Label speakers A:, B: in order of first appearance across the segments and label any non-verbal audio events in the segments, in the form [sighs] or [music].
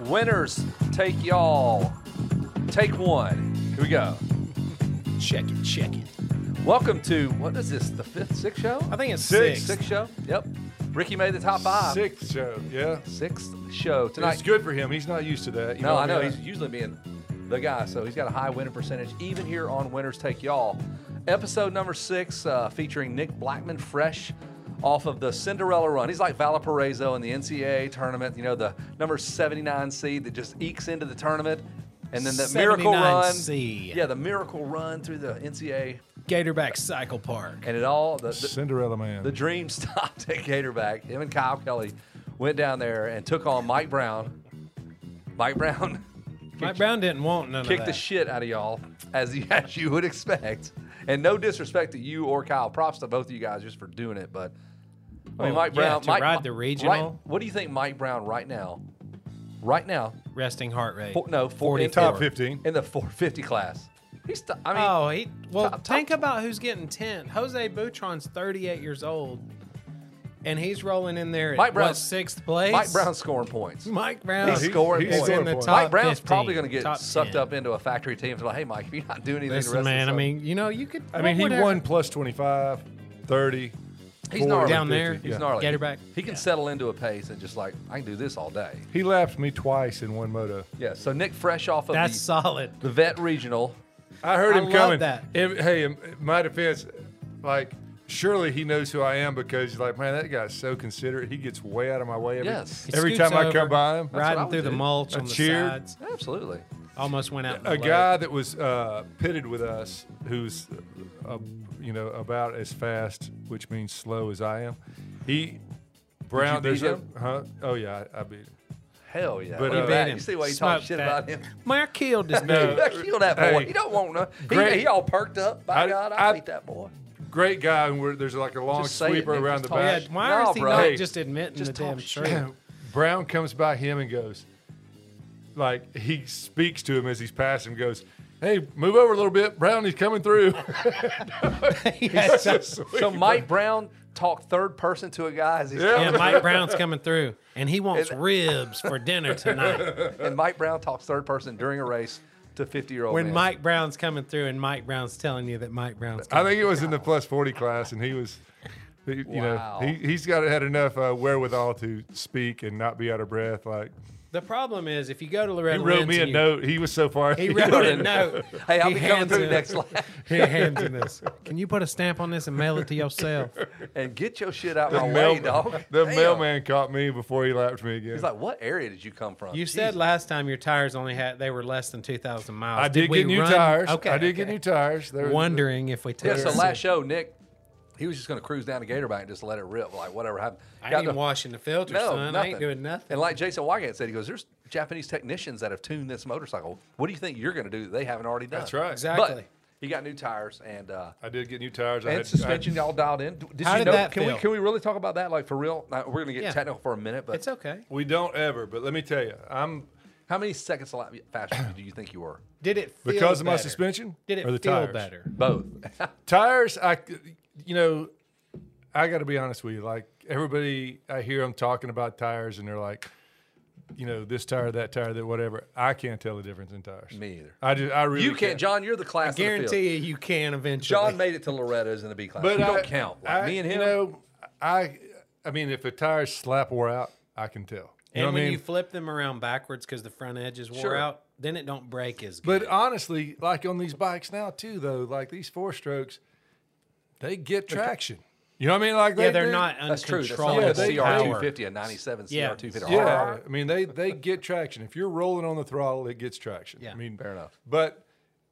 A: Winners take y'all. Take one. Here we go.
B: Check it, check it.
A: Welcome to what is this? The fifth, sixth show?
B: I think it's
C: Six.
B: six.
A: sixth show. Yep. Ricky made the top five.
C: Sixth show, yeah.
A: Sixth show tonight.
C: It's good for him. He's not used to that. You
A: No, I
C: what
A: know.
C: mean?
A: He's usually being the guy, so he's got a high winning percentage, even here on Winners Take Y'all. Episode number six, uh, featuring Nick Blackman, fresh off of the Cinderella run. He's like Valparaiso in the NCAA tournament, you know, the number 79 seed that just ekes into the tournament. And then that miracle
B: 79
A: run.
B: seed.
A: Yeah, the miracle run through the NCAA.
B: Gatorback Cycle Park.
A: And it all, the, the,
C: Cinderella man.
A: the dream [laughs] stopped at Gatorback. Him and Kyle Kelly went down there and took on Mike Brown. Mike Brown. [laughs]
B: Mike Brown didn't want none
A: kick
B: of
A: the
B: that.
A: shit out of y'all as [laughs] you, as you would expect. And no disrespect to you or Kyle. Props to both of you guys just for doing it. But I mean,
B: Well,
A: Mike
B: yeah,
A: Brown,
B: to
A: Mike,
B: ride the
A: Mike-
B: regional.
A: right- what do you think, Mike Brown, right now? Right now,
B: Resting heart rate.
A: for, no, for,
B: 40
A: in,
C: top
B: four.
C: 15.
A: in the 450 class. He's, t- I mean,
B: Oh, he. Well,
A: Top-
B: think about who's getting ten. Jose Butron's 38 years old, and he's rolling in there at
A: Mike Brown-
B: what, sixth place.
A: Mike Brown's scoring points.
B: Mike Brown.
A: He's scoring
C: he's
A: points.
C: in the top
A: Mike Brown's probably
B: 15,
A: going to get
B: top
A: sucked
B: 10.
A: up into a factory team. It's like, hey, Mike, if you're not doing anything, the
B: Listen,
A: rest
B: man.
A: of
B: I
A: the
B: mean, you know, you could.
C: I mean, he
B: whatever.
C: won plus 25, 30.
A: He's
C: 40,
A: gnarly.
B: Down there.
C: 50.
A: he's
C: Yeah.
A: gnarly.
B: Gatorback.
A: He can settle into a pace and just like, I can do this all day.
C: He lapped me twice in one moto.
A: Yeah. So Nick, fresh off of
B: That's
A: the,
B: solid.
A: the vet regional.
C: I heard
B: I
C: him
B: love
C: coming.
B: that.
C: If- hey, in my defense, like, surely he knows who I am because he's like, man, that guy's so considerate. He gets way out of my way every,
A: Yes. He
C: every
B: Scoots
C: time I
B: over,
C: come by him.
A: what I
B: riding
A: would
B: through the
A: do.
B: mulch
C: I
B: on the
C: cheered.
B: sides.
A: Absolutely.
B: Almost went out. in
C: a
B: the
C: guy that was uh, pitted with us, who's uh, you know about as fast, which means slow as I am. He Brown,
A: Did you beat
C: there's
A: him?
C: a huh? Oh yeah, I, I beat him.
A: Hell yeah.
C: But,
A: you,
C: uh,
A: bet-
B: beat him.
A: you see why you talk
B: Smoked
A: shit
B: that. [laughs]
A: about him. [laughs]
B: Mark killed this
C: No.
B: dude.
A: You kill that boy.
C: Hey.
A: you don't want to. He,
C: Great.
A: he all perked up. By
C: I-
A: God, I,
C: I-
A: beat that boy.
C: Great guy, and we're, there's like a long
A: Just say it,
C: sweeper
A: Nick,
C: around
A: just
C: the
A: talk
C: back.
A: shit.
B: Why
A: Nah,
B: is he
A: bro.
B: not
C: Hey.
B: just admitting
A: Just
B: the
A: talk
B: damn
A: shit.
C: [laughs]
B: truth?
C: [clears throat] Brown comes by him and goes, like he speaks to him as he's passing, goes, "Hey, move over a little bit, Brown. He's coming through." [laughs]
B: Yes.
A: [laughs] So Mike Brown talked third person to a guy, as he's
B: Yeah,
C: Yeah.
B: Mike Brown's coming through, and he wants
A: And-
B: ribs for
A: [laughs]
B: dinner tonight.
A: and Mike Brown talks third person during a race to fifty year old.
B: When
A: man.
B: Mike Brown's coming through, and Mike Brown's telling you that Mike Brown's
C: I
B: coming.
C: think it was in the plus 40 class, and he was, he, you
A: Wow.
C: know, he, he's got had enough uh, wherewithal to speak and not be out of breath. Like,
B: The problem is, if you go to
C: he
B: Loretta
C: wrote
B: Lynn's
C: me a
B: and you-
C: note. [laughs] He was so far.
B: He wrote a note.
A: hey, I'll
B: He
A: be coming
B: hands
A: through
B: it-
A: next lap
B: [laughs] He hands him this. Can you put a stamp on this and mail it to yourself?
A: and get your shit out
C: the
A: my
C: mail-
A: way, dog.
C: The
A: Damn.
C: mailman caught me before he lapped me again.
A: He's like, "What area did you come from?"
B: You said last time your tires only had they were less than two thousand miles.
C: I did,
B: we
C: get new
B: run-
C: tires.
B: Okay,
C: I did get
B: okay.
C: new tires. They were-
B: Wondering if we took.
A: Yeah, so
B: it.
A: last show, Nick, he was just going to cruise down to Gatorback and just let it rip, like whatever happened.
B: I
A: Got
B: ain't
A: to-
B: washing the filter,
A: No,
B: son. I
A: nothing.
B: ain't doing nothing.
A: And like Jason Wygant said, he goes, "There's Japanese technicians that have tuned this motorcycle. What do you think you're going to do that they haven't already done?"
C: That's right.
B: Exactly.
A: But he got new tires and uh,
C: I did get new tires. I
A: and
C: had
A: suspension all dialed in. Did
B: How
A: you
B: did
A: know,
B: that
A: can we
B: feel?
A: can we really talk about that like for real? Now, we're going to get
B: Yeah.
A: technical for a minute, but
B: It's okay.
C: I- we don't ever, but let me tell you, I'm
A: how many seconds a lap faster do you think you were?
B: Did it feel
C: because of my
B: better?
C: suspension.
B: Did it
C: or the
B: feel
C: tires?
B: better?
A: Both.
C: tires i c- you know i got to be honest with you like everybody i hear them talking about tires and they're like you know this tire that tire that whatever i can't tell the difference in tires
A: [laughs] Me either.
C: i just i really
A: you can't, John. You're the class. of the field.
B: Guarantee you, you can eventually.
A: John made it to Loretta's in the B class.
C: but
A: you
C: I,
A: don't count. Like
C: I-
A: me and
C: you
A: him.
C: know i i mean if a tire slap wore out i can tell you
B: and
C: know what i
B: when
C: mean
B: you flip them around backwards because the front edges wore
A: Sure.
B: out, then it don't break as good.
C: but honestly like on these bikes now too though like these four strokes they get traction you know what i mean like
B: yeah,
C: they-
B: they're
C: they-
B: not
A: That's true. That's not like
B: uncontrolled
A: a
C: Yeah, they-
A: CR
B: power.
A: 250, a 97
B: Yeah.
A: CR 250.
C: Yeah, I mean they they get traction. If you're rolling on the throttle, it gets traction.
B: Yeah.
C: I mean
A: Fair enough.
C: But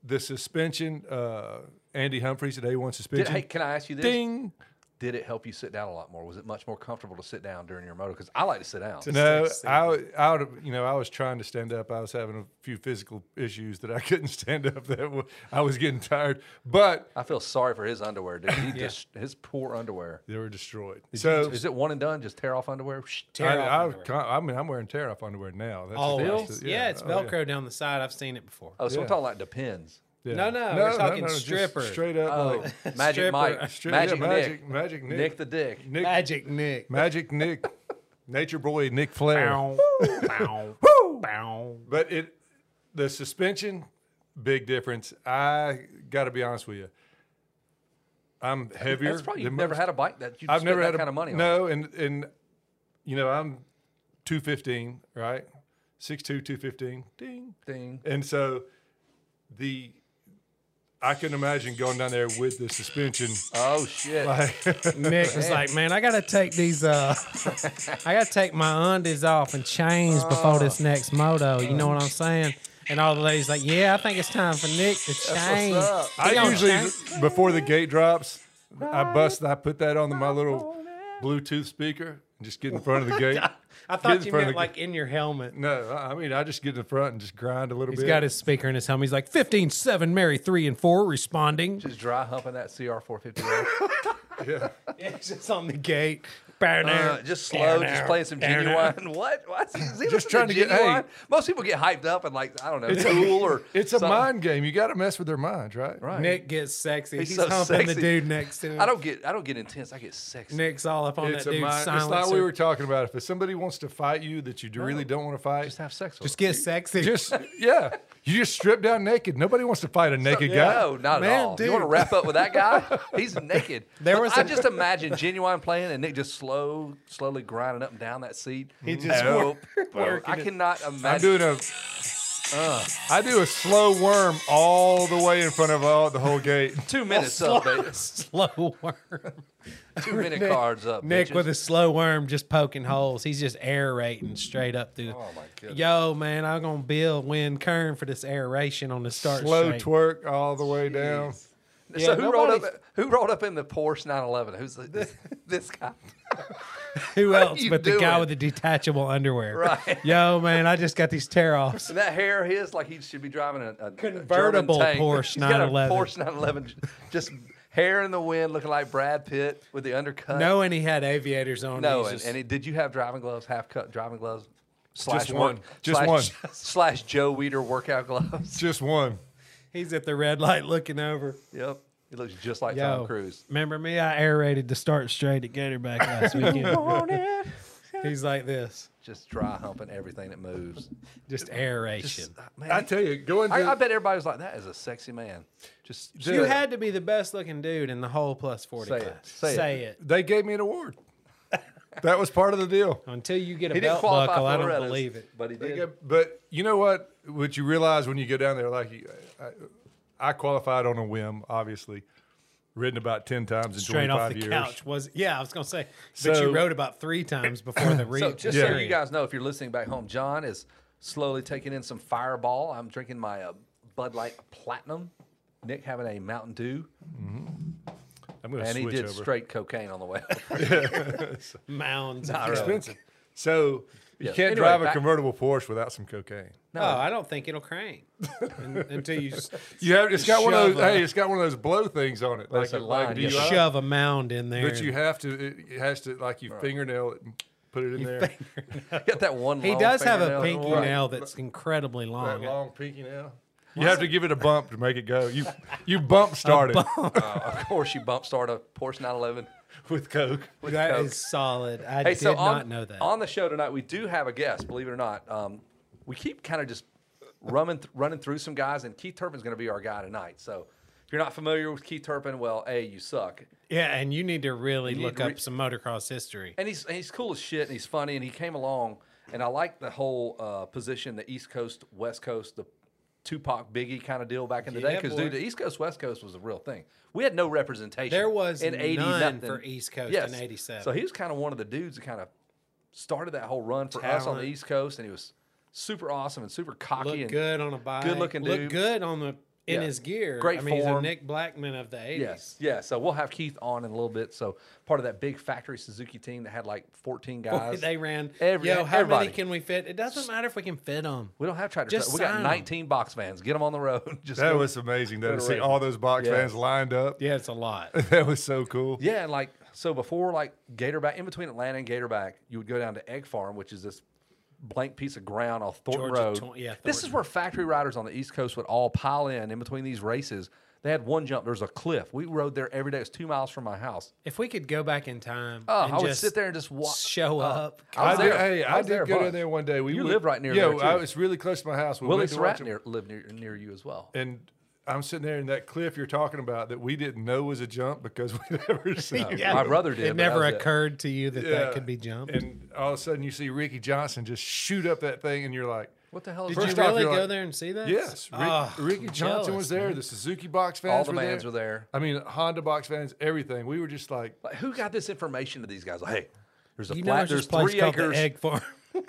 C: the suspension, uh, Andy Humphreys at A1
A: Did,
C: suspension.
A: hey, can I ask you this?
C: ding.
A: Did it help you sit down a lot more? Was it much more comfortable to sit down during your moto? Because I like to sit down.
C: No,
B: Six, six.
C: I, w- I would, you know, I was trying to stand up. I was having a few physical issues that I [laughs] couldn't stand up. That w- I was getting tired, but
A: I feel sorry for his underwear, dude.
C: [laughs]
A: He just his poor underwear.
C: they were destroyed. so
A: Is it one and done? Just tear off underwear?
C: I,
B: Tear off
C: I,
B: underwear.
C: con- I mean, I'm wearing tear off underwear now. That's
B: Always.
C: that's-
B: yeah, it's
C: oh,
B: Velcro down the side. I've seen it before.
A: Oh, so I'm
C: Yeah.
A: talking like depends.
C: yeah.
B: No, no, we're talking
C: just
B: stripper.
C: Straight up, like,
A: Oh, Magic
B: Stripper.
A: Mike,
C: Strip- yeah,
A: Magic,
C: magic,
A: Nick,
C: magic Nick.
A: Nick the Dick. [laughs]
C: Nick
B: Magic Nick.
C: Magic Nick, Nature Boy Nick Flair.
B: Bow, bow.
C: Woo! But it, the suspension, big difference. I got to be honest with you. I'm heavier.
A: That's probably
C: than
A: you've never
C: most.
A: had a bike that you
C: I've never
A: that
C: had a,
A: kind of money. on.
C: No, and and you know I'm two fifteen, right? 6'2", 215. Ding.
A: Thing.
C: And so the I couldn't imagine going down there with the suspension.
A: Oh shit!
B: Nick was like, "Man, I gotta take these. Uh, I gotta take my undies off and change before this next moto. You know what I'm saying?" And all the ladies like, "Yeah, I think it's time for Nick to change."
A: up.
B: He
C: I
B: gonna
C: usually
B: change.
C: before the gate drops, I bust I put that on my little Bluetooth speaker and just get in front of the [laughs] gate.
B: I
C: Get in
B: thought you meant
C: front of the-
B: like in your helmet.
C: No, I I mean I just get in the front and just grind a little
B: He's
C: bit.
B: got his speaker in his helmet. He's like 15, 7, Mary, 3, and
A: [laughs]
B: 4 responding. [laughs]
A: Just dry humping that CR
C: [laughs]
A: 450.
B: It's just on the gate. Bow
A: Uh,
B: down.
A: just slow,
B: down,
A: just playing some
B: down,
A: genuine. [laughs] What? Why is he, is he
C: Just
A: listening
C: trying to get- hey.
A: genuine? Most people get hyped up and like I don't know,
C: It's a-
A: cool or
C: it's a
A: something.
C: mind game. You got to mess with their minds, right?
A: Right.
B: Nick gets sexy.
A: He's
B: He's,
A: so
B: humping
A: sexy.
B: the dude next to him.
A: I don't get I don't get intense. I get sexy.
B: Nick's all up on
C: It's
B: that
C: a
B: dude's
C: mind. It's
B: silencer.
C: like we were talking about. If somebody wants to fight you that you do- really don't want to fight,
A: Just have sex. With
B: just get sexy.
C: [laughs] just yeah, you just strip down naked. Nobody wants to fight a naked
A: him.
C: guy.
A: No, not at
B: Man,
A: all. You want to
B: dude.
A: wrap up with that
B: [laughs]
A: guy? He's naked.
B: There
A: But
B: was
A: I
B: a- [laughs]
A: just imagine genuine playing and Nick just slow, slowly grinding up and down that seat. He
B: just work- [laughs] working
A: I
B: it.
A: cannot
C: I'm
A: imagine.
C: doing a. uh, I do a slow worm all the way in front of all the whole gate.
A: two minutes up, baby.
B: slow [laughs] worm. [laughs]
A: Two minute cards up.
B: Nick
A: bitches.
B: with his slow worm just poking holes. He's just aerating straight up through. Oh my
A: goodness.
B: Yo, man, I'm gonna bill Win Kern for this aeration on the start.
C: Slow
B: straight.
C: twerk all the way down.
A: so
B: Yeah,
A: who rolled up?
B: nobody's-
A: Who rolled up in the Porsche 911? Who's the,
B: [laughs]
A: this, this guy?
B: Who else
A: you
B: but the guy
A: doing?
B: with the detachable underwear?
A: Right.
B: Yo, man, I just got these tear
A: [laughs]
B: offs.
A: And that hair of his, like he should be driving a, a- a
B: Convertible
A: German tank. [laughs]
B: Porsche
A: He's got a
B: 911.
A: Porsche 911, just hair in the wind, looking like Brad Pitt with the undercut.
B: Knowing he had aviators on.
A: no.
B: he's
A: And,
B: just-
A: and it, did you have driving gloves, half cut driving gloves? Slash
C: one.
A: work-
C: Just
A: slash,
C: one.
A: [laughs] Slash Joe Weider workout
C: [laughs]
A: gloves.
C: Just one.
B: he's at the red light looking over.
A: yep. He looks just like
B: Yo,
A: Tom Cruise.
B: remember me? I aerated the start straight at
A: [laughs]
B: Gatorback last weekend. he's like this,
A: Just dry humping everything that moves.
B: just aeration.
A: Just, uh, man,
C: I tell you, going.
A: I,
C: to-
A: I bet everybody was like, that is a sexy man. Just,
C: Dude,
B: You had to be the best looking dude in the whole plus 40
A: Say it.
B: class.
A: Say it.
B: it.
C: They gave me an award. that was part of
A: [laughs]
C: the deal.
B: Until you get a
A: he didn't
B: belt
A: qualify
B: buckle,
A: for
B: I don't
A: Loretta's,
B: believe it.
A: But he
C: They
A: did.
C: gave- but you know what? What you realize when you go down there, like you, I, I qualified on a whim, obviously. Ridden about ten times in
B: Straight off
C: 25
B: the
C: years.
B: couch was yeah. I was gonna say, but
C: So-
B: you rode about three times before the
A: [coughs]
B: read.
A: So just so
C: Yeah.
A: you guys know, if you're listening back home, John is slowly taking in some Fireball. I'm drinking my uh, Bud Light Platinum. Nick having a Mountain Dew,
C: I'm going to
A: and
C: switch
A: he did
C: over.
A: straight cocaine on the way.
B: mounds.
A: Not
B: of-
A: really.
C: expensive. So you
A: Yes.
C: can't
A: Anyway,
C: drive a
A: back-
C: convertible Porsche without some cocaine.
B: No, Oh, I don't think it'll crank
A: [laughs]
B: un- until you s-
C: You have it's got one of
B: Shove
C: those.
B: a-
C: Hey, it's got one of those blow things on it, like
A: a
C: a like
A: line,
C: DUI.
A: yes. You
B: shove a mound in there.
C: But you have to. It, it has to like you fingernail it and put it in there.
A: [laughs] Got that one.
B: he
A: long
B: does have a
A: fingernail.
B: pinky
A: Right.
B: nail that's incredibly
C: That
B: long.
C: long pinky nail. You have to give it a bump to make it
A: [laughs]
C: go. You you bump started
A: [laughs] Of course, you bump start a Porsche 911.
C: with coke.
B: That is
A: Coke.
B: solid. I
A: Hey,
B: did
A: so on,
B: not know that.
A: on the show tonight, we do have a guest. Believe it or not, um, we keep kind of just running th- running through some guys, and Keith Turpin's going to be our guy tonight. So. If you're not familiar with Keith Turpin, well, A, you suck.
B: yeah, and you need to really
A: need
B: look
A: to re-
B: up some motocross history.
A: and he's and he's cool as shit, and he's funny, and he came along, and I like the whole uh, position, the East Coast, West Coast, the Tupac Biggie kind of deal back in the day,
B: Yeah,
A: because
B: boy.
A: dude, the East Coast West Coast was a real thing. We had no representation.
B: There was
A: in eighty
B: none
A: nothing
B: for East Coast in 87.
A: So he was kind of one of the dudes that kind of started that whole run for us on the
B: Talent.
A: East Coast, and he was super awesome and super cocky
B: Look
A: and
B: good on a bike.
A: good-looking dude.
B: Look good on the in
A: Yeah.
B: his gear.
A: Great
B: I mean, he's
A: form.
B: a Nick Blackman of the eighties.
A: Yes, yeah. So we'll have Keith on in a little bit. So part of that big factory Suzuki team that had like fourteen guys.
B: They ran.
A: Every-
B: Yo, how
A: everybody.
B: many can we fit? It doesn't matter if we can fit them.
A: We don't have tractor.
B: Just
A: Just we got
B: sign 'em.
A: 19 box vans. Get them on the road. [laughs] Just
C: [laughs] That
A: go-
C: was amazing. Though, to see
A: Federation.
C: all those box
A: Yeah.
C: fans lined up.
B: Yeah, it's
A: [laughs]
B: a lot.
C: That was so cool.
A: yeah, and like so before like Gatorback in between Atlanta and Gatorback, you would go down to Egg Farm, which is this blank piece of ground off Thornton
B: Georgia
A: Road.
B: Tor- yeah,
A: this is
B: Thornton.
A: where factory riders on the East Coast would all pile in in between these races They had one jump. There's a cliff. We rode there every day. It's two miles from my house.
B: If we could go back in time,
A: Oh,
B: and
A: I would
B: just
A: sit there and just Oh, watch.
B: show up.
A: I was
C: did,
A: there.
C: Hey,
A: I
C: I,
A: was
C: did
A: there a
C: go
A: bunch.
C: down there one day. We
A: You
C: would-
A: live right near
C: Yeah,
A: there,
C: I
A: too.
C: was really close to my house. We
A: Willie
C: went to watch
A: Surratt
C: it.
A: near, lived near, near you as well.
C: And I'm sitting there in that cliff you're talking about that we didn't know was a jump because [laughs] we
A: [laughs]
C: never
B: [laughs]
C: saw it.
A: My brother did.
B: It
A: but that
B: never
A: was
B: occurred to you that
C: Yeah.
B: that could be jumped.
C: And all of a sudden you see Ricky Johnson just shoot up that thing and you're like,
A: What the hell? Is
C: Did
A: that?
C: First off, you're like-
B: and see that?
C: Yes, Rick,
B: Ah,
C: Ricky
B: I'm
C: Johnson
B: jealous,
C: was there. The Suzuki box fans
A: all the
C: were
A: bands
C: there.
A: were there.
C: I mean, Honda box fans, everything. We were just like,
A: Like, who got this information to these guys? Like, hey, there's a
B: You know,
A: flat.
B: there's
A: There's
B: this place
A: three
B: called
A: acres.
B: the Egg Farm.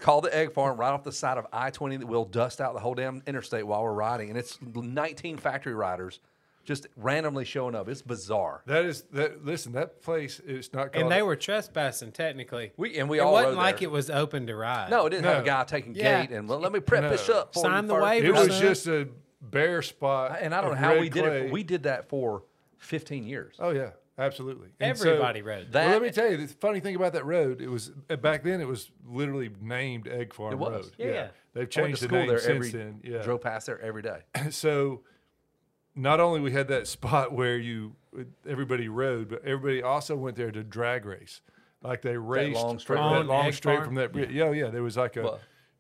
A: Call the egg farm right off the side of I 20 that will dust out the whole damn interstate while we're riding. And it's 19 factory riders just randomly showing up. It's bizarre.
C: that is that. Listen, that place is not. Called
B: and they were trespassing technically.
A: We and we
B: it
A: all
B: wasn't
A: rode
B: like
A: there.
B: it was open to ride.
A: No, it didn't have a
C: No.
A: guy taking
B: Yeah.
A: gate and well, let me prep this up. For
B: Sign
A: you
B: the
A: first."
B: waiver.
C: It was
B: Son.
C: just a bare spot.
A: And I don't know
C: of
A: how
C: red
A: we did
C: clay.
A: it. We did that for 15 years.
C: Oh yeah, absolutely. And so-
B: everybody rode.
A: That-
C: well, let me tell you the funny thing about that road. It was uh, back then. It was literally named Egg Farm
A: was.
C: Road.
B: Yeah, yeah.
A: I
C: they've
A: went
C: changed
A: to
C: the
A: school
C: name
A: there
C: since
A: every
C: then. Yeah.
A: drove past there every day.
C: So, not only we had that [laughs] spot where you everybody rode, but everybody also went there to drag race. Like they raced
A: long straight.
C: from that
B: On
C: long
B: Egg
C: straight
B: Farm?
C: from that. bridge. Yeah, yeah. There was like a.
A: Well-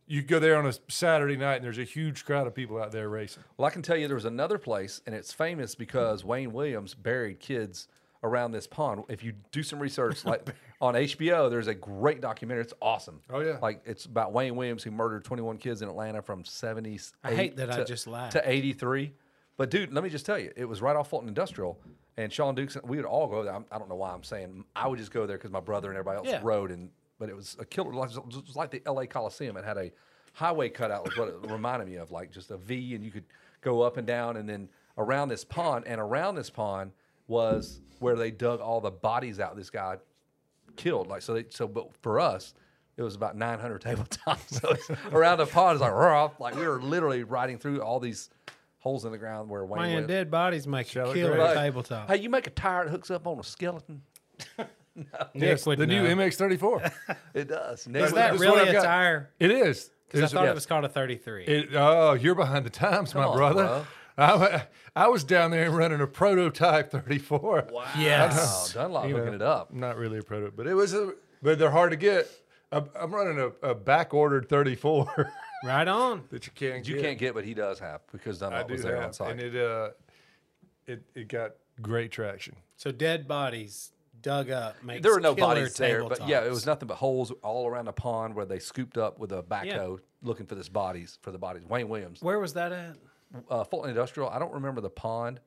C: you go there on a Saturday night, and there's a huge crowd of people out there racing.
A: Well, I can tell you there was another place, and it's famous because Wayne Williams buried kids around this pond. If you do some research,
B: [laughs]
A: like on HBO, there's a great documentary. It's awesome.
C: Oh, yeah.
A: like it's about Wayne Williams who murdered 21 kids in Atlanta from 70.
B: I hate that I
A: to,
B: just laughed.
A: to 83. But dude, let me just tell you, it was right off Fulton Industrial. And Sean Dukes, we would all go there. I'm- I don't know why I'm saying I would just go there because my brother and everybody else
B: Yeah.
A: rode. And but it was a killer. like- It was like the L.A. Coliseum. It had a highway cutout, is what it reminded me of, like just a V, and you could go up and down, and then around this pond. And around this pond was where they dug all the bodies out. This guy killed. Like so, they, so but for us, it was about 900 [laughs] tabletops. So it's around the pond is like raw. Like we were literally riding through all these holes in the ground where Wayne
B: Man,
A: lived.
B: dead bodies make a
C: Shallow
B: killer
C: grave.
B: tabletop.
A: Hey, you make a tire that hooks up on a skeleton.
B: Nick
C: Yes, the
B: would
C: new
B: know.
C: MX34.
A: It does.
B: Is
A: Next
C: That's
B: that
C: what
B: really
C: I've
B: a
C: got.
B: tire?
C: it is.
B: Because
C: It's
B: I
C: a-
B: thought it was called a 33.
C: It, oh, you're behind the times, my
A: on,
C: brother.
A: bro.
C: I, I was down there running a prototype 34. Wow.
A: [laughs] Wow,
B: yes.
A: Dunlop hooking it up.
C: Not really a prototype, but it was a. But they're hard to get. I'm, I'm running a, a back ordered 34
B: right on.
C: [laughs] that you can't.
A: You
C: get.
A: can't get what he does have because
C: I
A: Dunlop
C: do
A: was there on
C: have,
A: site.
C: and it uh, it it got great traction.
B: So dead bodies dug up. Makes
A: there were no
B: killer
A: bodies there, but yeah, it
B: tabletops.
A: was nothing but holes all around the pond where they scooped up with a backhoe looking for this bodies for the bodies. Wayne Williams,
B: Where was that at?
A: uh, Fulton Industrial. I don't remember the pond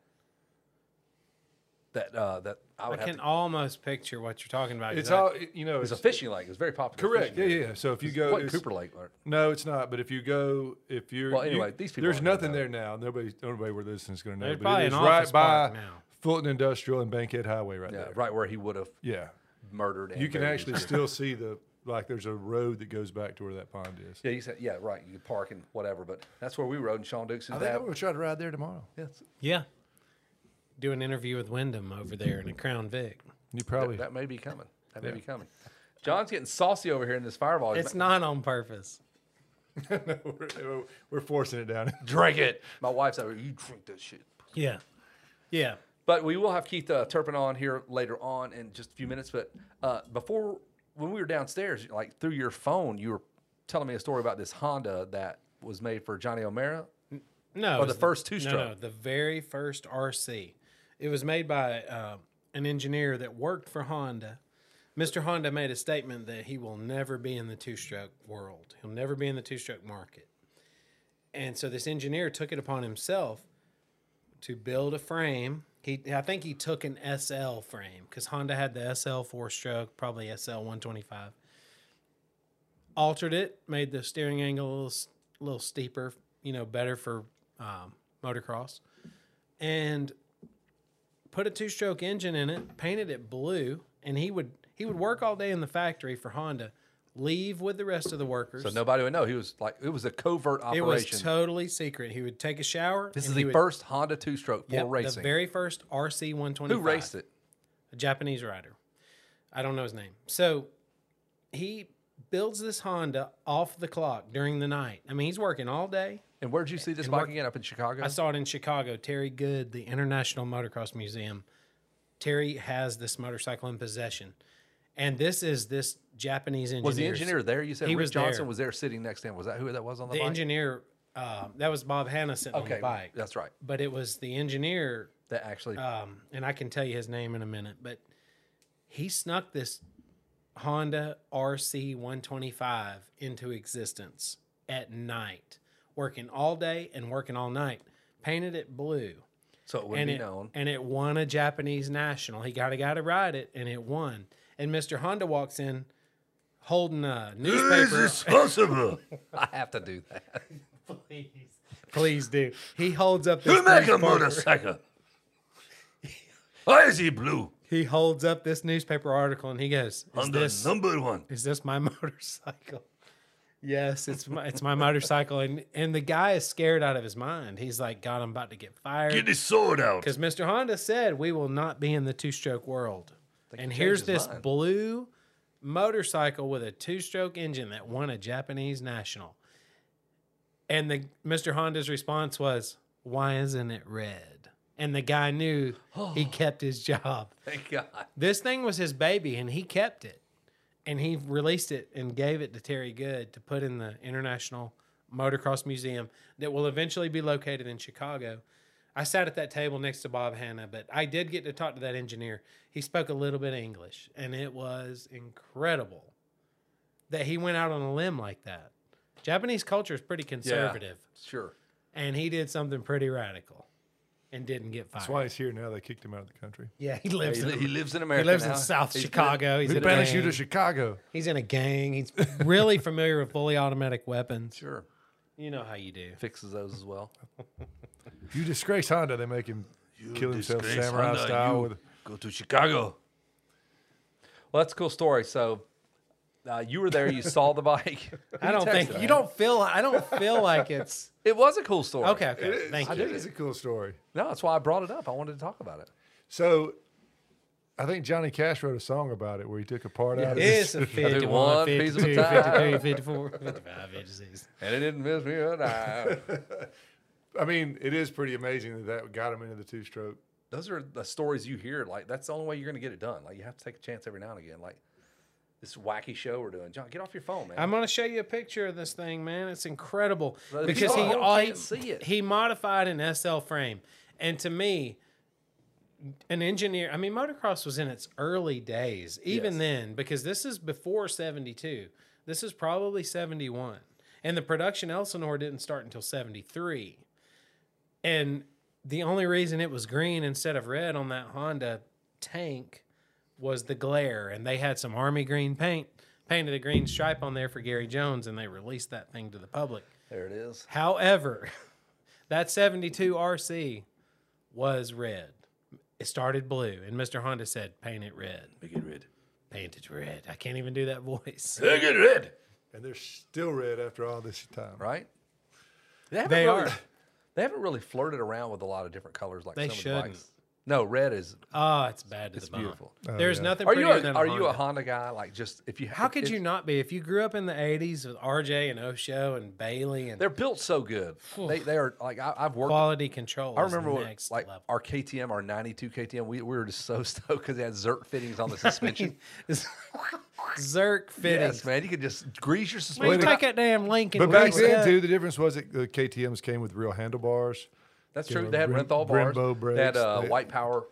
A: that uh, that I
B: I
A: would have.
B: can
A: To,
B: almost picture what you're talking about.
C: It's
B: 'cause I-
C: all you know.
A: it was
C: It's
A: a fishing lake. It was very popular.
C: correct. Yeah,
A: fishing lake.
C: yeah. yeah. So if you go,
A: Wasn't
C: it's-
A: Cooper Lake. or-
C: no, it's not. But if you go, if you're
A: Well,
C: you-
A: anyway, these people
C: There's
A: aren't gonna
C: nothing
A: know.
C: there now. Nobody, nobody where this is going to know.
B: There's
C: But
B: probably
C: it is
B: an
C: right
B: office park
C: by
B: now.
C: Fulton Industrial and Bankhead Highway, right
A: Yeah,
C: there.
A: right where he would have
C: Yeah,
A: murdered. And
C: you can
A: buried
C: actually
A: his-
C: still see the like. There's a road that goes back to where that pond is.
A: Yeah, you said yeah, right. You could park and whatever, but that's where we rode in Sean Dukes.
C: I think I'm going to try to ride there tomorrow.
A: Yes,
B: Yeah. Do an interview with Wyndham over there in a
A: [laughs]
B: Crown Vic.
C: You probably
A: that may be coming. That may be coming. John's getting saucy over here in this fireball. He's
B: It's not on purpose.
C: we're, we're forcing it [laughs] down.
A: drink it. My wife's over. You drink this shit.
B: Yeah. Yeah.
A: But we will have Keith uh, Turpin on here later on in just a few minutes. But uh, before, when we were downstairs, like through your phone, you were telling me a story about this Honda that was made for Johnny O'Mara.
B: No. it
A: Or
B: was
A: the first two-stroke.
B: No, no, the very first RC. It was made by uh, an engineer that worked for Honda. Mr. Honda made a statement that he will never be in the two stroke world, he'll never be in the two stroke market. And so this engineer took it upon himself to build a frame. He, I think he took an SL frame because Honda had the SL four stroke, probably SL 125. Altered it, made the steering angle a little, s- little steeper, you know, better for um, motocross, and put a two stroke engine in it, painted it blue, and he would he would work all day in the factory for Honda, leave with the rest of the workers.
A: So nobody would know. He was like, it was a covert
B: it
A: operation.
B: was totally secret. He would take a shower.
A: this
B: and
A: is
B: he
A: the
B: would-
A: first Honda two stroke for
B: Yep, The
A: racing.
B: very first RC 125.
A: Who raced it?
B: A Japanese rider. I don't know his name. So he builds this Honda off the clock during the night. I mean, he's working all day.
A: And where'd you see this bike again? Up in Chicago?
B: I saw it in Chicago. Terry Good, the International Motocross Museum. Terry has this motorcycle in possession, and this is this Japanese engineer.
A: was the engineer there? You said
B: He
A: Rick
B: was
A: Johnson
B: there.
A: was there sitting next to him. Was that who that was on the,
B: The
A: bike?
B: engineer. Uh, that was Bob Hanna sitting on
A: okay,
B: the bike,
A: that's right.
B: but it was the engineer
A: That actually
B: um, and I can tell you his name in a minute, but he snuck this Honda RC 125 into existence at night, working all day and working all night. Painted it blue,
A: so it would
B: and
A: be
B: it [laughs]
A: known. [laughs]
B: and it won a Japanese national. He got a guy to ride it, and it won. And Mister Honda walks in holding a newspaper.
A: possible? I have to do that.
B: [laughs] Please, please do. He holds up this newspaper.
A: Why is he blue?
B: He holds up this newspaper article, and he goes, "Is this
A: number one.
B: is this my [laughs] motorcycle? Yes, it's my it's my motorcycle, and and the guy is scared out of his mind. He's like, God, I'm about to get fired
A: his sword out.
B: because Mr. Honda said we will not be in the two stroke world, and
A: he
B: here's
A: changed
B: this
A: his mind.
B: blue motorcycle with a two stroke engine that won a Japanese national, and the Mr. Honda's response was, Why isn't it red? And the guy knew
A: [gasps]
B: he kept his job.
A: Thank God.
B: This thing was his baby, and he kept it, and he released it and gave it to Terry Good to put in the International Motocross Museum that will eventually be located in Chicago. I sat at that table next to Bob Hanna, but I did get to talk to that engineer. He spoke a little bit of English, and it was incredible that he went out on a limb like that. Japanese culture is pretty conservative,
A: Sure.
B: and he did something pretty radical and didn't get fired.
C: That's why he's here now. They kicked him out of the country.
B: yeah, he lives.
A: He,
B: in
A: li- he lives in America.
B: he lives in
A: now.
B: South
A: He's-
B: Chicago. He's
C: We
B: in a
C: banished you
B: gang.
C: to Chicago.
B: He's in a gang. He's really familiar with fully automatic weapons.
A: Sure.
B: You know how you do.
A: Fixes those as well.
C: You disgrace Honda. They make him kill himself samurai style. With,
A: Go to Chicago. Well, that's a cool story. So uh, you were there.
B: [laughs]
A: You saw the bike. [laughs]
B: I don't
A: text
B: think
A: it,
B: you don't feel. I don't feel like it's
A: It was a cool story.
B: okay. Okay, thank you.
C: it is a cool story.
A: No, that's why I brought it up. I wanted to talk about it.
C: So, I think Johnny Cash wrote a song about it where he took a part out of
B: It's
C: his.
B: a
A: one
B: 51,
A: piece of
B: 52,
A: time.
B: 53, 54, 55, 56.
A: And it didn't miss me a dime.
C: I mean, it is pretty amazing that that got him into the two stroke.
A: those are the stories you hear. Like that's the only way you're going to get it done. Like you have to take a chance every now and again. Like this wacky show we're doing. John, get off your phone, man.
B: I'm gonna show you a picture of this thing, man. It's incredible
A: Brother,
B: because he
A: people
B: all he,
A: can't see it.
B: he modified an SL frame, and to me, an engineer. I mean, motocross was in its early days, even
A: Yes.
B: then, because this is before '72. This is probably '71, and the production Elsinore didn't start until '73, and the only reason it was green instead of red on that Honda tank was the glare, and they had some army green paint, painted a green stripe on there for Gary Jones, and they released that thing to the public.
A: there it is.
B: However, [laughs] that 72 RC was red. It started blue, and Mr. Honda said, paint it red,
A: Make it red.
B: paint it red. I can't even do that [laughs] voice.
A: Make it red.
C: And they're still red after all this time.
A: Right? They, haven't
B: They
A: really,
B: are.
A: [laughs] They haven't really flirted around with a lot of different colors like
B: They
A: some of the
B: shouldn't.
A: bikes. No, red is.
B: Oh, it's bad to the bone.
A: beautiful.
C: Oh,
B: There's nothing
A: Are you
B: prettier
A: a,
B: than
A: are
B: Honda.
A: you a Honda guy? Like just if you
B: How could you not be? If you grew up in the 80s with RJ and Osho and Bailey and
A: They're built so good. They they are like I, I've worked
B: quality control,
A: I remember
B: is
A: when,
B: next
A: like
B: level.
A: our KTM, our '92 KTM. We, we were just so [laughs] stoked because it had Zerk fittings
B: [laughs]
A: on the suspension.
B: Zerk fittings.
A: yes, man, you could just grease your
B: Man, you
A: suspension.
B: take that damn Lincoln.
C: But back
B: grease
C: then,
B: it.
C: too, the difference was that the KTM's came with real handlebars.
A: That's
C: you
A: true.
C: know,
A: They had
C: Brem-
A: Renthal bars.
C: Brembo brakes,
A: they had uh,
C: they-
A: White Power.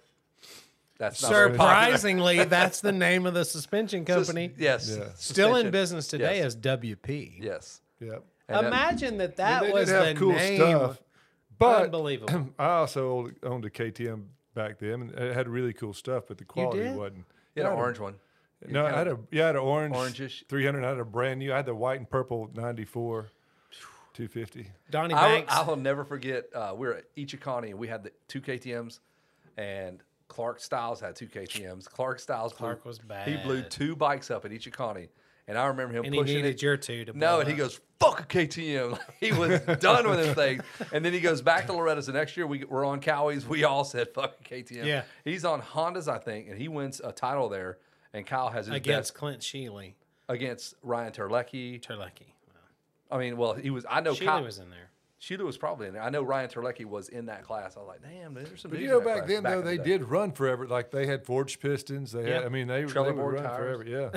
A: That's not very popular. [laughs]
B: Surprisingly, that's the name of the suspension company.
A: Yes.
C: Yeah.
B: Still in
A: suspension.
B: business today
A: Yes.
B: as WP.
A: Yes.
C: Yep.
A: And that-
B: Imagine that that
C: they
B: was
C: did
B: the
C: have cool
B: name.
C: stuff.
A: [clears throat]
C: But
B: Unbelievable.
C: I also owned a KTM back then, and it had really cool stuff, but the quality
B: did?
C: wasn't.
A: You had
C: Yeah, I
A: an
C: had a-
A: orange one.
C: No, I had a yeah, I had an orange
A: Orangish.
C: 300. I had a brand new. I had the white and purple 94 250.
B: Donnie
A: I, will-
B: Banks.
A: I will never forget. Uh, we were at Ichikani and we had the two KTMs, and Clark Styles had two KTMs. Clark Styles. blew-
B: Clark was
A: He blew
B: bad.
A: two bikes up at Ichikani, and I remember him
B: and he
A: pushing
B: needed
A: it.
B: your two to
A: No,
B: blow
A: and he
B: up.
A: goes, fuck a KTM. Like, [laughs] he was done with his thing. And then he goes back to Loretta's. And next year we, we're on Cowie's. We all said, fuck a KTM.
B: Yeah.
A: He's on Honda's, I think, and he wins a title there. And Kyle has his
B: against
A: best.
B: Clint Sheely.
A: against Ryan Terlecki.
B: Terlecki. Wow.
A: I mean, well, he was. I know
B: Sheila
A: Kyle-
B: was
A: [laughs]
B: in there.
A: Sheila was probably in there. I know Ryan Terlecki was in that class. I was like, damn, there's some.
C: But you
A: dudes
C: know,
A: in that
C: back
A: class
C: then though,
A: in the
C: they
A: day.
C: did run forever. Like they had forged pistons. They
B: Yeah.
C: had. I mean, they, they
A: Trello
C: would
A: board
C: run
A: tires.
C: forever.
B: [laughs]
C: Yeah.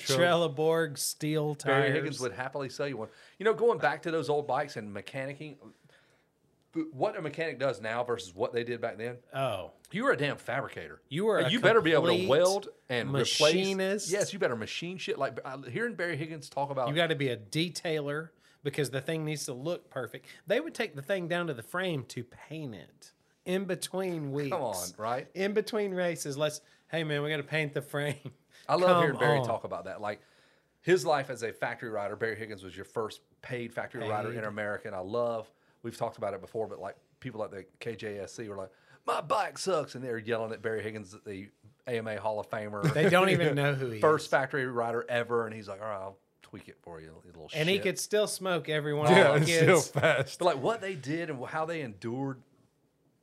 C: Trello-
B: Trelleborg steel tires.
A: Barry Higgins would happily sell you one. You know, going back to those old bikes and mechanicking, what a mechanic does now versus what they did back then.
B: Oh,
A: You were a damn fabricator.
B: You were a
A: you better be able to
B: complete
A: weld and
B: machinist.
A: replace. Yes, you better machine shit. Like I- hearing Barry Higgins talk about.
B: you got to be a detailer because the thing needs to look perfect. They would take the thing down to the frame to paint it in between weeks.
A: come on, right?
B: In between races, let's. Hey man, we got to paint the frame.
A: I love
B: Come
A: hearing Barry
B: on.
A: talk about that. Like his life as a factory rider, Barry Higgins was your first paid factory rider in America, and I love. We've talked about it before, but like people at the KJSC were like, "My bike sucks," and they're yelling at Barry Higgins, the AMA Hall of Famer,
B: They don't even know who
A: [laughs]
B: he
A: first factory rider ever, and he's like, "All right, I'll tweak it for you, you little
B: is, and he
A: shit."
B: could still smoke every one
C: yeah,
B: of the
C: it's still
B: kids.
C: fast.
A: But like what they did and how they endured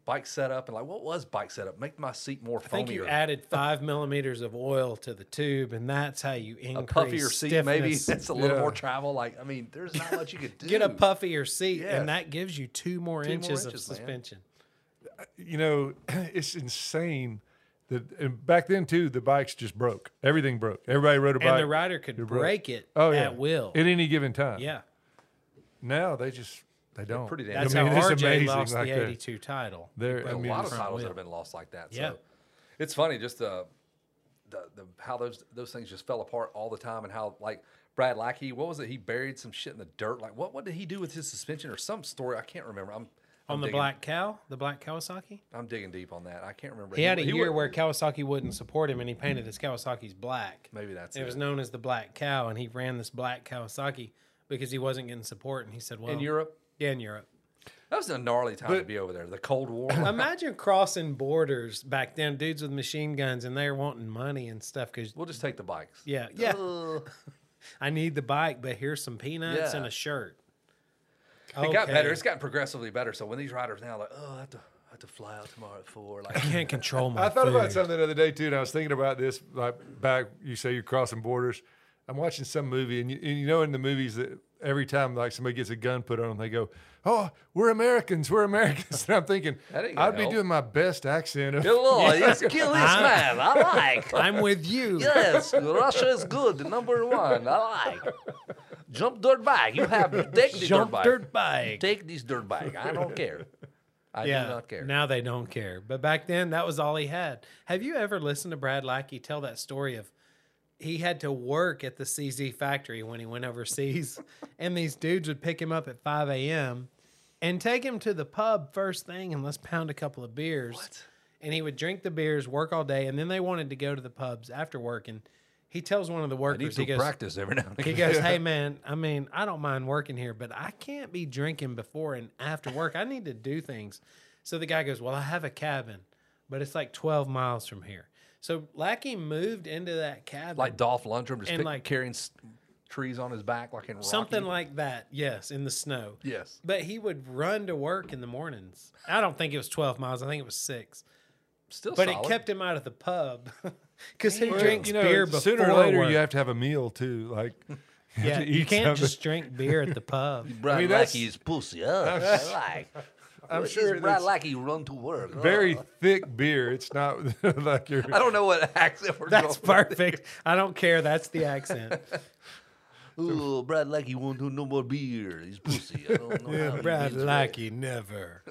A: bike setup, and like what was bike setup? Make my seat more
B: I think you
A: foamier,
B: added five millimeters of oil to the tube, and that's how you
A: a
B: increase
A: puffier seat, maybe [laughs]
B: stiffness.
A: that's a little
C: Yeah.
A: more travel. Like I mean, there's not much you could do.
B: [laughs] Get a puffier seat, and
A: Yes.
B: that gives you two more
A: more
B: inches of
A: inches, man.
B: suspension.
C: You know, [clears throat] it's insane. That and back then too, the bikes just broke. Everything broke. Everybody rode a bike.
B: and the rider could
C: broke.
B: break it
C: oh yeah,
B: at will.
C: at any given time.
B: yeah,
C: Now they just they don't.
A: pretty damn
B: that's
C: I mean,
B: how
C: it's
B: RJ
C: amazing,
B: lost
C: like uh,
B: the
C: they're-
B: '82 title.
C: They're, I
A: a
C: mean,
A: lot of
C: it's-
A: titles that
B: wheel.
A: have been lost like that.
B: Yeah.
A: So it's funny just uh, the, the how those those things just fell apart all the time and how like Brad Lackey, what was it? He buried some shit in the dirt. Like what what did he do with his suspension or some story? I can't remember. I'm I'm
B: on the
A: digging,
B: black cow, the black Kawasaki.
A: I'm digging deep on that. I can't remember.
B: He had a
A: wa-
B: year where Kawasaki wouldn't support him, and he painted his Kawasaki's black.
A: maybe that's
B: It
A: it.
B: was known as the black cow, and he ran this black Kawasaki because he wasn't getting support, and he said, "Well,
A: in Europe.
B: yeah, in Europe."
A: That was a gnarly time to be over there. The Cold
B: [coughs]
A: War.
B: Imagine crossing borders back then, dudes with machine guns, and they're wanting money and stuff because
A: we'll just take the bikes.
B: yeah, yeah,
A: Ugh.
B: I need the bike, but here's some peanuts
A: Yeah.
B: and a shirt.
A: It got better.
B: Okay.
A: It's gotten progressively better. So when these riders now like, oh, I have to, I have to fly out tomorrow at four.
B: [laughs]
A: Like, [laughs]
B: Can't control my.
C: I thought about
B: food.
C: something the other day too, and I was thinking about this. Like back, you say you're crossing borders. I'm watching some movie, and you, and you know in the movies that every time like somebody gets a gun put on them, they go, "Oh, we're Americans, we're Americans." [laughs] And I'm thinking,
A: That ain't
C: I'd
A: gonna
C: be
A: help.
C: doing my best accent. Of,
A: Good
C: [laughs]
A: lord, let's kill this man. I like.
B: [laughs] I'm with you.
A: Yes, Russia is good. Number one, I like. Jump dirt bike. You have take the dirt
B: Jump
A: bike.
B: dirt bike.
A: Take this dirt bike. I don't care. I do not care.
B: Now they don't care. But back then, that was all he had. Have you ever listened to Brad Lackey tell that story of he had to work at the CZ factory when he went overseas, [laughs] and these dudes would pick him up at 5 a.m. and take him to the pub first thing and let's pound a couple of beers. And he would drink the beers, work all day, and then they wanted to go to the pubs after work. And he tells one of the workers, he goes,
A: practice every now and
C: [laughs]
B: He goes, "Hey man, I mean, I don't mind working here, but I can't be drinking before and after work. I need to do things." So the guy goes, "Well, I have a cabin, but it's like 12 miles from here." So Lackey moved into that cabin,
A: Like Dolph Lundgren, just
B: And
A: pick,
B: like-
A: carrying s- trees on his back, like in Rocky.
B: something like that. Yes, in the snow.
A: Yes.
B: But he would run to work in the mornings. I don't think it was 12 miles. I think it was six.
A: Still,
B: But
A: solid.
B: it kept him out of the pub [laughs] because he
C: Well,
B: drinks beer before
C: sooner or later
B: work.
C: you have to have a meal too. Like,
B: yeah,
C: [laughs] to
B: you
C: eat
B: can't
C: something.
B: just drink beer at the
C: [laughs]
B: pub.
A: Brad
C: I mean, that's-
A: Lackey's pussy. Oh, I like.
C: I'm
A: This
C: sure
A: Brad
C: that's
A: Lackey run to work. Oh.
C: [laughs] very thick beer. It's not [laughs] like you're.
A: I don't know what accent we're [laughs]
B: That's
A: going.
B: perfect. I don't care. That's the
A: [laughs]
B: accent.
A: Ooh, Brad Lackey won't do no more beer. He's pussy. I don't
B: [laughs]
A: know. how he
B: Brad
A: means it.
B: Lackey never.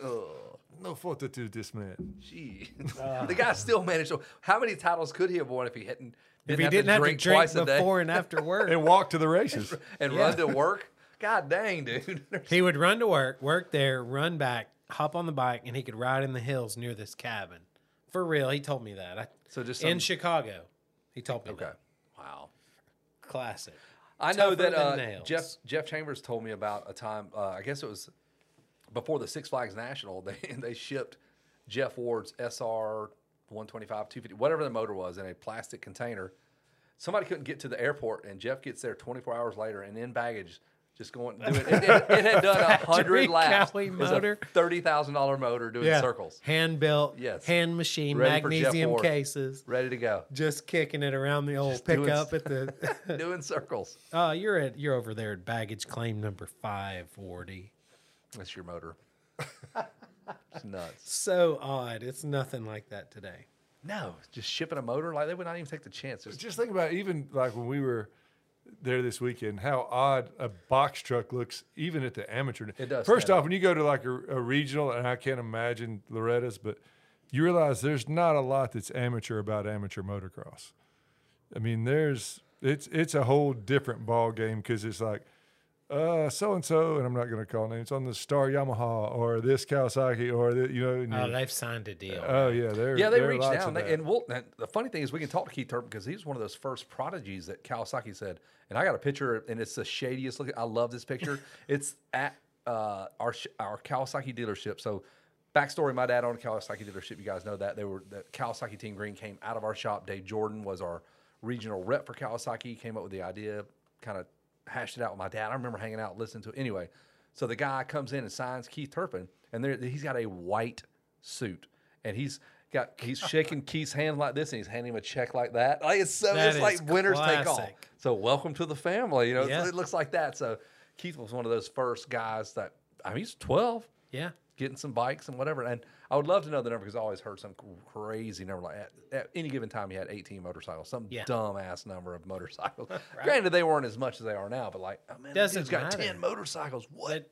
C: No fortitude, this man.
A: Gee.
B: [laughs] Ah.
A: the guy still managed. To, how many titles could he have won if he hadn't?
B: If he didn't have to drink,
A: twice
B: before
A: [laughs]
B: and after work,
C: And walk to the races.
A: a day and
B: [laughs] yeah.
A: run to work? God dang, dude. [laughs]
B: he would run to work, work there, run back, hop on the bike, and he could ride in the hills near this cabin. For real, he told me that. I,
A: So just some-
B: in Chicago, he told me
A: okay.
B: that.
A: Wow.
B: Classic.
A: I know
B: Tougher
A: that
B: than
A: uh,
B: nails.
A: Jeff Jeff Chambers told me about a time. Uh, I guess it was before the Six Flags National. [laughs] They they shipped Jeff Ward's SR one twenty five two fifty whatever the motor was in a plastic container. Somebody couldn't get to the airport, and Jeff gets there twenty four hours later, and in baggage Just going, doing, it, it, it had done a hundred
B: [laughs] Factory
A: laps.
B: Cali
A: It was
B: motor.
A: a thirty thousand dollar motor doing circles,
B: Hand built,
A: Yes.
B: hand machine,
A: Ready for Jeff
B: magnesium
A: Ward.
B: cases.
A: ready to go,
B: Just kicking it around the old
A: doing
B: pickup at the [laughs]
A: doing circles.
B: Oh, you're at you're over there at baggage claim number five, Wardy.
A: That's your motor. [laughs] it's nuts.
B: So odd. It's nothing like that today.
A: No, just shipping a motor like they would not even take the chance. Just-
C: Just think about even like when we were there this weekend, how odd a box truck looks, even at the amateur.
A: It does
C: First
A: stand
C: off, when you go to like a, a regional, and I can't imagine Loretta's, but you realize there's not a lot that's amateur about amateur motocross. I mean, there's it's it's a whole different ball game because it's like. Uh, so and so, and I'm not going to call names on the Star Yamaha or this Kawasaki or the, you know. and
B: Oh,
C: you-
B: they've signed a deal.
C: oh yeah, they're
A: yeah, they
C: there are
A: reached
C: lots
A: down.
C: of
A: They,
C: that.
A: and we'll, and the funny thing is, we can talk to Keith Turpin because he was one of those first prodigies that Kawasaki said. And I got a picture, and it's the shadiest looking. I love this
C: [laughs]
A: picture. it's at uh, our sh- our Kawasaki dealership. So, backstory: my dad owned a Kawasaki dealership. You guys know that they were the Kawasaki Team Green came out of our shop. Dave Jordan was our regional rep for Kawasaki. He came up with the idea, kind of hashed it out with my dad. I remember hanging out, listening to it. Anyway, so the guy comes in and signs Keith Turpin, and there he's got a white suit and he's got he's shaking Keith's hand like this and he's handing him a check like that. Like it's so
B: That
A: it's
B: is
A: like winners take all.
B: classic.
A: So welcome to the family. You know,
B: Yeah.
A: it looks like that. So Keith was one of those first guys that I mean he's twelve,
B: Yeah.
A: getting some bikes and whatever. And I would love to know the number because I always heard some crazy number like at, at any given time he had 18 motorcycles, some
B: Yeah.
A: dumb ass number of
B: [laughs]
A: motorcycles. Granted, they weren't as much as they are now, but like, oh man, this
B: Doesn't
A: dude's got
B: matter.
A: 10 motorcycles. What?
B: But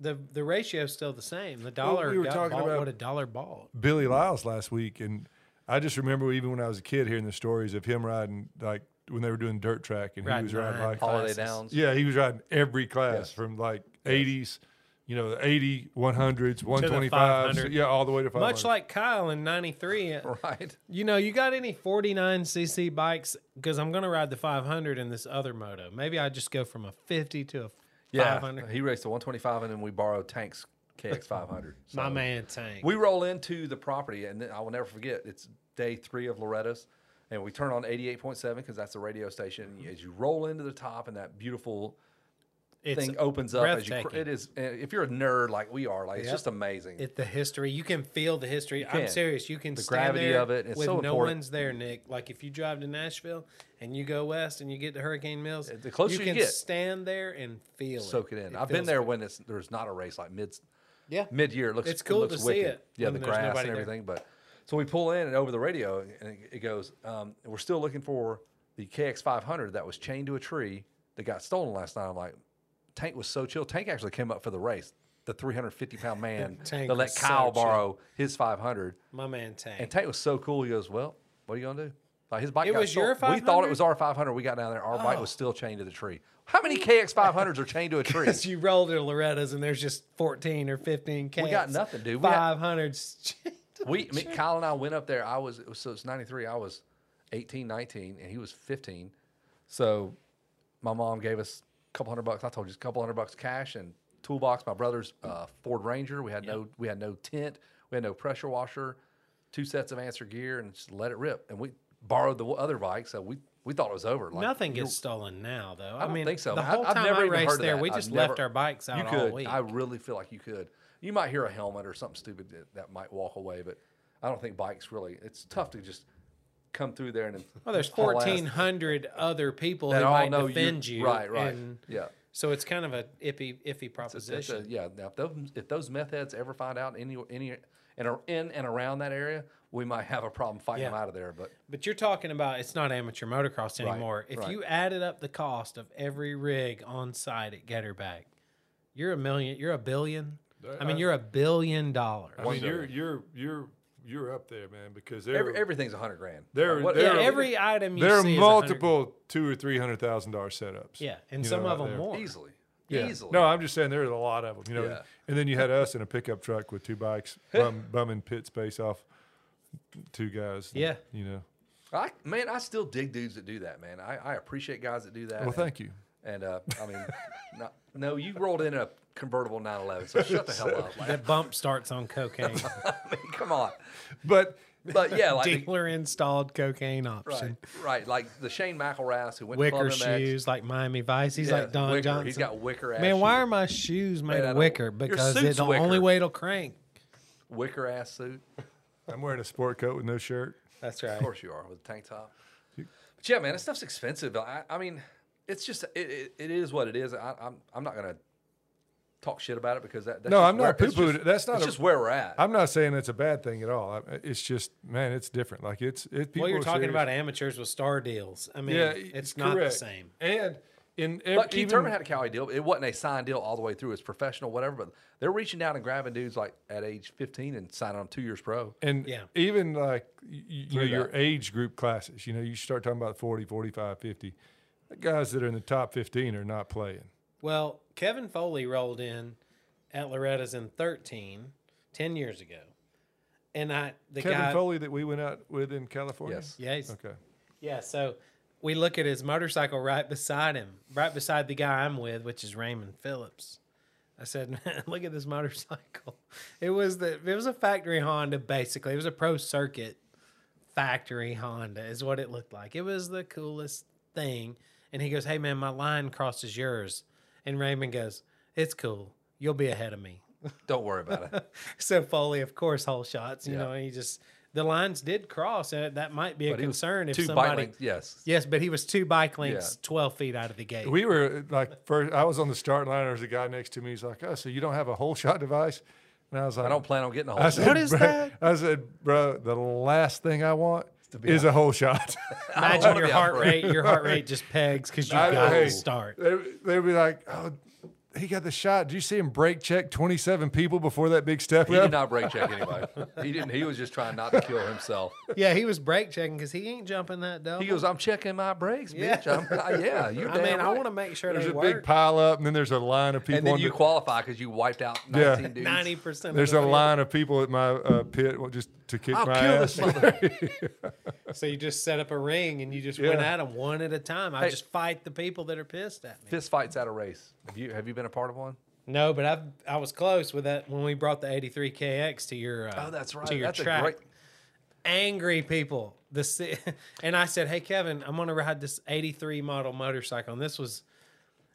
B: the the ratio's still the same. The dollar
C: we were
B: got
C: talking
B: bought
C: about-
B: what a dollar bought.
C: Billy Lyles last week, and I just remember even when I was a kid hearing the stories of him riding like when they were doing dirt track, and he
B: Riding
C: was riding
B: nine
C: like
A: Holiday
B: classes.
A: Downs.
C: yeah, he was riding every class
A: Yes.
C: from like eighties, you know, the 80, 100s, one
B: 500.
C: twenty fives, yeah, all the way to five hundred.
B: Much like Kyle in '93,
A: [laughs] Right.
B: you know, you got any 49cc bikes? Because I'm gonna ride the 500 in this other moto. Maybe I just go from a 50 to a
A: Yeah.
B: 500.
A: He raced a 125 and then we borrowed Tank's KX 500.
B: [laughs] My man tank.
A: We roll into the property, and then I will never forget. It's day three of Loretta's, and we turn on eighty-eight point seven because that's the radio station. As you roll into the top, and that beautiful
B: it's
A: thing opens up. As you, cr-
B: breathtaking.
A: it is. and If you're a nerd like we are, like it's
B: Yep.
A: just amazing.
B: It, the history you can feel the history. I'm
A: can.
B: serious. You can the
A: gravity of it, it's
B: with
A: so
B: no
A: important.
B: one's there, Nick. Like if you drive to Nashville and you go west and you get to Hurricane Mills,
A: Uh, The closer you
B: can
A: get.
B: stand there and feel it.
A: Soak it in. I've
B: feels
A: been there
B: good.
A: when it's there's not a race like mid
B: Yeah,
A: mid year. It looks
B: It's
A: it
B: cool
A: looks
B: to see
A: wicked.
B: it
A: Yeah,
B: when
A: the
B: there's
A: grass
B: nobody
A: and
B: there.
A: everything. But so we pull in and over the radio, and it- it goes, um, "We're still looking for the KX 500 that was chained to a tree that got stolen last night." I'm like, Tank was so chill. Tank actually came up for the race. The 350 pound man
B: [laughs] Tank
A: that
B: was
A: let
B: so
A: Kyle
B: chill.
A: borrow his 500,
B: my man tank. [laughs]
A: and Tank was so cool. He goes, "Well, what are you gonna do?" Like his bike.
B: It
A: got
B: was your Oh.
A: stolen. We thought
B: 500?
A: it was our 500. We got down there. Our bike was still chained to the tree. How many KX 500s are chained to
B: [laughs]
A: a tree?
B: you roll to Loretta's and there's just 14 or 15 cans.
A: got nothing, dude. We had-
B: 500.
A: We, I mean, Kyle and I went up there. I was, it was so it's 93. I was 18, 19, and he was 15. So my mom gave us a couple hundred bucks. I told you, just a couple hundred bucks cash and toolbox. My brother's uh, Ford Ranger. We had no, we had no tent. We had no pressure washer, two sets of answer gear, and just let it rip. And we borrowed the other bike. So we, we thought it was over. Like,
B: [laughs] Nothing gets stolen now, though. I,
A: don't
B: mean,
A: think so.
B: The
A: I-
B: whole
A: I've
B: time
A: never
B: I
A: even heard
B: raced
A: of
B: there,
A: that.
B: we
A: I've
B: just left
A: never-
B: our bikes out
A: you
B: all
A: could.
B: week.
A: I really feel like you could. You might hear a helmet or something stupid that, that might walk away, but I don't think bikes really. It's tough to just come through there and. then
B: well, there's
A: haul ass
B: 1,400 other people
A: that
B: who
A: all
B: might
A: know
B: defend you.
A: Right, right,
B: and-
A: yeah.
B: So it's kind of a iffy, iffy
A: It's a- it's a-
B: proposition.
A: yeah. Now, if those if those meth heads ever find out any any and are in and around that area, we might have a problem fighting them
B: Yeah.
A: out of there. But
B: But you're talking about it's not amateur motocross anymore. if
A: right.
B: you added up the cost of every rig on site at Gatorback, you're a million. You're a billion. I
A: Uh,
B: mean, you're a billion dollars.
C: I mean, you're you're you're you're up there, man, because they're
A: every, everything's a hundred grand.
C: There-
A: Like, what-
C: there-
B: yeah, every item you
C: there are
B: see is a hundred-
C: multiple two or three hundred thousand dollar setups.
B: Yeah, and
C: you
B: some
C: know,
B: of
C: out
B: them
C: there.
B: more.
A: easily,
C: Yeah.
A: easily.
C: No, I'm just saying there's a lot of them, you know.
A: Yeah.
C: And then you had us in a pickup truck with two
B: [laughs]
C: bikes, bum, bumming pit space off two guys.
B: Yeah.
C: you know.
A: I man, I still dig dudes that do that, man. I, I appreciate guys that do that.
C: Well,
A: and-
C: thank you.
A: And uh, I mean, [laughs] no, no, you rolled in a convertible [laughs]
B: [laughs]
A: 911, so shut the hell up. Like,
B: That bump starts on cocaine.
A: I mean, come on.
C: But
A: But yeah, [laughs] like the-
B: Dealer installed cocaine
A: right,
B: option.
A: right, like the Shane McElrath who went
B: Wicker
A: to Club MX.
B: shoes, like Miami Vice. He's
A: Yeah,
B: like Don
A: wicker.
B: Johnson.
A: He's got wicker ass.
B: Man, why
A: shoes.
B: are my shoes made
A: Made out
B: of
A: of-
B: wicker?
A: Your
B: Because
A: suit's
B: it's the
A: wicker.
B: only way it'll crank.
A: wicker ass suit?
C: I'm wearing a sport coat with no shirt.
B: That's right.
A: Of course you are with a tank top. But yeah, man, that stuff's expensive. I, I mean, it's just it, it, it is what it is. I, I'm I'm not gonna talk shit about it because that that's
C: No,
A: just
C: I'm
A: where-
C: not
A: it's
C: poo-pooed.
A: just-
C: That's not
A: It's
C: a-
A: just where we're at.
C: I'm not saying that's a bad thing at all. I- It's just, man, it's different. Like it's it. People
B: Well, you're
C: are
B: talking
C: serious.
B: about amateurs with star deals. I mean, it's not
C: correct.
B: the same.
C: And in every,
A: But Keith
C: even,
A: Thurman had a Cali deal. It wasn't a signed deal all the way through. It's professional, whatever. But they're reaching down and grabbing dudes like at age 15 and signing them two years pro.
C: and
B: Yeah.
C: even like you, you know
A: Through
C: your
A: that.
C: age group classes. You know, you start talking about 40, 45, 50. The guys that are in the top 15 are not playing.
B: Well, Kevin Foley rolled in at Loretta's in 13, 10 years ago. And I, the
C: Kevin
B: guy,
C: Foley that we went out with in California.
A: Yes.
B: yeah, he's-
C: Okay.
B: yeah, so we look at his motorcycle right beside him, right beside the guy I'm with, which is Raymond Phillips. I said, [laughs] "Man, look at this motorcycle. [laughs] It was the it was a factory Honda basically. It was a pro circuit factory Honda is what it looked like. It was the coolest thing. And he goes, "Hey man, my line crosses yours." And Raymond goes, "It's cool. You'll be ahead of me." [laughs]
A: Don't worry about it.
B: so Foley, of course, whole shots. You
A: Yeah.
B: know, he just the lines did cross, and that might be a
A: But he was
B: concern if
A: two bike
B: somebody.
A: lengths. Yes.
B: Yes, but he was two bike lengths,
A: Yeah.
B: twelve feet out of the gate.
C: We were like first. I was on the start line. There was a guy next to me. He's like, "Oh, so you don't have a whole shot device?" And I was like,
A: I don't plan on getting a
C: I
A: whole.
C: said,
B: What is
C: "Bro,"
B: that?
C: I said, "Bro, the last thing I want is a
A: [laughs]
C: whole shot."
B: Imagine
A: wanna
B: your
A: be
B: heart
A: out
B: rate. Your heart rate just pegs because you
C: I
B: got
C: know.
B: to start.
C: They, they'd be like, "Oh, he got the shot. Did you see him break check twenty seven people before that big step
A: He
C: up?"
A: did not brake check anybody. He didn't. He was just trying not to kill himself.
B: Yeah, he was brake checking because he ain't jumping that double.
A: He goes, "I'm checking my brakes,
B: Yeah.
A: bitch. I'm, I,
B: [laughs]
A: yeah, you're
B: I
A: damn
B: mean, I
A: right."
B: want to make sure
C: There's
B: they
C: a big
B: work.
C: pile up, and then there's a line of people.
A: And then
C: on
A: you
C: the-
A: qualify because you wiped out 19
C: Yeah.
A: dudes.
B: Ninety percent.
C: there's
B: of
C: a
B: the
C: line of people at my uh, pit well, just to kick
A: I'll
C: my
A: kill
C: ass.
A: this mother.
B: field. So you just set up a ring and you just went
C: Yeah.
B: at them one at a time. I
A: Hey.
B: just fight the people that are pissed at me.
A: Fist fights at a race. Have you have you been a part of one?
B: No, but I I was close with that when we brought the 83KX to your uh,
A: Oh, that's right.
B: to your
A: That's a Hmm.
B: track.
A: great-
B: Angry people. The ci- [laughs] and I said, "Hey Kevin, I'm going to ride this 83 model motorcycle." And this was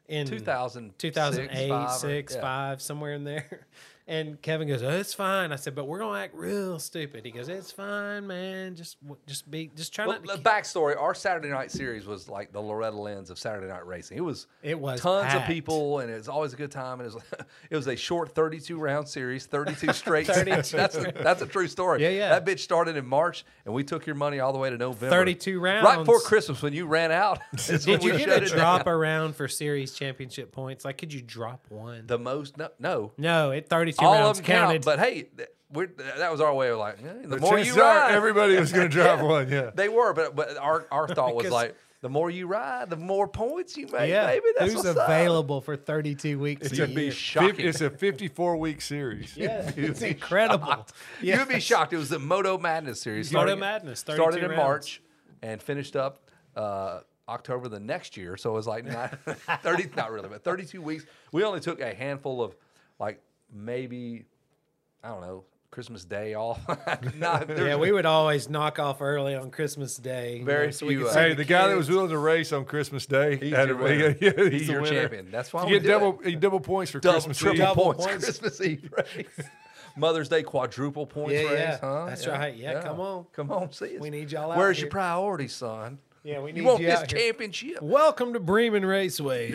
B: in
A: 2000,
B: 2008,
A: 2005, or-
B: 6,
A: yeah.
B: 5, somewhere in there. [laughs] And Kevin goes, "Oh, it's fine." I said, "But we're going to act real stupid." He goes, "It's fine, man. Just w- just be just try
A: Well,
B: not to
A: the
B: ki-"
A: backstory: Our Saturday night series was like the Loretta Lynn's of Saturday night racing. It was
B: It was
A: tons of
B: packed.
A: people, and it was always a good time. And it was [laughs] it was a short thirty-two round series,
B: [laughs]
A: thirty-two straight.
B: 32
A: [laughs] that's a, that's a true story.
B: Yeah, yeah.
A: That bitch started in March, and we took your money all the way to November.
B: 32
A: right before
B: rounds.
A: Christmas when you ran
B: [laughs]
A: out. is when
B: Did you
A: we
B: get
A: shut
B: a
A: it
B: drop
A: down.
B: around for series championship points? Like, could you drop one?
A: The most no, no.
B: no, it 32
A: all
B: rounds
A: of them
B: counted.
A: count. But hey, th- we're, th- that was our way of like eh, the,
C: The
A: more you
C: chances are
A: ride,
C: everybody was
A: [laughs]
C: going to drive one. Yeah.
A: They were, but but our our thought was
B: Because-
A: like the more you ride, the more points you make.
B: Yeah,
A: baby, that's
B: who's
A: what's up.
B: available for 32 weeks
C: It's
B: a
C: a,
A: You'd be
B: year?
C: fif-
A: shocking.
C: it's a 54 week series.
B: Yeah, [laughs] it's
A: be
B: incredible.
A: [laughs]
B: Yeah.
A: You'd be shocked. It was the Moto Madness series.
B: Moto
A: starting-
B: Madness, 32
A: started in
B: rounds.
A: March and finished up uh, October the next year. So it was like nine, [laughs] 30, not really, but 32 weeks. We only took a handful of like maybe, I don't know, Christmas Day off. [laughs] Not- there
B: Yeah,
A: was
B: we would always knock off early on Christmas Day. you
A: Very
B: know, so we
A: few,
B: could
A: uh,
B: see
C: Hey, the guy that
B: kids.
C: was willing to race on Christmas Day, had
A: your
C: a-
A: winner.
C: [laughs] yeah, he's,
A: He's
C: the
A: your
C: winner.
A: champion. That's why
C: you
A: we
C: get
A: do it.
C: double you double points for
A: double,
C: Christmas
A: triple
C: Eve.
B: Double
A: points,
B: points.
A: Christmas [laughs] Eve race. Mother's Day quadruple points
B: Yeah,
A: race,
B: yeah.
A: huh?
B: That's right. Yeah, come on.
A: Come on, see us.
B: We need y'all out
A: Where's
B: here.
A: your priority, son?
B: Yeah, we need
A: You want
B: you
A: this
B: out here.
A: championship?
B: Welcome to Bremen Raceway.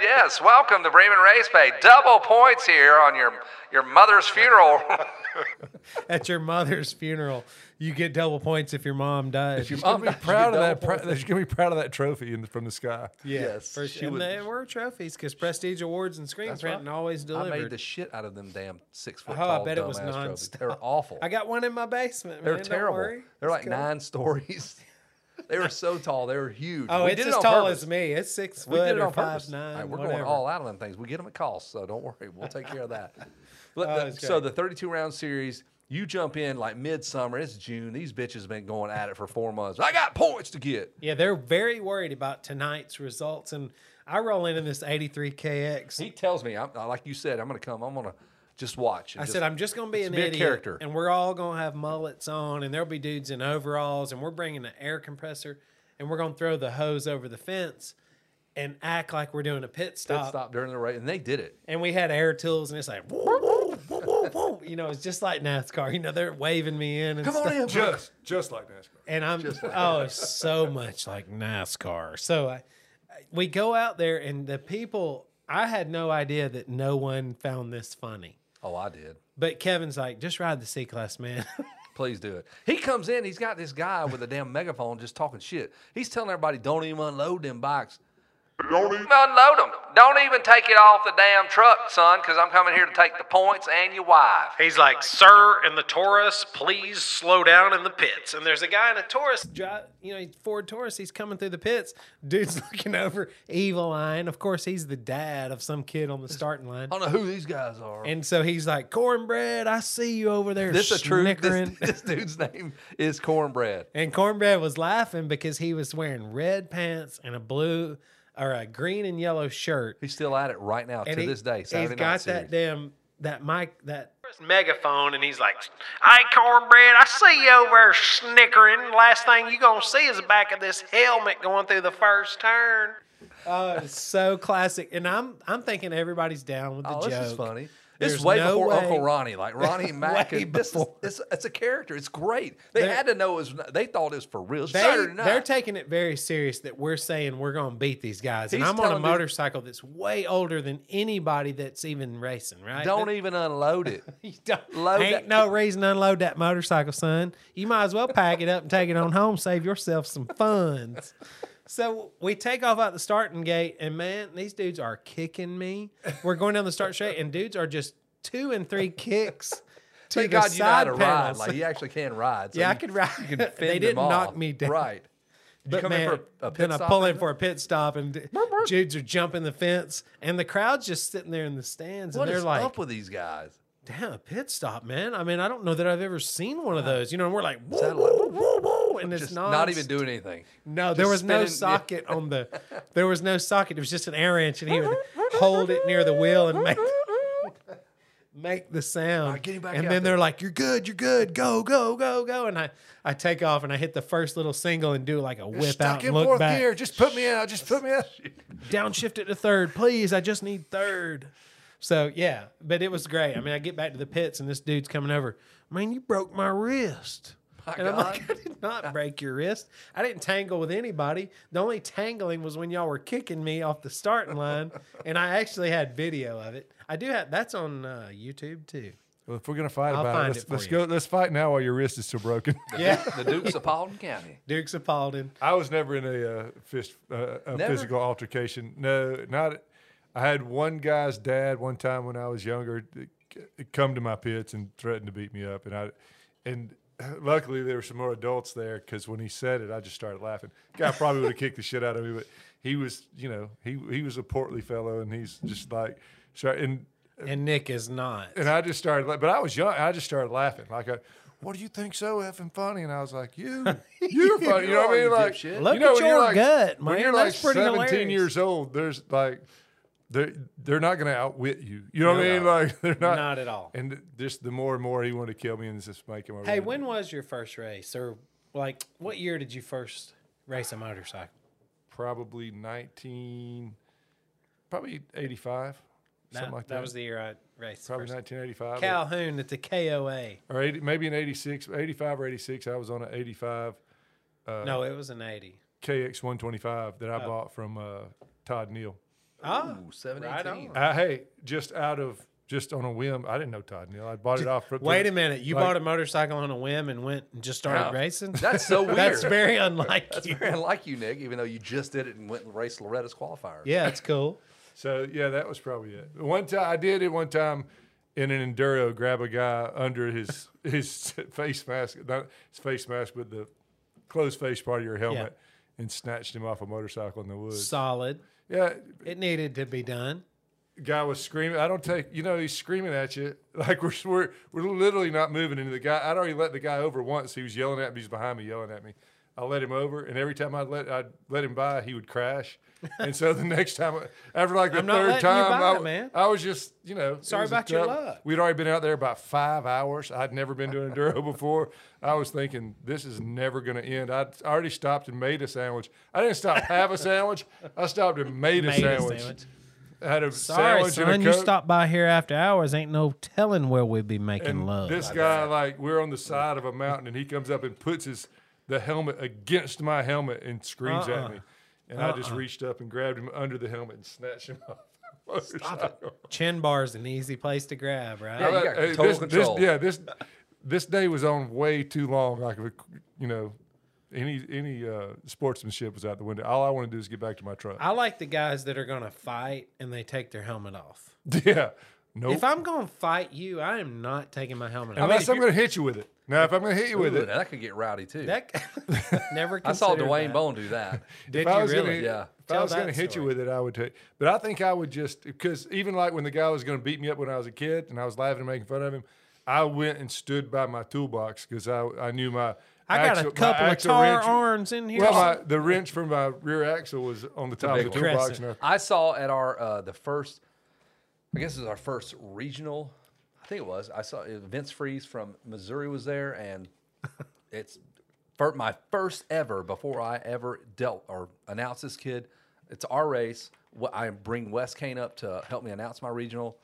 A: Yes, welcome to Bremen Race Bay. Double points here on your your mother's funeral.
B: [laughs] [laughs] At your mother's funeral, you get double points if your mom dies.
A: your
C: She's gonna
A: mom
C: be proud of
A: died,
C: that. Pro- she's gonna be proud of that trophy in the, from the sky.
B: yeah,
A: yes,
B: for
A: she
B: sure. And
A: would-
B: they were trophies because Prestige Awards and screen
A: right.
B: printing always
A: I
B: delivered.
A: made the shit out of them damn six foot
B: Oh, I
A: tall
B: bet it was
A: dumbass trophies.
B: nonstop.
A: They were awful.
B: I got one in my basement.
A: they were
B: man, don't
A: terrible.
B: worry.
A: They're
B: It's
A: like
B: cool.
A: nine stories. [laughs] they were so tall. They were huge.
B: Oh,
A: we
B: it's
A: did
B: as
A: it on
B: tall
A: purpose.
B: as me. It's six foot
A: We did it
B: or
A: on
B: five
A: purpose.
B: nine.
A: Hey, we're
B: whatever.
A: going all out on them things. We get them at cost, so don't worry. We'll take care of
B: [laughs]
A: that. But
B: Oh,
A: the-
B: that's
A: so
B: great.
A: the 32 round series, you jump in like midsummer. It's June. These bitches been going at it for four months. I got points to get.
B: Yeah, they're very worried about tonight's results, and I roll into this 83 KX.
A: uh, He tells me, I'm, like you said, I'm going to come. I'm going to Just watch. and
B: I
A: just-
B: said, I'm just going to be an
A: be a
B: idiot,
A: character.
B: and we're all going to have mullets on, and there'll be dudes in overalls, and we're bringing an air compressor, and we're going to throw the hose over the fence, and act like we're doing a pit stop.
A: stop. during the race, and they did it.
B: And we had air tools, and it's like, woo, woo, woo, woo, woo. you know, it's just like NASCAR. You know, they're waving me in. And
A: Come on
B: stuff.
A: [laughs] in, bro.
C: Just just like NASCAR.
B: and I'm oh, it's so much like NASCAR. So I, we go out there, and the people. I had no idea that no one found this funny.
A: Oh, I did.
B: But Kevin's like, just ride the C class, man. [laughs]
A: Please do it. He comes in, he's got this guy with a damn megaphone just talking shit. He's telling everybody, don't even unload them bikes. Don't e- even unload them. Don't even take it off the damn truck, son, because I'm coming here to take the points and your wife.
B: He's like, sir, in the Taurus, please slow down in the pits. And there's a guy in a Taurus, dri- you know, Ford Taurus. He's coming through the pits. Dude's [laughs] looking over, evil line. Of course, he's the dad of some kid on the starting line.
A: I don't know who these guys are.
B: And so he's like, cornbread, I see you over there.
A: this is a true. This,
B: snickering."
A: [laughs] this dude's name is Cornbread.
B: [laughs] And Cornbread was laughing because he was wearing red pants and a blue or a green and yellow shirt.
A: He's still at it right now
B: And
A: to
B: he-
A: this day. Saturday
B: he's
A: night
B: got
A: series.
B: that damn that mic that megaphone, and he's like, "Hey, Cornbread, I see you over there snickering. Last thing you gonna see is the back of this helmet going through the first turn." Oh, it's so classic. And I'm I'm thinking everybody's down with the
A: Oh,
B: joke.
A: this is funny. This
B: There's
A: is way
B: no
A: before
B: way-
A: Uncle Ronnie,
B: [laughs]
A: like Ronnie and Mac.
B: Way
A: and this is,
B: before.
A: it's, it's a character. It's great. They
B: They're-
A: had to know it was. They thought it was for real. It's
B: They,
A: Saturday night.
B: they're taking it very serious that we're saying we're going to beat these guys. and
A: He's
B: I'm on a
A: telling me-
B: motorcycle that's way older than anybody that's even racing,
A: [laughs]
B: right?
A: Don't even unload
B: [laughs]
A: it.
B: You don't,
A: Load
B: ain't
A: that-
B: no reason to unload that motorcycle, son. You might as well pack it up and take it on home, save yourself some funds. So we take off out the starting gate, and man, these dudes are kicking me. We're going down the start straight, and dudes are just two and
A: [laughs]
B: three kicks to
A: Thank
B: the
A: God you know how
B: side
A: to
B: pedals.
A: ride. Like you actually can ride. So
B: Yeah, I
A: you-
B: could ride.
A: You can
B: [laughs] They
A: fend them
B: didn't knock
A: off.
B: me down.
A: Right. Did you
B: [laughs] But
A: come
B: man,
A: in for a, a pit
B: then I
A: stop
B: pull
A: or
B: in for a pit stop, and d-
A: burp.
B: dudes are jumping the fence, and the crowd's just sitting there in the stands,
A: What
B: and
A: is
B: they're like,
A: up with these guys?
B: damn, a pit stop, man. I mean, I don't know that I've ever seen one of those. You know, and we're like, woo,
A: that
B: woo, woo, woo, and it's
A: Just
B: not,
A: not even doing anything.
B: No, there
A: just
B: was no
A: spinning-
B: socket on the.
A: [laughs]
B: There was no socket. It was just an air wrench, and he would hold it near the wheel and make make the sound.
A: right, get him back
B: and
A: out
B: then
A: there.
B: they're like, "You're good. You're good. Go, go, go, go." And I I take off and I hit the first little single and do like a whip out
C: Stuck in
B: and look
C: fourth
B: back.
C: gear. Just put me out. Just put
B: [laughs]
C: me out.
B: downshift it to third, please. I just need third. So yeah, but it was great. I mean, I get back to the pits and this dude's coming over. Man, you broke my wrist. and I'm like, [laughs] I
A: God.
B: did not break your wrist. I didn't tangle with anybody. The only tangling was when y'all were kicking me off the starting line, and I actually had video of it. I do have that's on uh, YouTube too.
C: Well, if we're gonna fight
B: I'll
C: about
B: find
C: it, let's,
B: it for
C: let's
B: you.
C: go. Let's fight now while your wrist is
A: [laughs]
C: still broken.
B: [laughs] Yeah,
A: [laughs] The Dukes of Paulding County.
B: Dukes of Paulden.
C: I was never in a, uh, fist, uh, a
A: Never?
C: physical altercation. No, not. I had one guy's dad one time when I was younger uh, c- come to my pits and threatened to beat me up, and I, and luckily there were some more adults there because when he said it, I just started laughing. Guy probably would have kicked the shit out of me, but he was, you know, he he was a portly fellow, and he's just like, so, and
B: And Nick is not.
C: and I just started, la- but I was young. I just started laughing. Like, I, what do you think so effing funny? And I was like, you, you're funny. You know what I
A: You are,
C: mean?
A: you
C: Like,
A: dipshit.
C: you
B: Look
C: know,
B: at
C: when you're
B: your
C: like-
B: gut,
C: When
B: man.
C: you're like
B: That's pretty
C: 17
B: hilarious.
C: years old, there's like, they're, they're not going to outwit you. You know what I mean?
B: No.
C: Like, they're not.
B: Not at all.
C: And th- just the more and more he wanted to kill me and just making my
B: Hey, when was your first race, or like what year did you first race a motorcycle?
C: Probably 19, probably 85,
B: That,
C: something like that.
B: that was the year I raced.
C: probably
B: first.
C: 1985. or-
B: Calhoun at the KOA.
C: Or 80, maybe in 86, 85 or 86. I was on an 85.
B: no, it was an 80.
C: KX 125 that I bought from uh, Todd Neal.
B: Oh,
A: Ooh, 718.
B: right on.
C: I, hey, just out of just on a whim, I didn't know Todd Neal. I bought it off. From,
B: wait a minute. You
C: like-
B: bought a motorcycle on a whim and went and just started
A: Yeah.
C: [laughs]
B: racing?
A: That's so weird.
B: That's very unlike you.
A: I like you, Nick, even though you just did it and went and raced Loretta's qualifier.
B: [laughs] yeah, it's cool.
C: So yeah, that was probably it. One time I did it. One time in an enduro, grab a guy under his [laughs] his face mask, not his face mask, but the closed face part of your helmet, and snatched him off a motorcycle in the woods.
B: Solid.
C: yeah,
B: It needed to be done.
C: guy was screaming. I don't take, you know, he's screaming at you. [laughs] Like we're we're, we're literally not moving. And the guy, I'd already let the guy over once. He was yelling at me. He's behind me yelling at me. I let him over, and every time I let I let him by, he
B: [laughs]
C: would crash. And so the next time, after like the
B: I'm not
C: third
B: letting you
C: time,
B: buy
C: I,
B: it, man.
C: I was just you know it
B: Sorry
C: was a
B: about your
C: tough-
B: luck.
C: We'd already been out there about five hours. I'd never been to an enduro [laughs] before. I was thinking this is never going to end. I already stopped and made a sandwich. I didn't stop have a sandwich. I stopped and
B: Made
C: made,
B: a
C: a sandwich.
B: sandwich.
C: I had a
B: Sorry,
C: sandwich
B: son,
C: and a
B: you
C: coke.
B: stop by here after hours. Ain't no telling where we'd be making
C: And
B: love.
C: This guy, like, we're on the side of a mountain, and he comes up and puts his the helmet against my helmet and screams
B: Uh-uh.
C: at me. And I just reached up and grabbed him under the helmet and snatched him [laughs] off. the motorcycle.
B: Chin bar's an easy place to grab, right?
A: Yeah, you got
C: Hey,
A: total
C: this- this-
A: control.
C: yeah, this this day was on way too long. I could, you know, any any uh, sportsmanship was out the window. All I want to do is get back to my truck. [laughs]
B: I like the guys that are gonna fight and they take their helmet off.
C: yeah, no.
A: Oh.
B: If I'm gonna fight you, I am not taking my helmet off.
C: Unless I'm going to hit you with it. Now, if I'm going to hit you with
A: Ooh,
C: it,
A: that could get rowdy too.
B: that [laughs] never.
A: I saw
B: considered
A: Dwayne
B: that.
A: Bone do
B: [laughs]
A: that.
B: Did
C: if I
B: you
C: was
B: really?
C: Gonna,
A: Yeah.
C: If
B: Tell
C: I was going to
B: that
C: hit you
B: story.
C: with it, I would take. But I think I would just because even like when the guy was going to beat me up when I was a kid and I was laughing and making fun of him, I went and stood by my toolbox because I I knew my.
B: I got
C: axle-
B: a
C: my
B: couple of
C: axle
B: tar
C: wrench-
B: arms in here.
C: Well, my, the wrench from my rear axle was on the top of the
A: big
B: one.
C: toolbox. And I,
A: I saw at our uh, the first, I guess it was our first regional. I think it was. I saw uh, Vince Freeze from Missouri was there, and it's for my first ever before I ever dealt or announced this kid. It's our race. Wh- I bring Wes Kane up to help me announce my regional,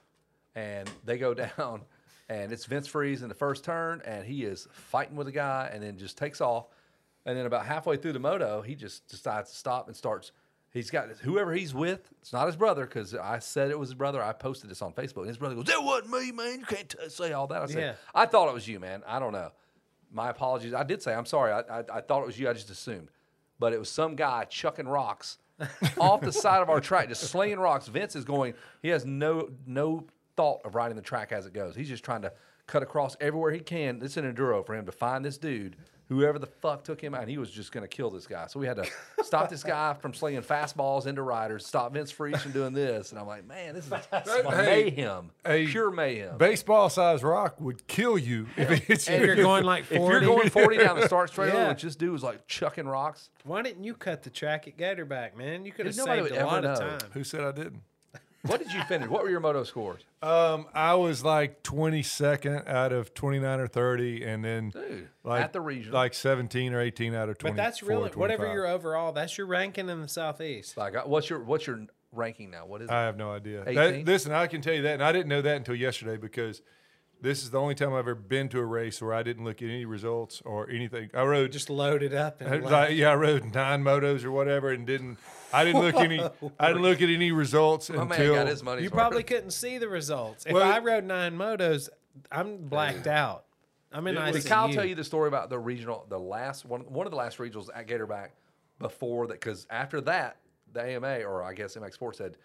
A: and they go [laughs] down, and it's Vince Freeze in the first turn, and he is fighting with a guy, and then just takes off, and then about halfway through the moto, he just decides to stop and starts. He's got whoever he's with. It's not his brother because I said it was his brother. I posted this on Facebook, and his brother goes, "That wasn't me, man. You can't t- say all that." I said,
B: Yeah.
A: "I thought it was you, man. I don't know." My apologies. I did say I'm sorry. I, I, I thought it was you. I just assumed, but it was some guy chucking
C: [laughs]
A: rocks off the side of our track, just slinging rocks. Vince is going. He has no no thought of riding the track as it goes. He's just trying to cut across everywhere he can. It's an enduro for him to find this dude, whoever the fuck took him out. And he was just going to kill this guy. So we had to stop this
C: [laughs]
A: guy from slinging fastballs into riders. Stop Vince Freeze from doing this. And I'm like, man, this is
C: [laughs] Hey,
A: mayhem,
C: hey,
A: pure mayhem.
C: baseball sized rock would kill you if it
A: [laughs]
C: hits
B: and you're
C: you.
B: going like
A: If you're
B: forty.
A: going 40
B: [laughs]
A: down the start straight,
B: Yeah.
A: which this dude was like chucking rocks.
B: Why didn't you cut the track at Gatorback, man? You could have
A: Dude, nobody
B: saved
A: would
B: a
A: ever
B: lot of
A: know.
B: time.
C: [laughs] Who said I didn't?
A: What did you finish? What were your moto scores?
C: Um, I was like 22nd out of 29 or 30, and then
A: Dude,
C: like
A: at the regional.
C: like 17 or 18 out of 20.
B: But that's really whatever your overall. That's your ranking in the southeast.
A: Like, uh, what's your what's your ranking now? What is it?
C: I have no idea. That-
A: 18?
C: listen, I can tell you that, and I didn't know that until yesterday because this is the only time I've ever been to a race where I didn't look at any results or anything. I rode
B: Just load it up and like-
C: [laughs] Like, yeah, I rode nine motos or whatever, and didn't. I didn't look
B: [laughs]
C: any. I didn't look at any results
A: My man
C: until
A: got his money.
B: You probably couldn't see the results. If
C: Well-
B: I rode nine motos, I'm blacked out. I'm in ICU.
A: Did Kyle tell you the story about the regional, the last one, one of the last regionals at Gatorback before that? Because after that, the AMA or I guess MX Sports said,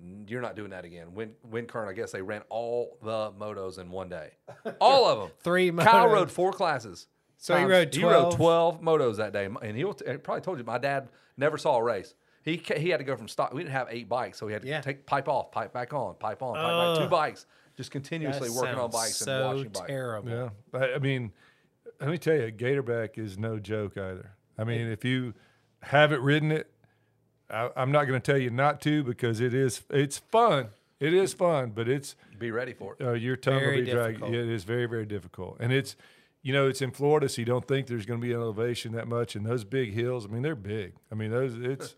A: "N- "You're not doing that again." Win, Win Current, I guess they ran all the motos in one
B: [laughs]
A: day, all of them.
B: Three
A: Kyle
B: motos.
A: rode four classes.
B: So he
A: times-
B: rode
A: He rode
B: 12?
A: twelve motos that day, and he'll t- he probably told you my dad never saw a race. He, ca- he had to go from stock. We didn't have eight bikes, so he had to
B: Yeah.
A: take pipe off, pipe back on, pipe on, pipe back. Two bikes, just continuously working on bikes
B: so
A: and washing bikes.
B: terrible.
C: Yeah, I, I mean, let me tell you, Gatorback is no joke either. I mean, if you haven't ridden it, I, I'm not going to tell you not to because it is it's fun. It is fun, but it's
A: Be ready for it.
C: uh, your tongue
B: Very
C: will be dragged.
B: difficult.
C: It is very very difficult, and it's you know it's in Florida, so you don't think there's going to be an elevation that much. And those big hills, I mean, they're big. I mean, those [laughs] it's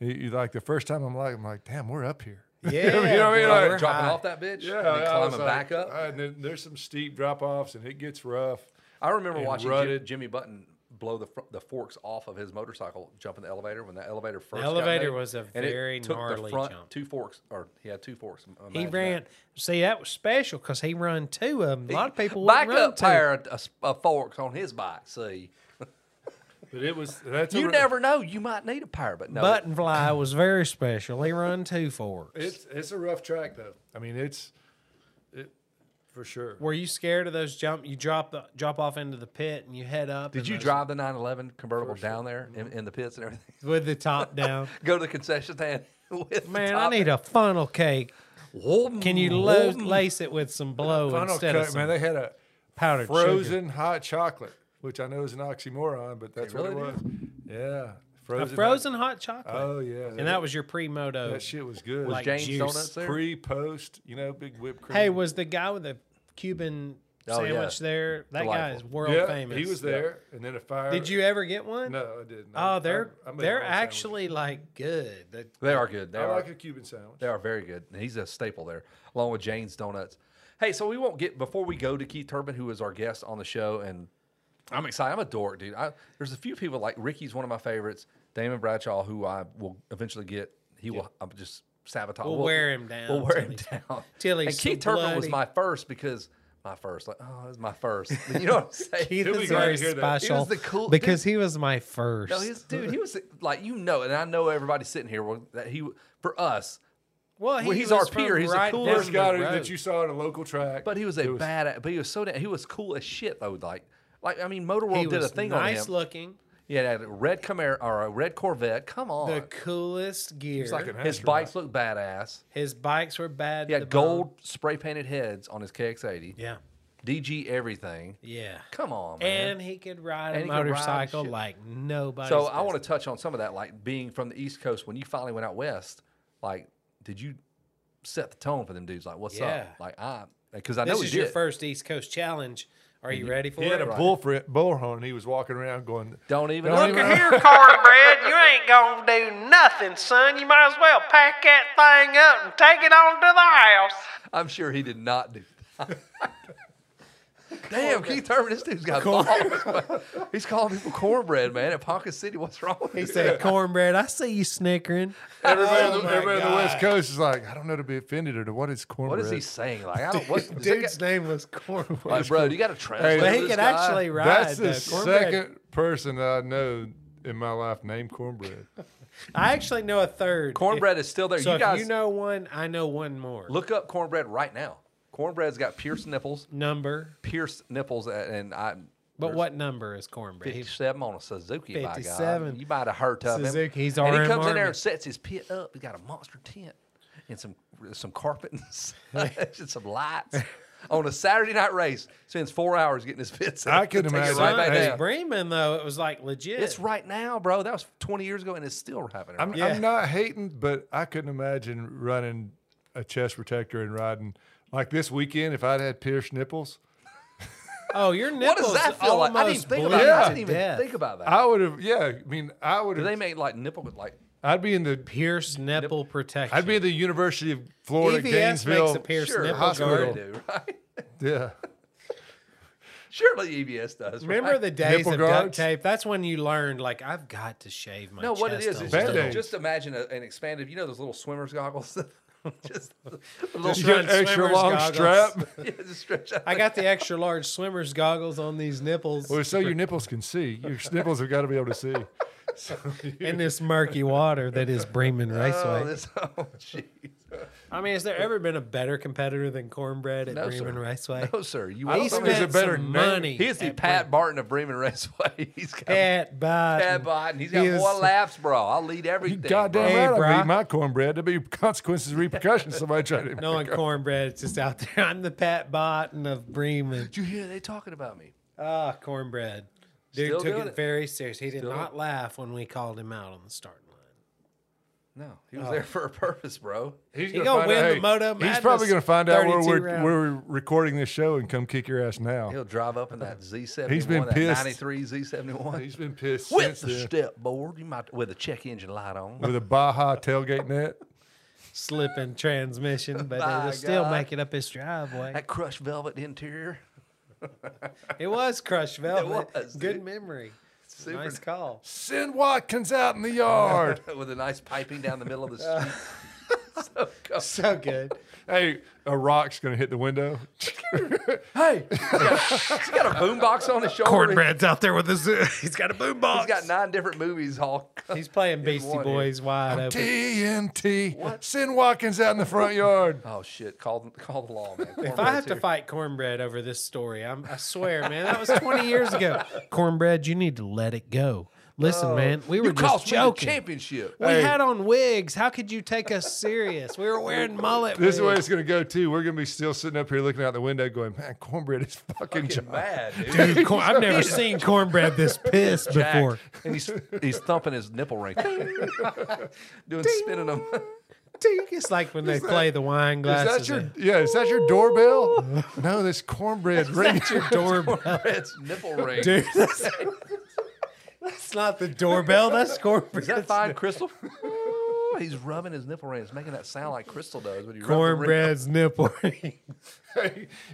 C: you, you like the first time I'm like I'm like, damn, we're up here.
B: Yeah,
C: [laughs] you know what I mean?
B: bro,
C: Like,
B: we're
A: dropping
B: high.
A: off that bitch
C: Yeah,
A: and then
C: I was
A: climbing
C: like,
A: back up.
C: "Ah," and then there's some steep drop offs, and it gets rough.
A: I remember
C: and
A: watching Jim-
C: rutted.
A: Jimmy Button blow the fr- the forks off of his motorcycle jumping the elevator when the elevator first. got
B: elevator
A: made,
B: was a
A: and it
B: very
A: took the
B: gnarly
A: front
B: jump.
A: Two forks, or he had two forks.
B: He
A: imagine that.
B: ran. See, that was special because he run two of them. A lot of people
A: back
B: wouldn't run
A: up
B: two.
A: pair of, of- of forks on his bike. See,
C: But it was that's a
A: you
C: re-
A: never know. You might need a pair, but no.
B: Buttonfly was very special. He run two forks.
C: It's it's a rough track though. I mean, it's it for sure.
B: Were you scared of those jump? You drop the drop off into the pit and you head up.
A: did
B: and
A: you
B: those-
A: drive the 911 convertible down there in,
B: Mm-hmm.
A: in the pits and everything? [laughs]
B: with the top
C: [laughs]
B: down?
A: Go to the concession stand [laughs] with the
B: Man, I
A: top-
B: need a funnel cake.
A: Whoa,
B: Can you lo- lace it with some blow
C: Funnel
B: instead of
C: cut,
B: some
C: man. They had a
B: powdered sugar?
C: frozen hot chocolate which I know is an oxymoron, but that's what
A: really
C: it was. Yeah,
B: A
C: frozen. hot-
B: frozen hot chocolate.
C: Oh yeah,
B: and that was your pre-moto.
C: that shit was good.
B: like
A: James
B: juice.
A: Donuts there.
C: pre post, you know, big whipped cream.
B: Hey, was the guy with the Cuban
A: Oh, yeah.
B: sandwich there? That guy is
A: Delightful.
B: world
C: yeah,
B: famous.
C: he was there, and then a fire.
B: Did you ever get one?
C: No, I didn't. I-
B: Oh, they're
C: I- I made
B: they're
C: my own sandwich.
B: actually like good. They-
A: they are good. They
C: I
A: are.
C: like a Cuban sandwich.
A: They are very good. And he's a staple there, along with Jane's Donuts. Hey, so we won't get before we go to Keith Turbin, who is our guest on the show, and I'm excited. I'm a dork, dude. I, there's a few people like Ricky's one of my favorites. Damon Bradshaw, who I will eventually get. He will. I'm just sabotage.
B: We'll wear him down
A: We'll wear
B: till
A: him
B: he's-
A: down.
B: till he's
A: and Keith
B: so
A: Turbin was
B: bloody.
A: my first because my first. Like, oh, it was my first. [laughs] You
B: [laughs]
A: know what I'm saying?
B: Keith
C: It'll be
B: is
C: great
B: very
C: to hear that.
A: He
B: special
A: was the cool-
B: because he was my first.
A: No, he's, dude, he was like you know, and I know everybody sitting here. Well, that he for us,
B: well, he
A: well, he's
B: was
A: our
B: from
A: peer. He's the
B: right
A: coolest
B: down
C: First
B: the
C: guy
B: road.
C: that you saw at a local track.
A: But he was a
C: it was-
A: bad. But he was so damn. He was cool as shit though. Like, like I mean, Motor World
B: He
A: did a
B: was
A: thing
B: nice
A: on him.
B: looking,
A: yeah, that red Camaro or a red Corvette. Come on,
B: the coolest gear.
C: like an-
A: his
C: Astronaut.
A: bikes look badass.
B: His bikes were bad.
A: He
B: to
A: had
B: the bone.
A: gold spray painted heads on his KX80.
B: Yeah,
A: DG everything.
B: yeah.
A: Come on, man.
B: And he could ride a
A: And he could ride
B: motorcycle
A: shit.
B: like nobody.
A: so I want to touch on some of that, like being from the East Coast. When you finally went out west, like, did you set the tone for them dudes? Like, what's
B: Yeah.
A: up? Like, I because I know
B: This
A: he
B: is your
A: did.
B: first East Coast challenge. Are you ready for
C: He
B: it?
C: had a bull for it, bullhorn. He was walking around going,
A: Don't even
C: Don't
A: look
B: [laughs]
C: even-
A: at
B: Here, cornbread, you ain't gonna do nothing, son. You might as well pack that thing up and take it on to the house.
A: I'm sure he did not do that.
B: [laughs]
A: Damn, Keith Urban, this dude's got balls. He's calling people cornbread, man, at Ponca City. What's wrong with
B: He
A: you?
B: said, "Cornbread, I see you [laughs] snickering."
C: everybody, on the, everybody on the West Coast is like, I don't know to be offended or to what is cornbread.
A: What is he saying? Like, I
B: [laughs]
A: don't, what, dude's
B: Dude's name was Cornbread,
A: like, bro, you got to translate.
B: but he
A: this
B: could
A: guy.
B: actually ride.
C: That's the
B: though. Cornbread-
C: second person that I know in my life named [laughs] cornbread.
B: I actually know a third.
A: Cornbread is still there.
B: If, so
A: you
B: if
A: guys
B: you know one, I know one more.
A: look up cornbread right now. Cornbread's got pierced nipples,
B: number,
A: pierced nipples, a- and I.
B: but what number is Cornbread? He-
A: 57 on a Suzuki, by God.
B: 57.
A: You might have heard of
B: Suzuki,
A: him.
B: he's
A: and he
B: RM
A: comes in there
B: Army.
A: and sets his pit up. He got a monster tent and some some carpet and such [laughs] and some lights. on a Saturday night race, spends four hours getting his pit set.
C: I can
A: Take it
C: imagine.
A: Right back
C: Hey.
A: down.
B: Bremen though, it was like legit.
A: It's right now, bro. That was 20 years ago, and it's still happening.
C: I'm,
A: right
B: Yeah.
C: I'm not hating, but I couldn't imagine running a chest protector and riding like this weekend if I'd had pierced nipples.
B: Oh, your
A: now. What
B: nipples
A: does that feel like? I didn't
B: almost
A: think
B: bleed
A: about that. I
B: to
A: didn't even
B: death.
A: think about that.
C: I would have, yeah. I mean, I would
A: Do they
C: have.
A: make like nipple with like
C: I'd be in the.
B: Pierce nipple protection.
C: I'd be in the University of Florida,
B: EVS
C: Gainesville.
B: E makes a pierced
A: sure
B: nipple
A: hospital
B: guard.
A: do, [laughs] right?
C: Yeah.
A: Surely EBS does.
B: Remember
A: right?
B: the days
C: Nipple
B: of
C: guards?
B: duct tape? That's when you learned, like, I've got to shave my.
A: No, what it
B: chest
A: is
B: a
A: is
B: little.
A: just,
C: Band-Aid.
A: just imagine a, an expanded. You know those little swimmers goggles. [laughs] just a little
C: You
A: stretch. [laughs]
C: get an extra
B: swimmer's
C: long
B: goggles.
C: strap.
A: Yeah, just stretch out.
B: I got the extra large swimmer's goggles on these nipples
C: Well, so your nipples can see. Your [laughs] nipples have got to be able to
B: [laughs]
C: see.
B: in this murky water that is Bremen Raceway.
A: Oh, this, oh, jeez.
B: I mean, has there ever been a better competitor than Cornbread at
A: No, sir.
B: Bremen Raceway?
A: No, sir. You
C: I
A: will
B: He
C: don't think
A: some-
C: there's
B: spent
C: a better
B: some
C: name.
B: money.
A: He is the
B: at
A: Pat Barton of Bremen Raceway. [laughs] He's got
B: Pat Biden.
A: Pat Barton. He's got
B: He is-
A: more laps, bro. I'll lead everything.
C: Goddamn
B: Hey,
C: right, I
B: bruh.
C: beat my cornbread. There'll be consequences, repercussions. Somebody
B: [laughs]
C: tried to.
B: Knowing cornbread, it's just out there. [laughs] I'm the Pat Barton of Bremen.
A: Did you hear they talking about me?
B: Ah, cornbread. Dude
A: Still
B: took
A: doing
B: it,
A: it.
B: very serious. He did
A: Still
B: not laugh when we called him out on the starting line.
A: No, he
C: Oh.
A: was there for a purpose, bro.
C: He's
B: He gonna win the Moto
C: He's
B: Madness
C: probably going to find out where
B: 32
C: we're,
B: round.
C: where we're recording this show and come kick your ass now.
A: He'll drive up in that Z71,
C: He's been
A: that
C: pissed.
A: 93 Z71
C: He's been pissed
A: with
C: since
A: the
C: then.
A: step board. You might with a check engine light on.
C: with a Baja tailgate net.
A: [laughs]
B: Slipping transmission, but
A: My
B: it'll still
A: God.
B: make it up
A: [laughs]
B: his driveway.
A: That crushed velvet interior.
B: It was crushed velvet.
A: was,
B: Good
A: dude.
B: memory. Nice call.
C: Send Watkins out in
B: [laughs]
C: the yard.
A: [laughs] with a nice piping down the middle of the street. [laughs] so cool.
B: So good.
C: hey, a rock's going to hit the window.
B: Hey,
A: He's got a boombox on his shoulder.
B: cornbread's out there with his. He's got a boombox.
A: He's got nine different movies all. [laughs]
B: He's playing Beastie
A: one ear.
B: Boys wide open.
C: TNT. Send Watkins out in the
B: [laughs]
C: front yard.
A: Oh shit! Call call the law, man.
B: If I have to fight cornbread
A: [laughs]
B: over this story, I'm, I swear, man, that was 20 years ago. Cornbread, you need to let it go. Listen, man, we were
A: Oh, you
B: just
A: cost me the
B: joking.
A: championship.
B: We
C: Hey.
B: had on wigs. How could you take us serious? We were wearing mullet.
C: This is where
B: wigs.
C: it's going to go too. We're going to be still sitting up here looking out the window, going, "Man, cornbread is fucking,
A: Fucking
C: fucking
A: mad, dude.
B: Dude, corn- I've never seen cornbread this pissed
A: Jack.
B: before.
A: And he's he's thumping his nipple ring, [laughs] doing spinning them. [laughs]
B: Tink. It's like when they play the wine
C: Is
B: glasses.
C: that [laughs] your yeah? Is that your doorbell? no, this cornbread ring. [laughs]
B: your doorbell?
A: It's nipple ring.
B: Dude, that's, [laughs] that's not the doorbell. That's cornbread.
A: Is that fine, Crystal? Ooh, He's rubbing his nipple ring. It's making that sound like Crystal does when you rub the ring.
B: Cornbread's nipple ring.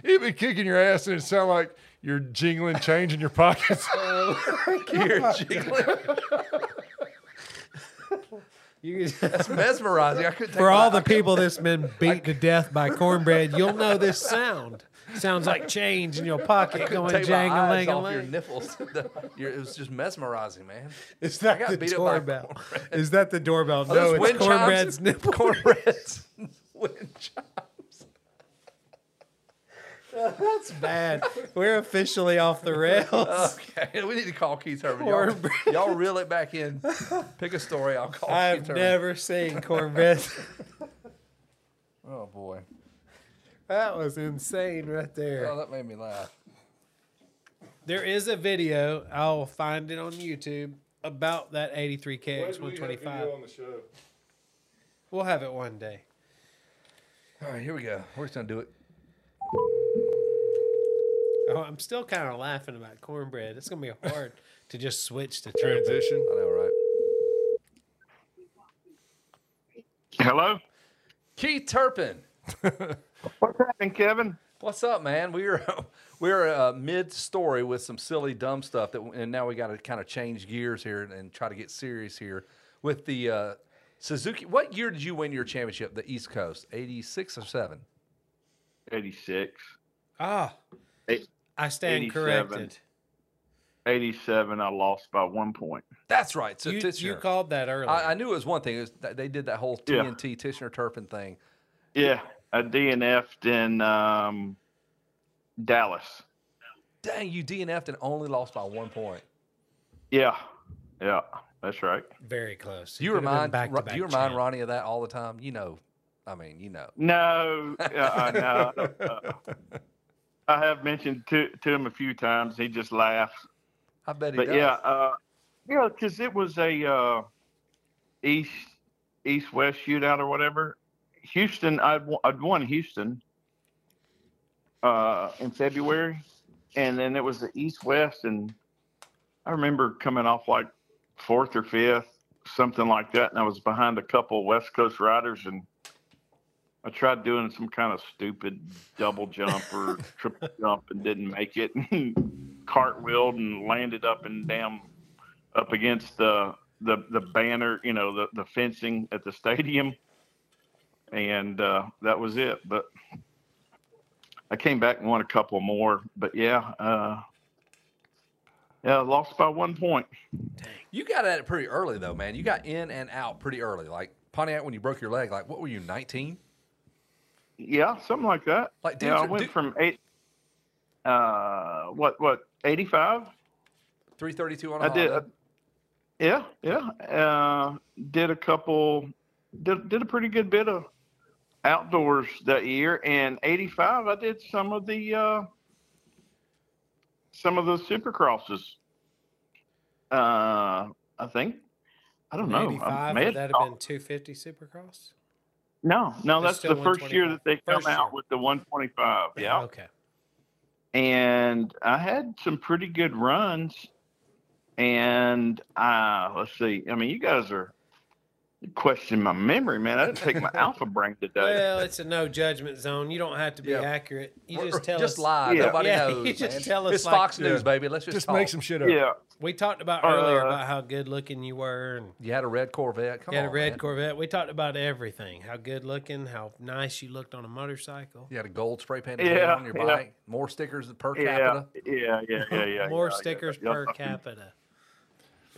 C: He'd be kicking your ass, and it sound like you're jingling change in your pockets.
A: [laughs] You're jiggling.
B: [laughs] You-
A: It's mesmerizing. I couldn't take
B: for
A: my-
B: all [laughs] the people that's been beat to death by cornbread, you'll know this sound. Sounds [laughs] like change in your pocket
A: couldn't
B: going
A: take my
B: jangle
A: eyes
B: lang
A: off your nipples. [laughs] The- your- it was just mesmerizing, man.
B: Is that
A: got
B: the
A: beat up by
B: doorbell? Is that
A: [laughs]
B: the doorbell?
A: Are
B: No,
A: those [laughs]
B: it's
A: wind chimes?
B: cornbread's nipple.
A: Cornbread's [laughs] wind chimes.
B: That's bad. We're officially
A: [laughs]
B: off
A: Oh,
B: the rails.
A: Okay, we need to call Keith Urban. Y'all,
B: Cornbread.
A: y'all reel it back in. Pick a story. I'll call
B: I've
A: Keith Urban.
B: never seen cornbread.
A: Oh boy.
B: [laughs] that was insane right there.
A: Oh, that made me laugh.
B: There is a video. I'll find it on YouTube about that 83KX125. We'll have it one day.
A: All right, here we go. We're just gonna do it.
B: Oh, I'm still kind of laughing about cornbread. It's gonna be hard [laughs] to just switch to trumpet.
C: Transition.
A: I know, right?
D: Hello.
A: Keith Turpin.
D: [laughs] What's happening, Kevin?
A: What's up, man? We are [laughs] we are uh, mid story with some silly, dumb stuff that, and now we got to kind of change gears here and, and try to get serious here with the uh, Suzuki. What year did you win your championship? The East Coast, eighty six or seven?
D: Eighty-six.
B: Ah,
D: Eight-
B: I stand
D: 87.
B: corrected.
D: 87, I lost by one point.
A: That's right. So
B: You, you
A: Tishner.
B: called that early.
A: I, I knew it was one thing. It was that they did that whole
D: Yeah.
A: TNT Tishner Turpin thing.
D: Yeah, I DNF'd in um, Dallas.
A: Dang, you DNF'd and only lost by one point.
D: Yeah, yeah, that's right.
B: Very close.
A: Do you
B: It could've been
A: remind Ro-
B: back-to-back
A: do you remind
B: champ.
A: Ronnie of that all the time? You know, I mean, you know.
D: No, uh, uh, no. I don't- [laughs] uh, I have mentioned to to him a few times. He just laughs.
A: I bet he
D: But
A: does.
D: yeah, uh, yeah, because it was a uh, east east west shootout or whatever. Houston, I'd wo- I'd won Houston uh, in February, and then it was the east west, and I remember coming off like fourth or fifth, something like that, and I was behind a couple West Coast riders and. I tried doing some kind of stupid double jump or triple jump and didn't make it. [laughs] Cartwheeled and landed up and damn up against the the the banner, you know, the the fencing at the stadium, and uh, that was it. But I came back and won a couple more. But yeah, uh, yeah, I lost by one point.
A: You got at it pretty early though, man. You got in and out pretty early. Like Pontiac, when you broke your leg, like what were you, nineteen?
D: Yeah, something like that.
A: Like, dude,
D: yeah, I
A: dude-
D: went from eight. Uh, what what eighty five?
A: Three thirty two on a
D: I did. uh,
A: Honda.
D: Yeah, yeah. Uh, did a couple. Did did a pretty good bit of outdoors that year. And '85, I did some of the uh, some of the supercrosses. Uh, I think. I don't know. I
B: 85, would
D: may have
B: that
D: stopped.
B: have been 250 Supercross?
D: no, no.
B: It's
D: That's
B: still
D: the first year
B: 125.
D: that they come
B: First year.
D: out with the 125. Yeah
B: Okay.
D: and I had some pretty good runs. And uh, let's see. I mean, you guys are questioning my memory, man. I didn't take my
B: [laughs]
D: alpha brain today.
B: Well, it's a no judgment zone. You don't have to be
A: Yeah.
B: accurate. You
A: Or- or
B: just tell
A: just
B: us.
A: lie.
D: Yeah.
A: Nobody
B: Yeah,
A: knows.
B: you just
A: man.
B: tell us,
A: It's
B: like-
A: Fox
C: Yeah.
A: News, baby. Let's just,
C: Just
A: talk.
C: make some shit up.
D: yeah,
B: We talked about earlier
D: Uh,
B: about how good looking you were and
A: You had a red Corvette. Come
B: you had a
A: on,
B: red
A: man.
B: Corvette. We talked about everything. How good looking, how nice you looked on a motorcycle.
A: You had a gold spray painted hood
D: Yeah,
A: on your
D: yeah.
A: bike. More stickers per
D: yeah,
A: capita.
D: yeah, yeah,
B: [laughs]
D: yeah, yeah.
B: More
D: yeah,
B: stickers
D: yeah,
B: per
D: yeah.
B: capita.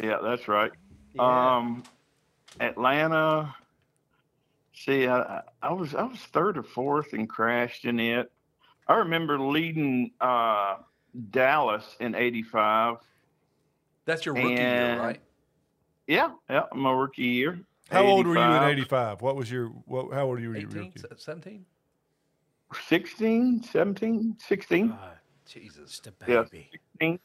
D: Yeah, that's right.
B: Yeah.
D: [laughs] Um, Atlanta. See, I, I- I was I was third or fourth and crashed in it. I remember leading uh, Dallas in '85.
A: That's your rookie year,
D: And-
A: right?
D: yeah, yeah, my rookie year.
C: How old were you in '85? What was your what? How old were you? in
A: 18,
C: rookie?
A: 17?
D: 16, 17, 16.
B: God,
A: Jesus.
B: Ah, just a
D: Yeah.
B: baby.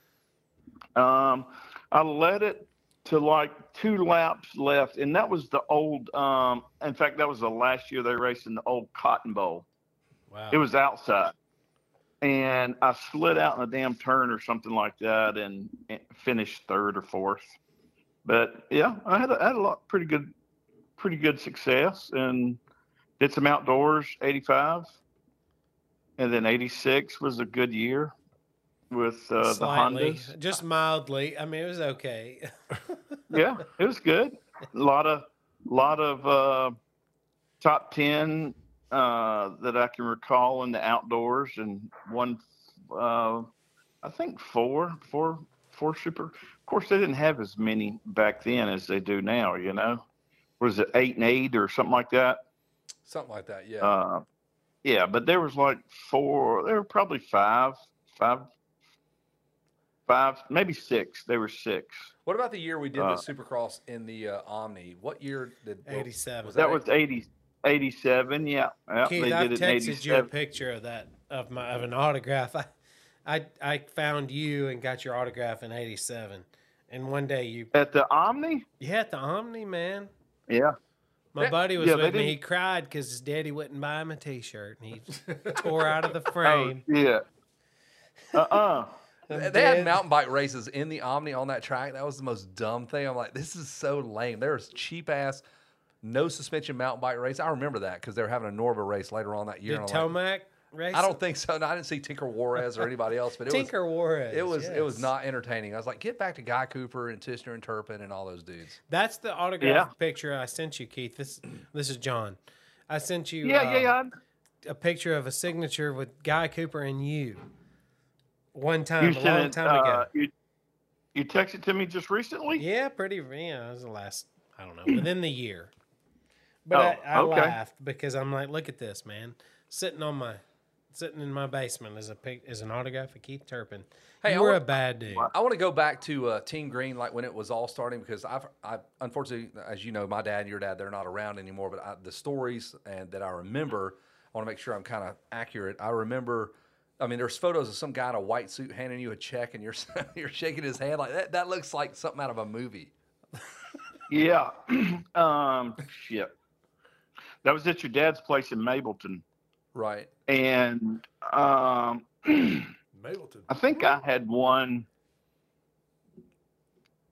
C: Uh.
D: Um, I led it to like two laps left, and that was the old. Um, in fact, that was the last year they raced in the old Cotton Bowl.
B: Wow.
D: It was outside, and I slid out in a damn turn or something like that, and, and finished third or fourth. But yeah, I had a, had a lot pretty good, pretty good success, and did some outdoors. Eighty five, and then eighty six was a good year with uh, the
B: Slightly,
D: Hondas.
B: just mildly. I mean, it was okay.
D: yeah, it was good. A lot of lot of uh, top ten uh, that I can recall in the outdoors, and one, uh, I think four, four, four super. Of course, they didn't have as many back then as they do now. You know, was it eight and eight or something like that?
A: Something like that, yeah.
D: Uh, yeah, but there was like four. There were probably five, five, five, maybe six. There were six.
A: what about the year we did
D: uh,
A: the Supercross in the uh, Omni? What year did well,
B: 87.
A: Was that,
D: That was 80, 87, yeah. yeah
B: Keith,
D: they
B: I've
D: did it in
B: texted you a
D: 87.
B: picture of that of my of an autograph. [laughs] I, I, I found you and got your autograph in '87, and one day you,
D: At the Omni?
B: you had the Omni man.
D: Yeah.
B: My
A: Yeah,
B: buddy was
D: yeah, they
B: with me. He
D: didn't-
B: cried because his daddy wouldn't buy him a T-shirt,
A: [laughs]
B: and he tore out of the frame.
D: Oh, yeah. Uh-uh.
A: They
B: And
A: they had
B: then-
A: mountain bike races in the Omni on that track. That was the most dumb thing. I'm like, this is so lame. There's cheap ass, no suspension mountain bike race. I remember that because they were having a Norva race later on that year.
B: Did
A: and I'm like,
B: Tomac race?
A: I don't think so. No, I didn't see Tinker Juarez or anybody else, but it
B: Tinker Warhead.
A: was it was it was not entertaining. I was like, get back to Guy Cooper and Tishner and Turpin and all those dudes.
B: That's the autograph
D: Yeah.
B: picture I sent you, Keith. This this is John. I sent [laughs] you.
D: Yeah, yeah,
B: um,
D: yeah.
B: a picture of a signature with Guy Cooper and you. One time,
D: you
B: a
D: sent
B: long
D: it,
B: time
D: uh,
B: ago.
D: You, you texted to me just recently?
B: Yeah, pretty. Yeah, it was the last. I don't
D: [clears throat]
B: know within the year. But
D: Oh,
B: I, I
D: okay.
B: laughed because I'm like, look at this man sitting on my sitting in my basement is a pic, is an autograph of Keith Turpin.
A: Hey, I
B: you were a
A: want-
B: bad dude.
A: I want to go back to uh, Team Green, like when it was all starting, because I've, I unfortunately, as you know, my dad and your dad, they're not around anymore. But I, the stories and that I remember, I want to make sure I'm kind of accurate. I remember, I mean, there's photos of some guy in a white suit handing you a check, and you're [laughs] you're shaking his hand like that. That looks like something out of a movie.
D: Yeah. [clears throat] um, shit. That was at your dad's place in Mableton.
A: Right.
D: And um, [clears throat]
C: Mableton.
D: I think I had one.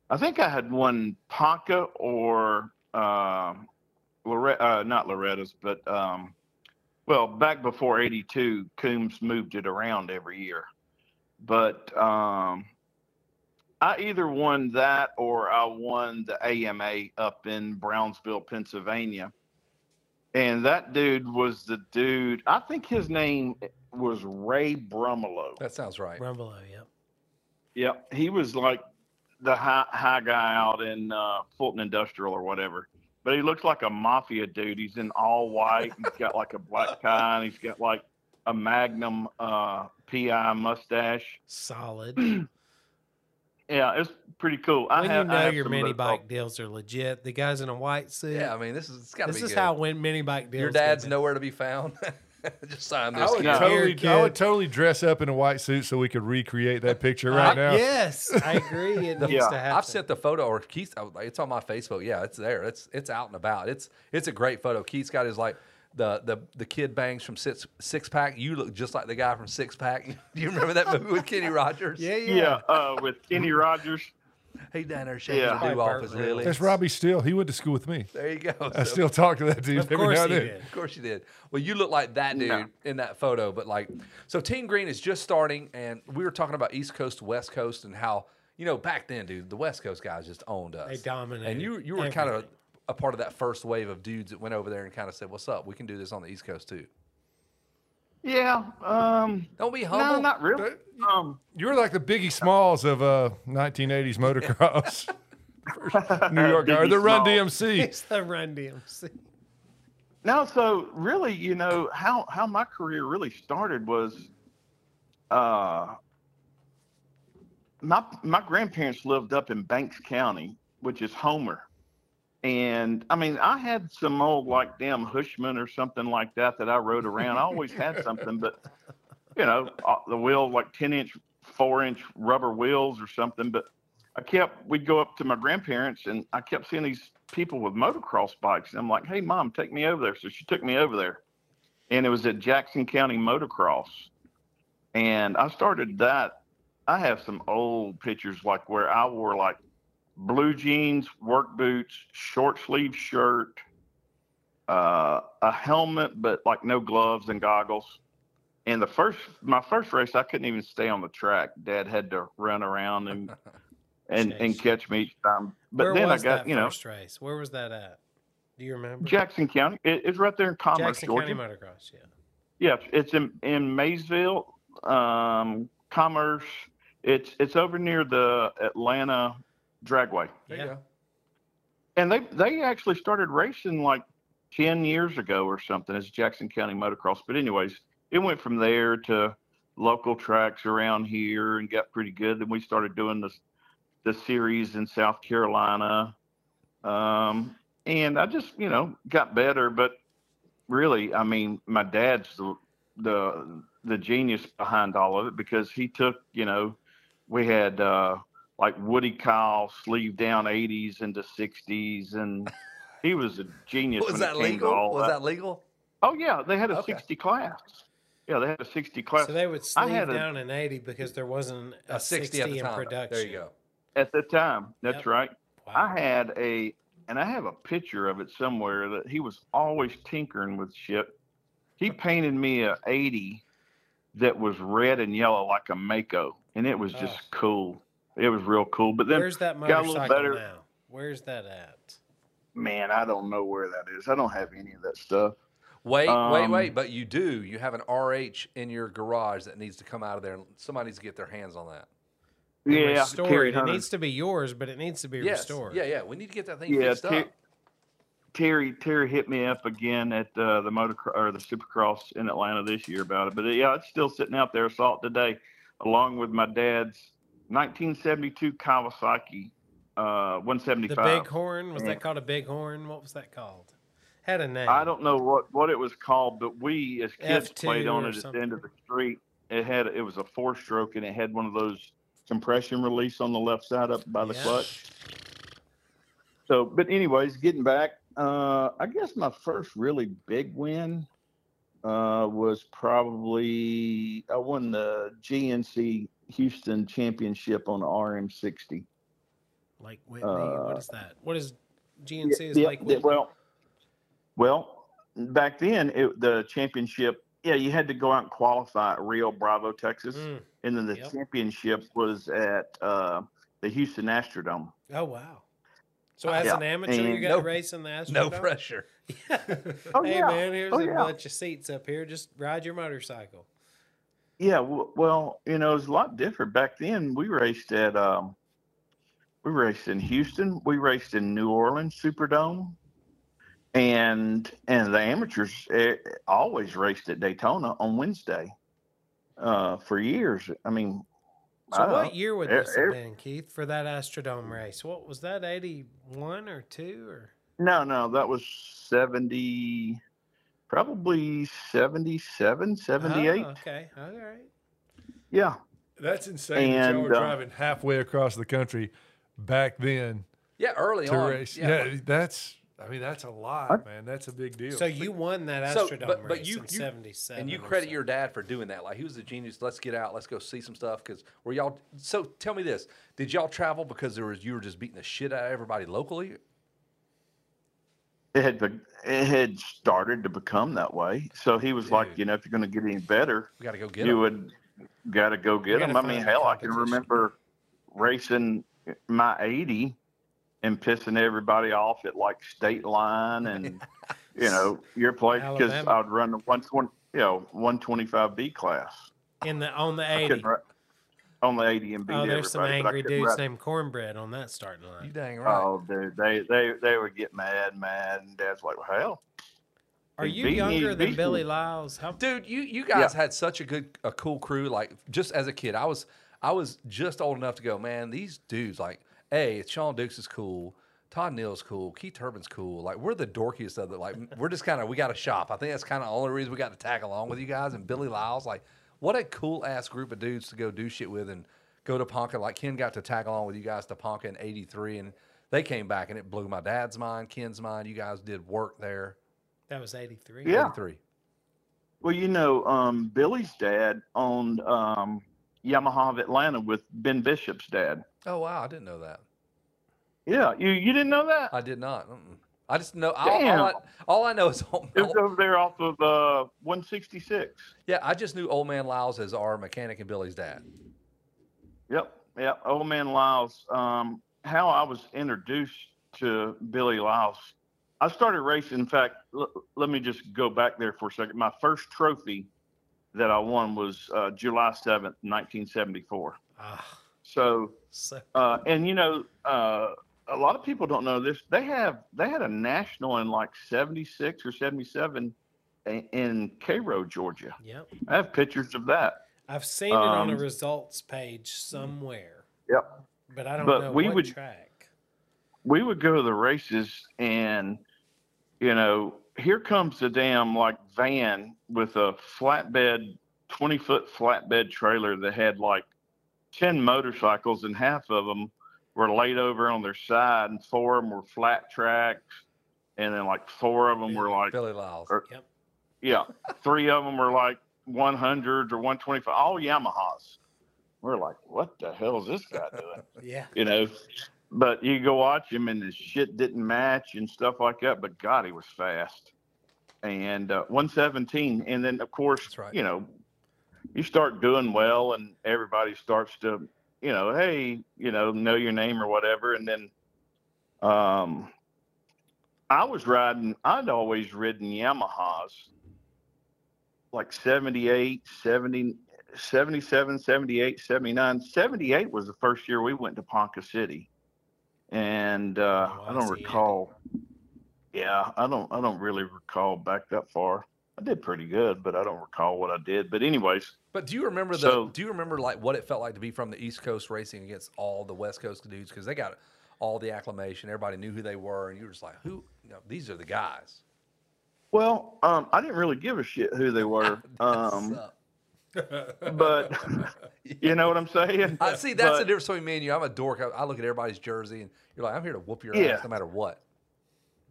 D: I think I had one Ponca or um Loretta, uh, not Loretta's, but um, well, back before '82, Coombs moved it around every year. But um, I either won that or I won the AMA up in Brownsville, Pennsylvania. And that dude was the dude. I think his name was Ray Brumelow.
A: That sounds right.
B: Rumbelow, oh, yep.
D: Yeah, he was like the high high guy out in uh, Fulton Industrial or whatever. But he looks like a mafia dude. He's in all white. He's got like a black tie, and he's got like a Magnum uh, PI mustache. [clears throat]
B: Solid. when
D: Yeah, it's pretty cool. I
B: you
D: have, I
B: know
D: have
B: your
D: some oh.
B: mini
D: of those-
B: bike deals are legit. The guys in a white suit.
A: Yeah. I mean, this is it's got to be
B: this is
A: good.
B: how win mini bike deals.
A: your
B: could
A: dad's
B: be.
A: nowhere to be found. [laughs] Just sign this.
C: I would,
A: kid.
D: Yeah.
C: totally,
B: Weird
C: I
B: kid.
C: would totally dress up in a white suit so we could recreate that picture
A: [laughs]
C: right
B: I-
C: now.
B: Yes, I agree. It needs
D: [laughs] Yeah.
B: to happen.
A: I've sent the photo, or Keith. I was like, It's on my Facebook. Yeah, it's there. It's it's out and about. It's it's a great photo. Keith's got his like the the the kid bangs from six six pack. You look just like the guy from Six Pack. [laughs] Do you remember that movie with Kenny Rogers?
B: yeah, yeah.
D: Yeah, uh, with
B: [laughs]
D: Kenny Rogers.
A: he down there shaking
D: Yeah.
A: the dew
B: By
A: off
B: Burt
A: his
B: Reynolds.
A: lily.
C: That's Robbie Steele. He went to school with me.
A: There you go. So,
C: I still talk to that dude
B: Of
C: every
B: course
C: now
B: he
C: and then.
B: did.
A: Of course you did. Well, you look like that dude
D: No.
A: in that photo, but like, so Team Green is just starting, and we were talking about East Coast, West Coast, and how you know back then, dude, the West Coast guys just owned us.
B: They dominated
A: And you you were kind of [laughs]
B: everything.
A: a part of that first wave of dudes that went over there and kind of said, "What's up? We can do this on the East Coast too."
D: Yeah. Um,
A: Don't be
D: no,
A: humble.
D: not really. Um, [laughs]
C: You were like the Biggie Smalls of uh, 1980s [laughs] motocross. First New York guy, or the
D: Biggie
C: Run
D: Smalls.
C: DMC.
B: It's the Run DMC.
D: No, so really, you know how how my career really started was, uh, my my grandparents lived up in Banks County, which is Homer. And I mean, I had some old like damn Hushman or something like that that I rode around. I always had something, but you know, uh, the wheel like ten inch, four inch rubber wheels or something. But I kept we'd go up to my grandparents and I kept seeing these people with motocross bikes. And I'm like, hey mom, take me over there. So she took me over there. And it was at Jackson County Motocross. And I started that. I have some old pictures like where I wore like blue jeans, work boots, short sleeve shirt, uh, a helmet, but like no gloves and goggles. And the first, my first race, I couldn't even stay on the track. Dad had to run
B: [laughs]
D: around and and, and
B: Jeez.
D: catch me each time. But
B: Where
D: then I
B: was
D: got
B: that
D: you know
B: first race? Where was that at? Do you remember?
D: Jackson County. It, it's right there in Commerce,
B: Jackson
D: Georgia.
B: County Motocross. Yeah.
D: Yeah, it's in in Maysville, um, Commerce. It's it's over near the Atlanta Dragway.
A: There
B: Yeah.
A: you go.
D: and they they actually started racing like 10 years ago or something as jackson county motocross but anyways it went from there to local tracks around here and got pretty good then we started doing this the series in south carolina um and i just you know got better but really i mean my dad's the the the genius behind all of it because he took you know we had uh like Woody Kyle sleeve down 80s into 60s and he was a genius
A: [laughs] Was
D: when
A: that
D: it came
A: legal?
D: to all
A: Was that legal?
D: Oh yeah, they had a
A: Okay.
D: 60 class. Yeah, they had a 60 class.
B: So they would
D: I
B: sleeve
D: had a-
B: down an 80 because there wasn't a,
A: A 60 at the
B: Uh, in
A: time.
B: production.
A: There you go.
D: At the time, that's
B: Yep.
D: right.
B: Wow.
D: I had a, and I have a picture of it somewhere that he was always tinkering with shit. He painted me a 80 that was red and yellow like a Mako, and it was
B: Oh.
D: just cool. It was real cool. But then,
B: Where's that
D: got a little
B: motorcycle
D: better.
B: now? Where's that at?
D: man, I don't know where that is. I don't have any of that stuff.
A: Wait, wait,
D: Um,
A: wait. But you do. You have an RH in your garage that needs to come out of there. Somebody needs to get their hands on that.
B: And
D: Yeah, Terry
B: restored. It
D: Hunter.
B: needs to be yours, but it needs to be
A: Yes.
B: restored.
A: Yeah, yeah. We need to get that thing
D: Yeah,
A: fixed
D: Ter-
A: up.
D: Terry Terry hit me up again at uh, the motocross or the Supercross in Atlanta this year about it. But uh, yeah, it's still sitting out there. I saw it today, along with my dad's 1972 Kawasaki uh,
B: The
D: 175.
B: bighorn was
D: Yeah.
B: that called a bighorn? What was that called? Had a name.
D: I don't know what, what it was called, but we as kids
B: F2
D: played on
B: or
D: it at the
B: something.
D: end of the street. It had it was a four stroke and it had one of those compression release on the left side up by the
B: Yeah.
D: clutch. So, but anyways, getting back, uh, I guess my first really big win uh, was probably I won the GNC Houston Championship on the RM60.
B: Like Whitney. what
D: Uh,
B: is that? What is GNC is
D: Yeah,
B: like?
D: yeah,
B: Whitney?
D: well, well, back then it, the championship, yeah, you had to go out and qualify at Rio Bravo, Texas,
B: Mm.
D: and then the
B: yep.
D: championship was at uh, the Houston Astrodome.
B: Oh wow. So as
D: Yeah,
B: an amateur, you
D: and-
B: got
A: No-
B: to race in the Astrodome.
A: No pressure.
B: [laughs]
D: Oh,
B: hey
D: yeah.
B: man, here's
D: Oh,
B: a
D: yeah.
B: bunch of seats up here. Just ride your motorcycle.
D: Yeah, w- well, you know, it was a lot different back then. We raced at um, we raced in Houston, we raced in New Orleans Superdome, and and the amateurs eh, always raced at Daytona on Wednesday uh, for years. I mean,
B: So
D: I
B: what
D: don't-
B: year would
D: Er-
B: this have
D: er-
B: been, Keith, for that Astrodome race? What was that, eighty one or two or
D: no, no, that was seventy, probably 77, 78.
B: Oh, okay, all right.
D: Yeah,
C: That's insane. that y'all
D: And,
C: were
D: uh,
C: driving halfway across the country back then
A: Yeah, early
C: to
A: on.
C: race.
A: Yeah.
C: Yeah. that's. I mean, that's a lot, man. That's a big deal.
B: So you won that
A: So,
B: Astrodome
A: but- but
B: race
A: you-
B: in
A: you-
B: seventy seven.
A: And you credit your dad for doing that. Like he was a genius. Let's get out. Let's go see some stuff. Because were y'all? So tell me this: Did y'all travel because there was you were just beating the shit out of everybody locally?
D: it had be- it had started to become that way. So he was like,
A: Dude.
D: you know, if you're going to get any better,
A: We got to go get
D: you
A: them.
D: would got to go get
B: gotta
D: them. I mean,
B: find the
D: hell, I can
B: competition.
D: remember racing my eighty and pissing everybody off at like state
B: [laughs]
D: line and you know your place because
B: Alabama.
D: I'd run the one twenty, you know, one twenty five B class.
B: in the on the
D: I
B: eighty.
D: couldn't ri- on the eighty and beat
B: Oh,
D: everybody.
B: there's some
D: but I
B: angry
D: couldn't
B: dudes
D: ride-
B: named Cornbread on that starting
A: You
B: line.
A: dang right.
D: Oh, dude, they they they would get mad, mad, and Dad's like, well, hell,
B: Are
D: They
B: you
D: beat me,
B: younger than
D: beat
B: Billy
D: me.
B: Lyles? How
A: dude you you guys had such a good a cool crew like just as a kid i was i was just old enough to go man these dudes like A, Sean Dukes is cool. Todd Neal's cool. Keith Turbin's cool. Like we're the dorkiest of the like [laughs] we're just kind of we got to shop. I think that's kind of the only reason we got to tag along with you guys. And Billy Lyles, like what a cool ass group of dudes to go do shit with and go to Ponca. Like Ken got to tag along with you guys to Ponca in '83, and they came back and it blew my dad's mind, Ken's mind. You guys did work there.
B: That was 83.
D: Yeah.
A: '83.
D: Well, you know, um, Billy's dad owned um, Yamaha of Atlanta with Ben Bishop's dad.
A: Oh wow, I didn't know that.
D: Yeah, you you didn't know that?
A: I did not. Mm-mm. I just know all, all, I,
D: Damn.
A: all I know is [laughs] old,
D: It was over there off of uh, 166.
A: yeah. I just knew Old Man Lyles as our mechanic and Billy's dad.
D: Yep, yep. Old man Lyles. Um, how I was introduced to Billy Lyles. I started racing. In fact, l- let me just go back there for a second. My first trophy that I won was uh, July 7th, 1974.
B: Ah,
D: So
B: so
D: uh, and you know, uh, a lot of people don't know this. They have they had a national in like '76 or '77 in, in Cairo, Georgia.
B: yep.
D: I have pictures of that.
B: I've seen it on a
D: Um,
B: results page somewhere.
D: Yep.
B: But I don't
D: But
B: know
D: we
B: what
D: would-
B: track.
D: We would go to the races, and you know, here comes the damn like van with a flatbed, twenty foot flatbed trailer that had like ten motorcycles, and half of them were laid over on their side, and four of them were flat tracks, and then like four of them were like er,
A: Billy Lyles.
D: Or-
B: Yep.
D: Yeah, three of them were like 100 or 125, all Yamahas. We're like, what the hell is this guy doing?
B: Yeah.
D: You know, but you go watch him and his shit didn't match and stuff like that. But God, he was fast. And uh, 117. And then, of course,
A: That's right.
D: you know, you start doing well and everybody starts to, you know, hey, you know, know your name or whatever. And then, um, I was riding, I'd always ridden Yamahas like 78, 70, 77, 78, 79. 78 was the first year we went to Ponca City. And uh,
B: Oh,
D: I
B: I
D: don't
B: see.
D: recall. Yeah, I don't I don't really recall back that far. I did pretty good, but I don't recall what I did. But anyways,
A: But do you remember the?
D: So-
A: do you remember like what it felt like to be from the East Coast racing against all the West Coast dudes because they got all the acclamation. Everybody knew who they were, and you were just like, "Who? You know, these are the guys."
D: well, um, I didn't really give a shit who they were.
A: [laughs] That's,
D: Um,
A: uh,
D: but
A: [laughs]
D: you know what I'm saying?
A: I see. That's
D: but-
A: the difference between me and you. I'm a dork. I, I look at everybody's jersey, and you're like, "I'm here to whoop your
D: Yeah.
A: ass no matter what."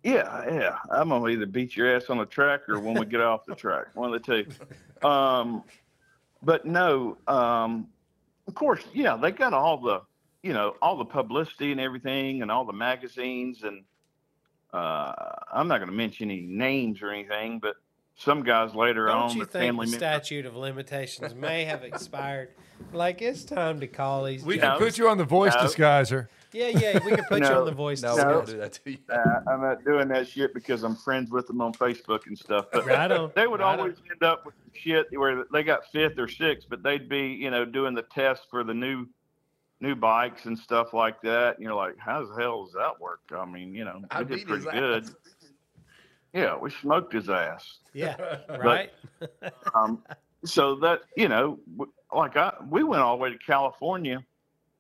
D: Yeah, yeah. I'm gonna either beat your ass on the track or when we get off the track. One of the two. Um, but no, um, of course, yeah, they got all the you know, all the publicity and everything and all the magazines and uh, I'm not gonna mention any names or anything, but some guys later on
B: Don't you
D: their
B: think
D: family
B: the
D: members-
B: statute of limitations may have expired? Like it's time to call these.
C: We
B: jokes.
C: can put you on the voice
D: No.
C: disguiser.
B: yeah, yeah. We can put you
D: No,
B: on the voice.
A: No,
D: No.
A: we
B: disguiser.
A: don't do that to you.
D: uh, I'm not doing that shit because I'm friends with them on Facebook and stuff. But
B: Right on.
D: they would
B: right on.
D: always end up with shit where they got fifth or sixth, but they'd be, you know, doing the test for the new new bikes and stuff like that. And you're like, how the hell does that work? I mean, you know,
A: I
D: we
A: beat
D: did
A: his
D: pretty good.
A: ass.
D: Yeah, we smoked his ass.
B: Yeah. Right.
D: Um, so that you know, w- like I, we went all the way to California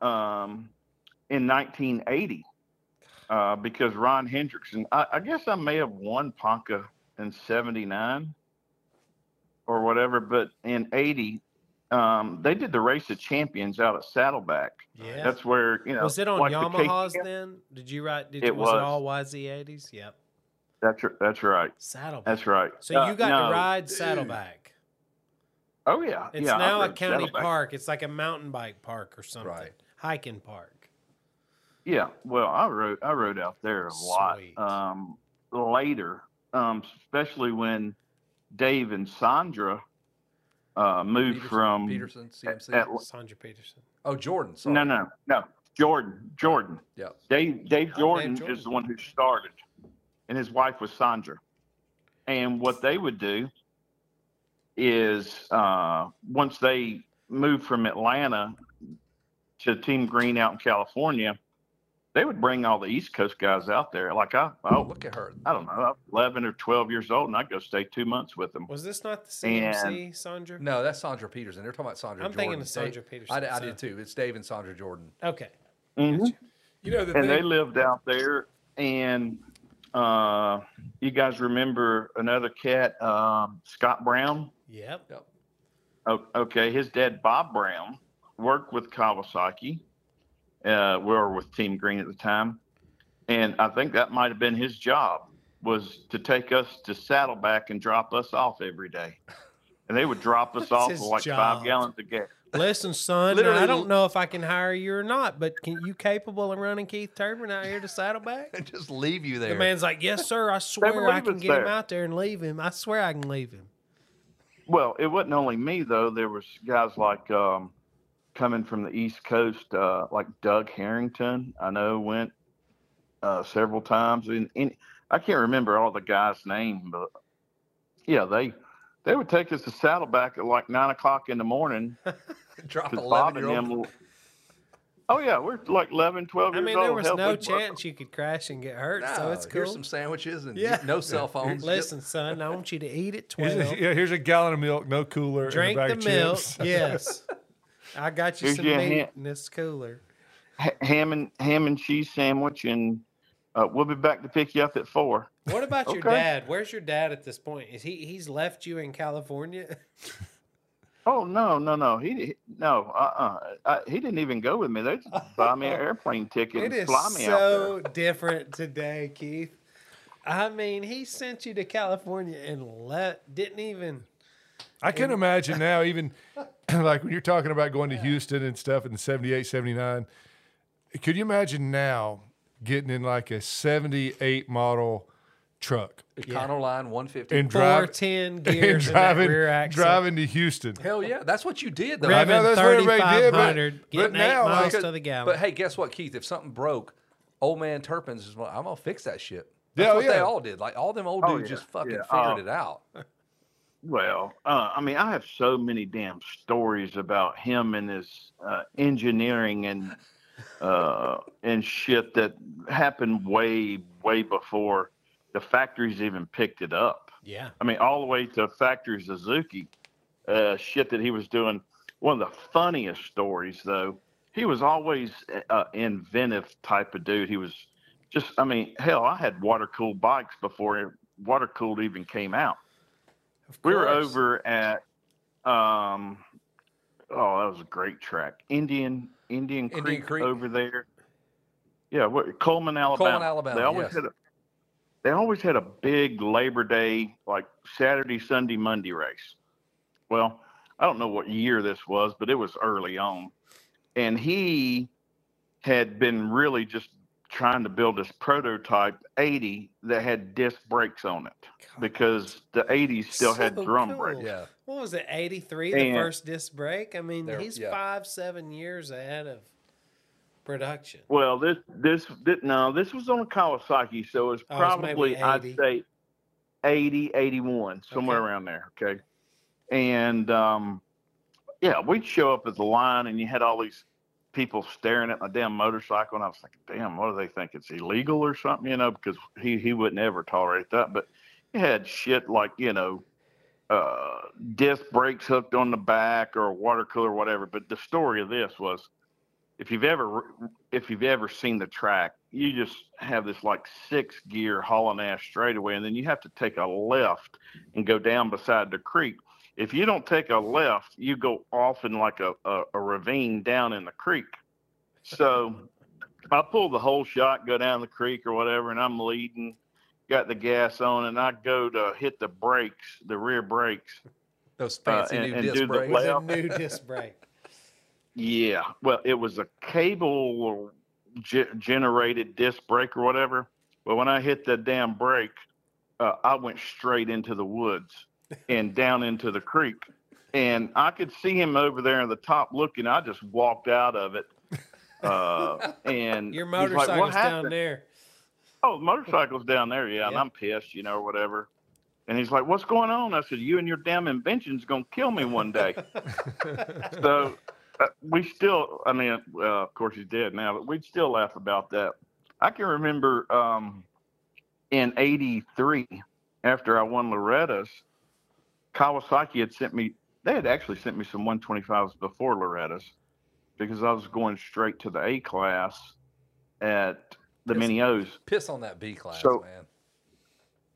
D: um, in 1980 uh, because Ron Hendrickson. I, I guess I may have won Ponca in '79 or whatever, but in '80 um, they did the race of champions out at Saddleback.
B: Yeah.
D: That's where you know
B: was it on
D: like the
B: Yamaha's
D: KTM
B: then? Did you write? Did
D: It
B: was, it
D: was.
B: all YZ80s? Yep.
D: That's r- that's right.
B: Saddleback.
D: That's right.
B: so
D: Uh,
B: you got
D: no.
B: to ride Saddleback.
D: Oh yeah,
B: It's
D: yeah, I
B: now a
D: rode
B: county
D: Saddleback.
B: park. It's like a mountain bike park or something.
A: Right.
B: Hiking park.
D: Yeah, well, I rode I rode out there a lot.
B: Sweet.
D: Um, later, um, especially when Dave and Sandra uh, moved
A: Peterson,
D: from
A: Peterson, CMC.
D: at-
B: Sandra Peterson.
A: oh, Jordan. Sorry.
D: no, no, no, Jordan, Jordan.
A: Yeah.
D: Dave Dave
B: Oh,
D: Jordan,
B: Dave Jordan.
D: is the one who started, and his wife was Sandra. And what they would do is uh, once they moved from Atlanta to Team Green out in California, they would bring all the East Coast guys out there. Like I,
A: Oh,
D: I,
A: look at her.
D: I don't know, I was eleven or twelve years old, and I'd go stay two months with them.
B: Was this not the
D: And-
B: CMC Sandra?
A: No, that's Sandra Peterson. They're talking about Sandra.
B: I'm thinking
A: Jordan.
B: of Sandra
A: Dave-
B: Peterson,
A: I, I
B: so-
A: did too. It's Dave and Sandra Jordan.
B: Okay.
D: Mhm.
C: You know, the
D: and they
C: thing,
D: lived out there. And uh, you guys remember another cat, um, Scott Brown?
B: Yep.
D: O- Okay, his dad Bob Brown worked with Kawasaki. Uh, we were with Team Green at the time, and I think that might have been his job was to take us to Saddleback and drop us off every day. And they would drop us off
B: his
D: with like
B: job?
D: five gallons of gas.
B: Listen, son,
A: Literally-
B: I don't know if I can hire you or not, but can you capable of running Keith Turbin out here
A: [laughs]
B: to Saddleback?
A: and just leave you there.
B: The man's like, yes, sir. I swear I
D: believe
B: can
D: us
B: get him
D: there.
B: out there and leave him. I swear I can leave him.
D: Well, it wasn't only me though. There was guys like um, coming from the East Coast, uh, like Doug Harrington. I know went uh, several times, and, and I can't remember all the guys' name, but yeah, they they would take us to Saddleback at like nine o'clock in
B: [laughs]
D: the morning
A: [laughs] Drop
D: because Bob
A: eleven
D: and
A: year old.
D: them. Oh yeah, we're like 11, 12
B: I
D: years
B: mean,
D: old.
B: there was
D: Hell,
B: no
D: we'd work.
B: chance you could crash and get hurt,
A: No,
B: so it's
A: here's
B: cool.
A: some sandwiches and
B: Yeah.
A: no cell phones.
B: Listen, son, I want you to eat
A: [laughs]
B: at
C: here's
B: 12.
C: a, yeah, here's a gallon of milk, no cooler,
B: Drink
C: and
B: the
C: a bag of
B: milk.
C: [laughs] chips.
B: Yes. I got you
D: Here's
B: some
D: your
B: meat
D: hand.
B: in this cooler.
D: Ha- ham and ham and cheese sandwich, and uh, we'll be back to pick you up at four.
B: What about your
D: Okay.
B: dad? Where's your dad at this point? Is he he's left you in California? [laughs]
D: Oh no, no, no. He di- no, uh, uh he didn't even go with me. They just buy
B: [laughs]
D: me an airplane ticket
B: It
D: and
B: is
D: fly me out
B: so different today, Keith. I mean, he sent you to California and let didn't even
C: I can imagine now, even [clears throat] like when you're talking about going to Houston and stuff in 78, 79. Could you imagine now getting in like a 78 model truck
A: Econoline one fifty.
C: and,
B: four
C: drive, [laughs]
B: ten
C: and
B: gears in that
C: driving,
B: rear axle.
C: driving to Houston?
A: Hell yeah, that's what you did though.
C: I
B: Driving
C: know that's what everybody did, but-
B: 3,500,
C: but
B: getting eight
C: now, like-
B: miles to
A: Could-
B: the gallon.
A: But hey, guess what, Keith? If something broke, old man Turpin's is like, I'm gonna fix that shit. That's
C: Yeah, oh,
A: what they
C: yeah.
A: all did. Like all them old
D: Oh,
A: dudes
D: yeah,
A: just fucking
D: yeah.
A: figured
D: Oh.
A: it out.
D: there. Well, uh, I mean, I have so many damn stories about him and his uh, engineering and
B: [laughs]
D: uh, and shit that happened way, way before the factories even picked it up.
B: yeah.
D: I mean, all the way to factory Suzuki, uh, shit that he was doing. One of the funniest stories, though, he was always an inventive type of dude. He was just, I mean, hell, I had water cooled bikes before water cooled even came out.
B: Of
D: We were
B: course.
D: over at, um, oh, that was a great track, Indian Indian,
A: Indian
D: Creek,
A: Creek.
D: over there. Yeah, what, Coleman, Alabama.
A: Coleman, Alabama,
D: They always
A: yes.
D: had a, they always had a big Labor Day, like Saturday, Sunday, Monday race. Well, I don't know what year this was, but it was early on, and he had been really just trying to build this prototype 80 that had disc brakes on it because the 80s still had
B: So
D: drum
B: cool.
D: brakes.
A: Yeah.
B: What was it, 83, the
D: And-
B: first disc break? I mean,
A: There-
B: he's
A: yeah.
B: five, seven years ahead of production.
D: Well, this this, thi- no, this was on a Kawasaki, so it's
B: Oh, it's maybe
D: probably I'd
B: 80.
D: say 80, 81, somewhere
B: Okay.
D: around there. Okay, and um, yeah, we'd show up at the line, and you had all these people staring at my damn motorcycle, and I was thinking, damn, what do they think? It's illegal or something, you know? Because he he would never tolerate that, but it had shit like you know. Uh, disc brakes hooked on the back or a water cooler, whatever. But the story of this was if you've ever if you've ever seen the track, you just have this like six gear hauling ass straightaway, and then you have to take a left and go down beside the creek. If you don't take a left, you go off in like a, a, a ravine down in the creek. So I pull the whole shot, go down the creek or whatever, and I'm leading, got the gas on, and I go to hit the brakes, the rear brakes,
A: Those fancy
D: Uh, and-
A: new
D: and
A: disc
D: do the
A: brakes.
D: left.
B: The
D: Well-
B: new disc brake.
D: [laughs] Yeah, well, it was a cable ge- generated disc brake or whatever. But when I hit the damn brake, uh, I went straight into the woods and down into the creek. And I could see him over there in the top looking. I just walked out of it.
B: [laughs]
D: Uh, and
B: Your
D: he's like, "What
B: motorcycle's down
D: happened?"
B: there.
D: Oh, the motorcycle's down there, yeah, and
B: Yeah.
D: I'm pissed, you know, or whatever. And he's like, "What's going on?" I said, "You and your damn invention's gonna kill me one day." so uh, we still, I mean, uh, of course he's dead now, but we'd still laugh about that. I can remember um, in '83, after I won Loretta's, Kawasaki had sent me. They had actually sent me some 125s before Loretta's because I was going straight to the A class at the mini O's.
A: Piss on that B class,
D: So-
A: man.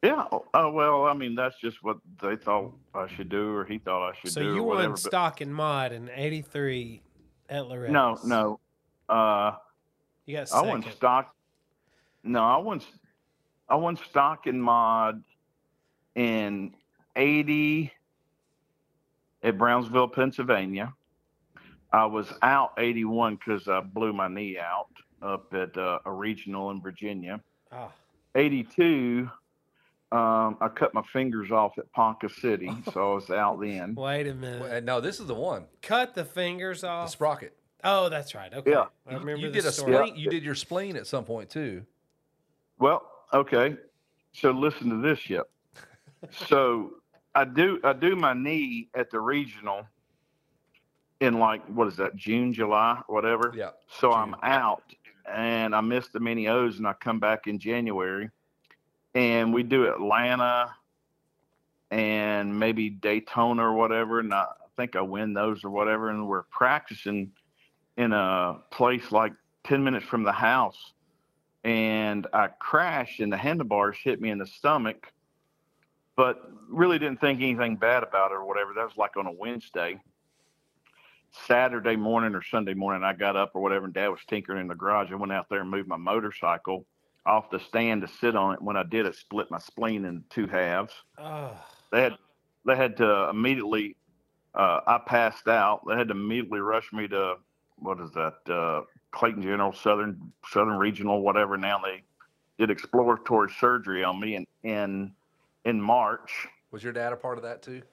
D: Yeah. Oh well, I mean that's just what they thought I should do, or he thought I should
B: So
D: do.
B: you
D: or whatever,
B: won
D: but-
B: stock and mod in '83 at Loretta.
D: No, no. Uh,
B: You got
D: I
B: second.
D: won stock. No, I won. I won stock in mod in eighty at Brownsville, Pennsylvania. I was out eighty one because I blew my knee out up at uh, a regional in Virginia.
B: Ah.
D: 82, um, I cut my fingers off at Ponca City, so I was out
B: [laughs]
D: then.
B: Wait a minute.
A: Well, No, this is the one.
B: Cut the fingers
A: The
B: off.
A: sprocket.
B: oh, that's right. Okay.
D: Yeah.
B: I remember
A: you
B: the
A: did a
B: story.
A: spleen. You did your spleen at some point too.
D: Well, okay. So listen to this yet. so I do I do my knee at the regional in like what is that, June, July, whatever.
A: Yeah.
D: So I'm out and I miss the mini O's and I come back in January and we do Atlanta and maybe Daytona or whatever. And I think I win those or whatever. And we're practicing in a place like 10 minutes from the house. And I crashed and the handlebars hit me in the stomach, but really didn't think anything bad about it or whatever. That was like on a Wednesday. Saturday morning or Sunday morning, I got up or whatever, and Dad was tinkering in the garage. I went out there and moved my motorcycle off the stand to sit on it. When I did, it split my spleen in two halves.
B: Oh,
D: They had they had to immediately. Uh, I passed out. They had to immediately rush me to what is that? Uh, Clayton General Southern Southern Regional, whatever. Now they did exploratory surgery on me in in in March.
A: Was your dad a part of that too?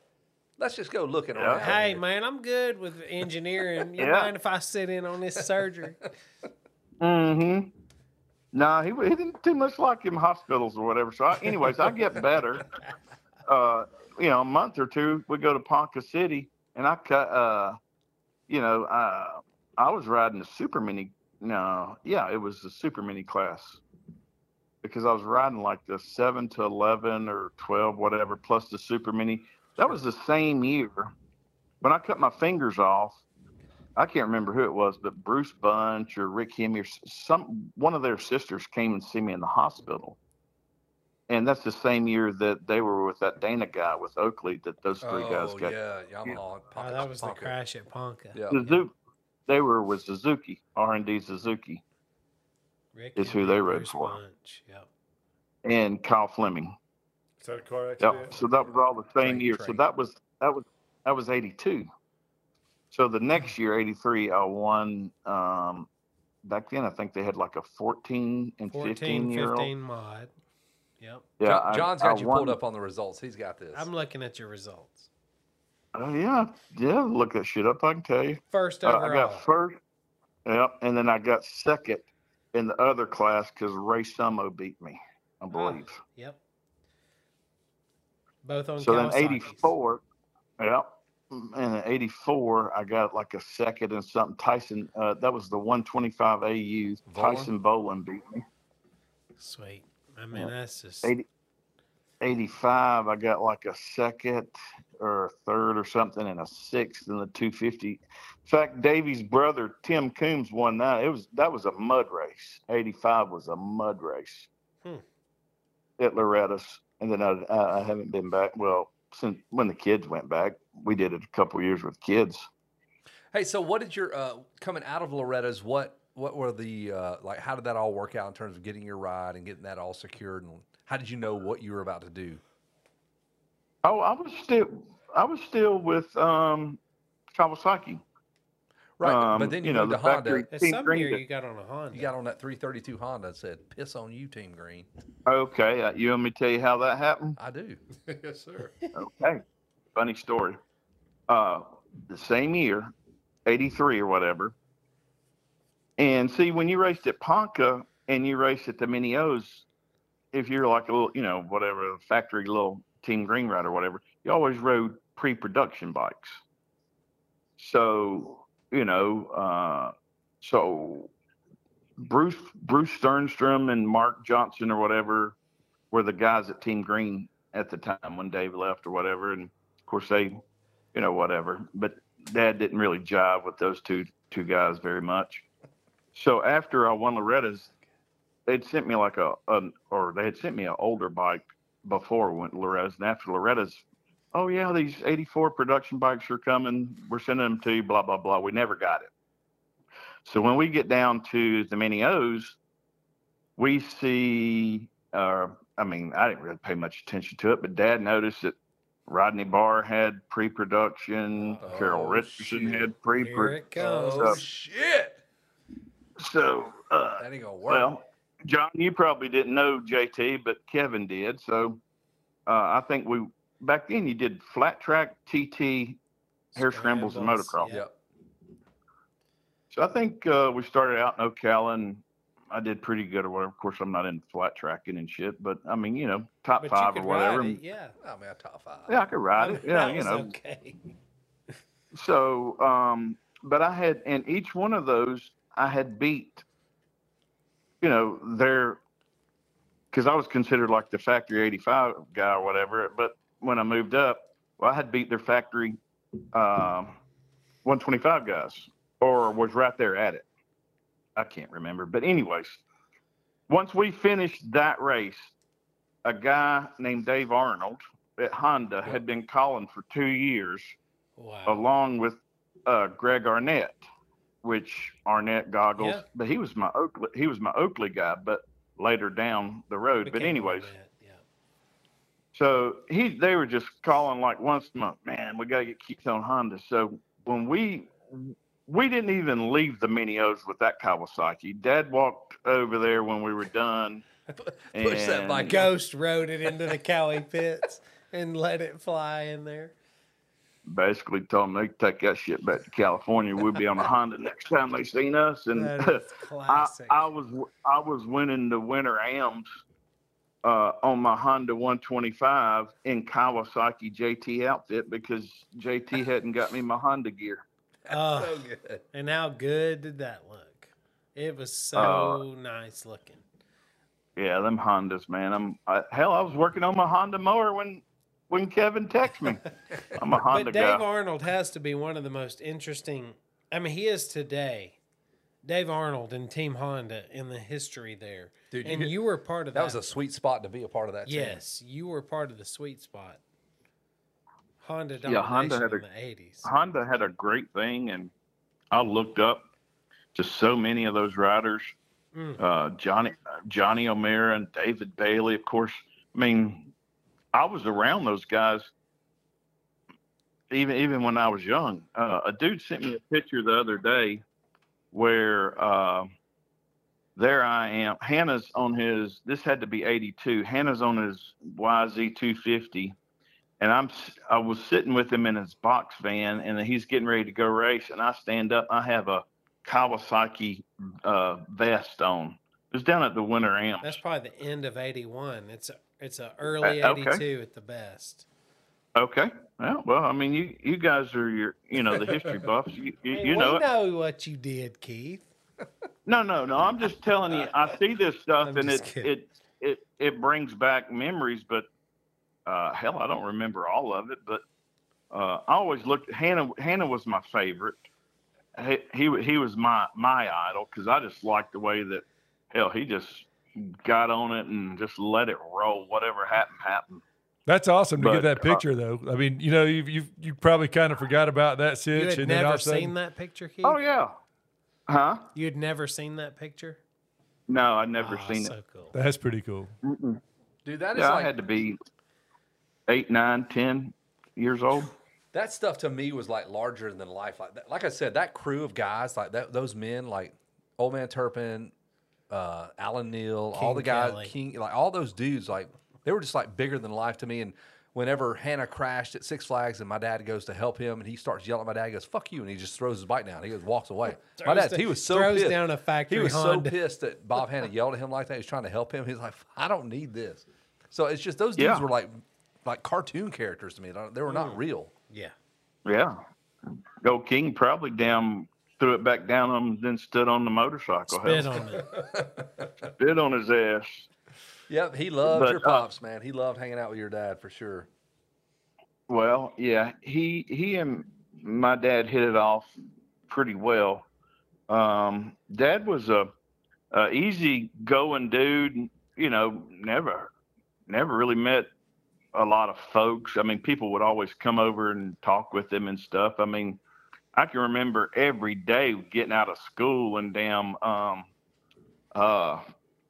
A: Let's just go looking
D: Yeah.
A: around.
B: hey
A: here.
B: man, I'm good with engineering. You
D: [laughs] Yeah.
B: mind if I sit in on this surgery?
D: Mm-hmm. No, he, he didn't too much like him hospitals or whatever. So, I, anyways, I get better. Uh, you know, a month or two, we go to Ponca City, and I cut. Uh, you know, uh, I was riding the super mini. No, yeah, it was the super mini class because I was riding like the seven to eleven or twelve, whatever, plus the super mini. That was the same year when I cut my fingers off. I can't remember who it was, but Bruce Bunch or Rick Hemme or s- some one of their sisters came and see me in the hospital. And that's the same year that they were with that Dana guy with Oakley that those three guys
A: Oh
D: got.
A: yeah, Yamaha.
B: Oh,
A: Ponca-
B: that was the
A: Ponca.
B: crash at Ponca.
A: Yeah.
D: Suzuki, they were with Suzuki, R and D Suzuki,
B: Rick
D: It's
B: and
D: who they rode
B: Bruce
D: for.
B: Bunch. Yep.
D: and Kyle Fleming.
C: Is that a car
D: Yeah.
C: accident?
D: So that was all the same
A: Train-
D: year. So
A: train.
D: that was that was that was eighty two. So the next year, eighty three, I won. Um, back then, I think they had like a fourteen and
B: 14,
D: fifteen year old.
B: 15 mod. Yep.
D: Yeah,
A: John,
D: I-
A: John's
D: I
A: got you
D: won-
A: pulled up on the results. He's got this.
B: I'm looking at your results.
D: Oh, yeah, yeah. Look that shit up. I can tell you.
B: First
D: Uh, I
B: overall.
D: got first. Yep, and then I got second in the other class because Ray Summo beat me, I believe.
B: Yep. Both on
D: So then
B: Kawasaki's.
D: 84, yeah, and in 84, I got like a second and something. Tyson, uh, that was the 125 AU.
A: Bowling?
D: Tyson Bowling beat me.
B: Sweet. I mean, that's just.
D: 80, 85, I got like a second or a third or something and a sixth in the 250. In fact, Davy's brother, Tim Coombs, won that. It was, that was a mud race. 85 was a mud race
B: Hmm.
D: at Loretta's. And then I, I I haven't been back. Well, since when the kids went back, we did it a couple years with kids.
A: hey, so what did your uh, coming out of Loretta's? What what were the uh, like? How did that all work out in terms of getting your ride and getting that all secured? And how did you know what you were about to do?
D: Oh, I was still, I was still with, um, Kawasaki.
A: Right, but
D: Um,
A: then you,
D: you know,
A: moved
D: the
A: to Honda.
D: factory-
B: There's
D: Team
B: some
D: Green
B: year
D: did-
B: you got on a Honda.
A: You got on that 332 Honda and said, "Piss on you, Team Green."
D: Okay. uh, You want me to tell you how that happened?
A: I do.
C: [laughs] yes, sir.
D: Okay. Funny story. Uh, the same year, 83 or whatever. And see, when you raced at Ponca and you raced at the Mini O's, if you're like a little, you know, whatever, factory little Team Green Ride or whatever, you always rode pre production bikes. So, you know, uh, so Bruce Bruce Sternstrom and Mark Johnson or whatever were the guys at Team Green at the time when Dave left or whatever. And of course they, you know, whatever. But Dad didn't really jive with those two two guys very much. So after I won Loretta's, they'd sent me like a an, or they had sent me an older bike before when Loretta's and after Loretta's. Oh yeah, these '84 production bikes are coming. We're sending them to you. Blah blah blah. We never got it. So when we get down to the mini O's, we see. Uh, I mean, I didn't really pay much attention to it, but Dad noticed that Rodney Barr had pre-production. Carol
A: Oh,
D: Richardson
A: shit.
D: had pre
B: Here it goes.
A: Oh shit!
D: So, uh,
A: That ain't gonna work.
D: well, John, you probably didn't know JT, but Kevin did. So, uh, I think we back then you did flat track, TT, hair scrambles, and
B: Scrambles,
D: motocross.
B: yeah.
A: yep.
D: So I think uh, we started out in Ocala, and I did pretty good or whatever. Of course, I'm not in flat tracking and shit, but I mean, you know, top
B: But
D: five
B: you
D: or
B: could
D: whatever.
B: Ride it, yeah.
A: I mean, top five.
D: Yeah, [laughs] I could ride it. Yeah,
B: [laughs] That
D: you
B: was
D: know.
B: Okay.
D: So, um, but I had in each one of those, I had beat, you know, their, because I was considered like the factory 85 guy or whatever. But when I moved up, well, I had beat their factory um, 125 guys or was right there at it. I can't remember. But, anyways, once we finished that race, a guy named Dave Arnold at Honda had been calling for two years
B: Wow.
D: along with uh, Greg Arnett, which Arnett goggles,
B: Yeah.
D: but he was my Oakley, he was my Oakley guy, but later down the road. but
B: Became
D: anyways,
B: that, yeah.
D: so he they were just calling like once a month, man, we gotta get Keith on Honda. So when we we didn't even leave the Minios with that Kawasaki. Dad walked over there when we
B: [laughs]
D: were done.
A: Push that
D: and-
A: bike up.
B: Ghost rode it into the cowie pits and let it fly in there.
D: basically told them they could take that shit back to California. We'll be on a Honda next time they seen us. And [laughs]
B: That is
D: I,
B: classic.
D: I was I was winning the winter AMs uh, on my Honda 125 in Kawasaki JT outfit because [laughs] JT hadn't got me my Honda gear.
B: Oh,
A: So good.
B: and how good did that look? It was so
D: Uh,
B: nice looking.
D: Yeah, them Hondas, man. I'm I, hell. I was working on my Honda mower when when Kevin texted [laughs] me. I'm a Honda
B: But Dave
D: guy.
B: Arnold has to be one of the most interesting. I mean, he is today. Dave Arnold and Team Honda in the history there.
A: Dude, you
B: and
A: did-
B: you were part of that.
A: That was a sweet spot to be a part of that. team.
B: yes, you were part of the sweet spot. Honda domination
D: Yeah, Honda had
B: in
D: a-
B: the eighties.
D: Honda had a great thing, and I looked up to so many of those riders.
B: Mm.
D: uh, Johnny Johnny O'Meara and David Bailey. Of course, I mean, I was around those guys even even when I was young. Uh, a dude sent me a picture the other day where uh, there I am. Hannah's on his. This had to be '82. Hannah's on his YZ250. And I'm s- I was sitting with him in his box van, and he's getting ready to go race. And I stand up. I have a Kawasaki uh, vest on. It was down at the Winter
B: [laughs]
D: Amps.
B: That's probably the end of eighty one. It's a, it's a early
D: Uh, okay.
B: eighty two at the best.
D: Okay. Well, well, I mean, you you guys are your you know the history buffs. You, you,
B: Hey,
D: you know
B: we
D: it.
B: know what you did, Keith.
D: No, no, no. I'm just telling you. I see
B: [laughs]
D: this stuff,
B: I'm
D: and
B: just
D: it,
B: kidding.
D: it it it brings back memories. But uh, hell, I don't remember all of it. But uh, I always looked. Hannah Hannah was my favorite. He he, wa- he was my my idol because I just liked the way that hell he just got on it and just let it roll. Whatever happened happened.
C: That's awesome to
D: But,
C: get that
D: uh,
C: picture, though. I mean, you know, you've, you've you probably kind of forgot about that sitch,
B: You had
C: and then all
B: never
C: of a sudden-
B: seen that picture, Keith.
D: Oh yeah. Huh?
B: You had never seen that picture.
D: No, I never
B: Ah,
D: seen it.
B: so cool.
C: That's pretty cool.
A: dude, that is
D: Yeah, I
A: like
D: had to be eight, nine, ten years old.
A: that stuff to me was like larger than life. Like, that, like I said, that crew of guys, like that, those men, like Old Man Turpin, uh, Alan Neal, all
B: King
A: the guys,
B: Kelly.
A: King, like all those dudes, like they were just like bigger than life to me. And whenever Hannah crashed at Six Flags, and my dad goes to help him, and he starts yelling at my dad, he goes "fuck you," and he just throws his bike down. He just walks
B: [laughs]
A: away. my
B: Throws
A: dad,
B: the-
A: he was so
B: throws
A: pissed.
B: down a factory
A: He was
B: Honda.
A: so pissed
B: [laughs]
A: that Bob Hannah yelled at him like that. He was trying to help him. He's like, "I don't need this." So it's just those dudes
D: Yeah.
A: were like like cartoon characters to me. They were not real.
B: Yeah.
D: Yeah. Go King probably down threw it back down on him, then stood on the motorcycle.
B: Spit
D: Hell,
B: on it.
D: [laughs] spit on his ass.
A: Yep, he loved
D: But,
A: your
D: uh,
A: pops, man. He loved hanging out with your dad for sure.
D: Well, yeah, he he and my dad hit it off pretty well. Um, dad was a uh, easy going dude. You know, never, never really met a lot of folks. I mean, people would always come over and talk with them and stuff. I mean, I can remember every day getting out of school and damn, um, uh,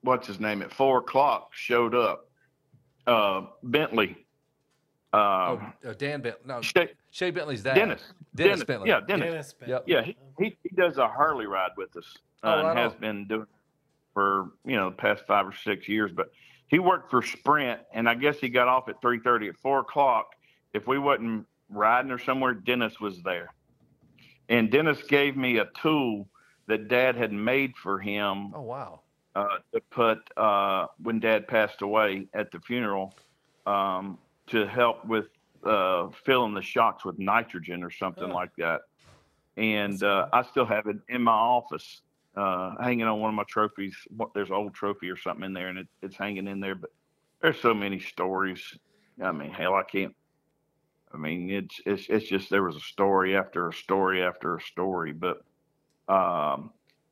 D: what's his name at four o'clock showed up, uh, Bentley. Uh,
A: Oh, uh, Dan Bentley. No,
D: Shay-
A: Shea Bentley's dad.
D: Dennis.
A: Dennis Bentley.
D: Yeah, Dennis.
B: Dennis Bentley.
A: Yep.
D: Yeah, he, he, he does a Harley ride with us uh,
A: Oh, right
D: and has
A: on.
D: been doing for you know the past five or six years. But he worked for Sprint, and I guess he got off at three thirty at four o'clock. If we wasn't riding or somewhere, Dennis was there, and Dennis gave me a tool that Dad had made for him
A: Oh wow.
D: uh, to put uh, when Dad passed away at the funeral um, to help with uh, filling the shocks with nitrogen or something
B: Huh.
D: like that. And uh, I still have it in my office, uh, hanging on one of my trophies. What- There's an old trophy or something in there, and it, it's hanging in there. But there's so many stories. I mean, hell, I can't. I mean, it's it's it's just there was a story after a story after a story. But um,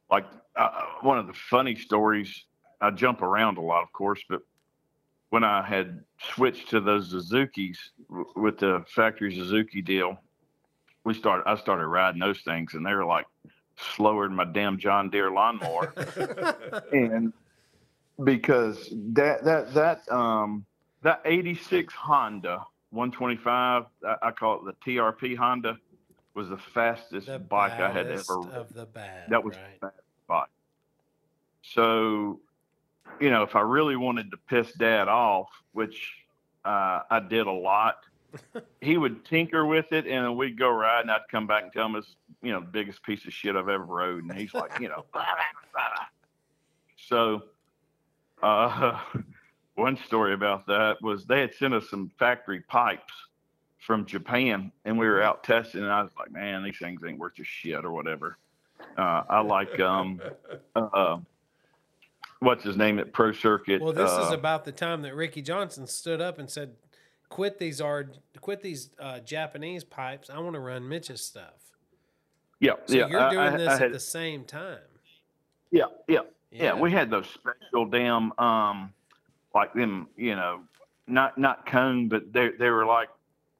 D: like uh, one of the funny stories, I jump around a lot, of course, but when I had switched to those Suzuki's w- with the factory Suzuki deal, we started. I started riding those things, and they were like slower than my damn John
B: [laughs]
D: Deere lawnmower. and because that that that um that '86 Honda 125, I, I call it the TRP Honda, was the fastest
B: The
D: bike I had
B: baddest
D: ever.
B: of the bad.
D: That was
B: right.
D: the bad spot. So, you know, if I really wanted to piss dad off, which uh, I did a lot, he would tinker with it and then we'd go ride and I'd come back and tell him it's, you know, the biggest piece of shit I've ever rode. And he's like, you know, blah, blah, blah, blah. So, uh, [laughs] one story about that was they had sent us some factory pipes from Japan, and we were out testing. And I was like, man, these things ain't worth a shit or whatever. Uh, I like um, uh, what's his name at Pro Circuit.
B: Well, this is
D: uh,
B: about the time that Ricky Johnson stood up and said, "Quit these are quit these uh, Japanese pipes. I want to run Mitch's stuff."
D: yeah,
B: So
D: yeah.
B: you're
D: I-
B: doing
D: I- I
B: this at
D: had-
B: the same time.
D: yeah, yeah. Yeah, we had those special damn um like them, you know, not not cone, but they they were like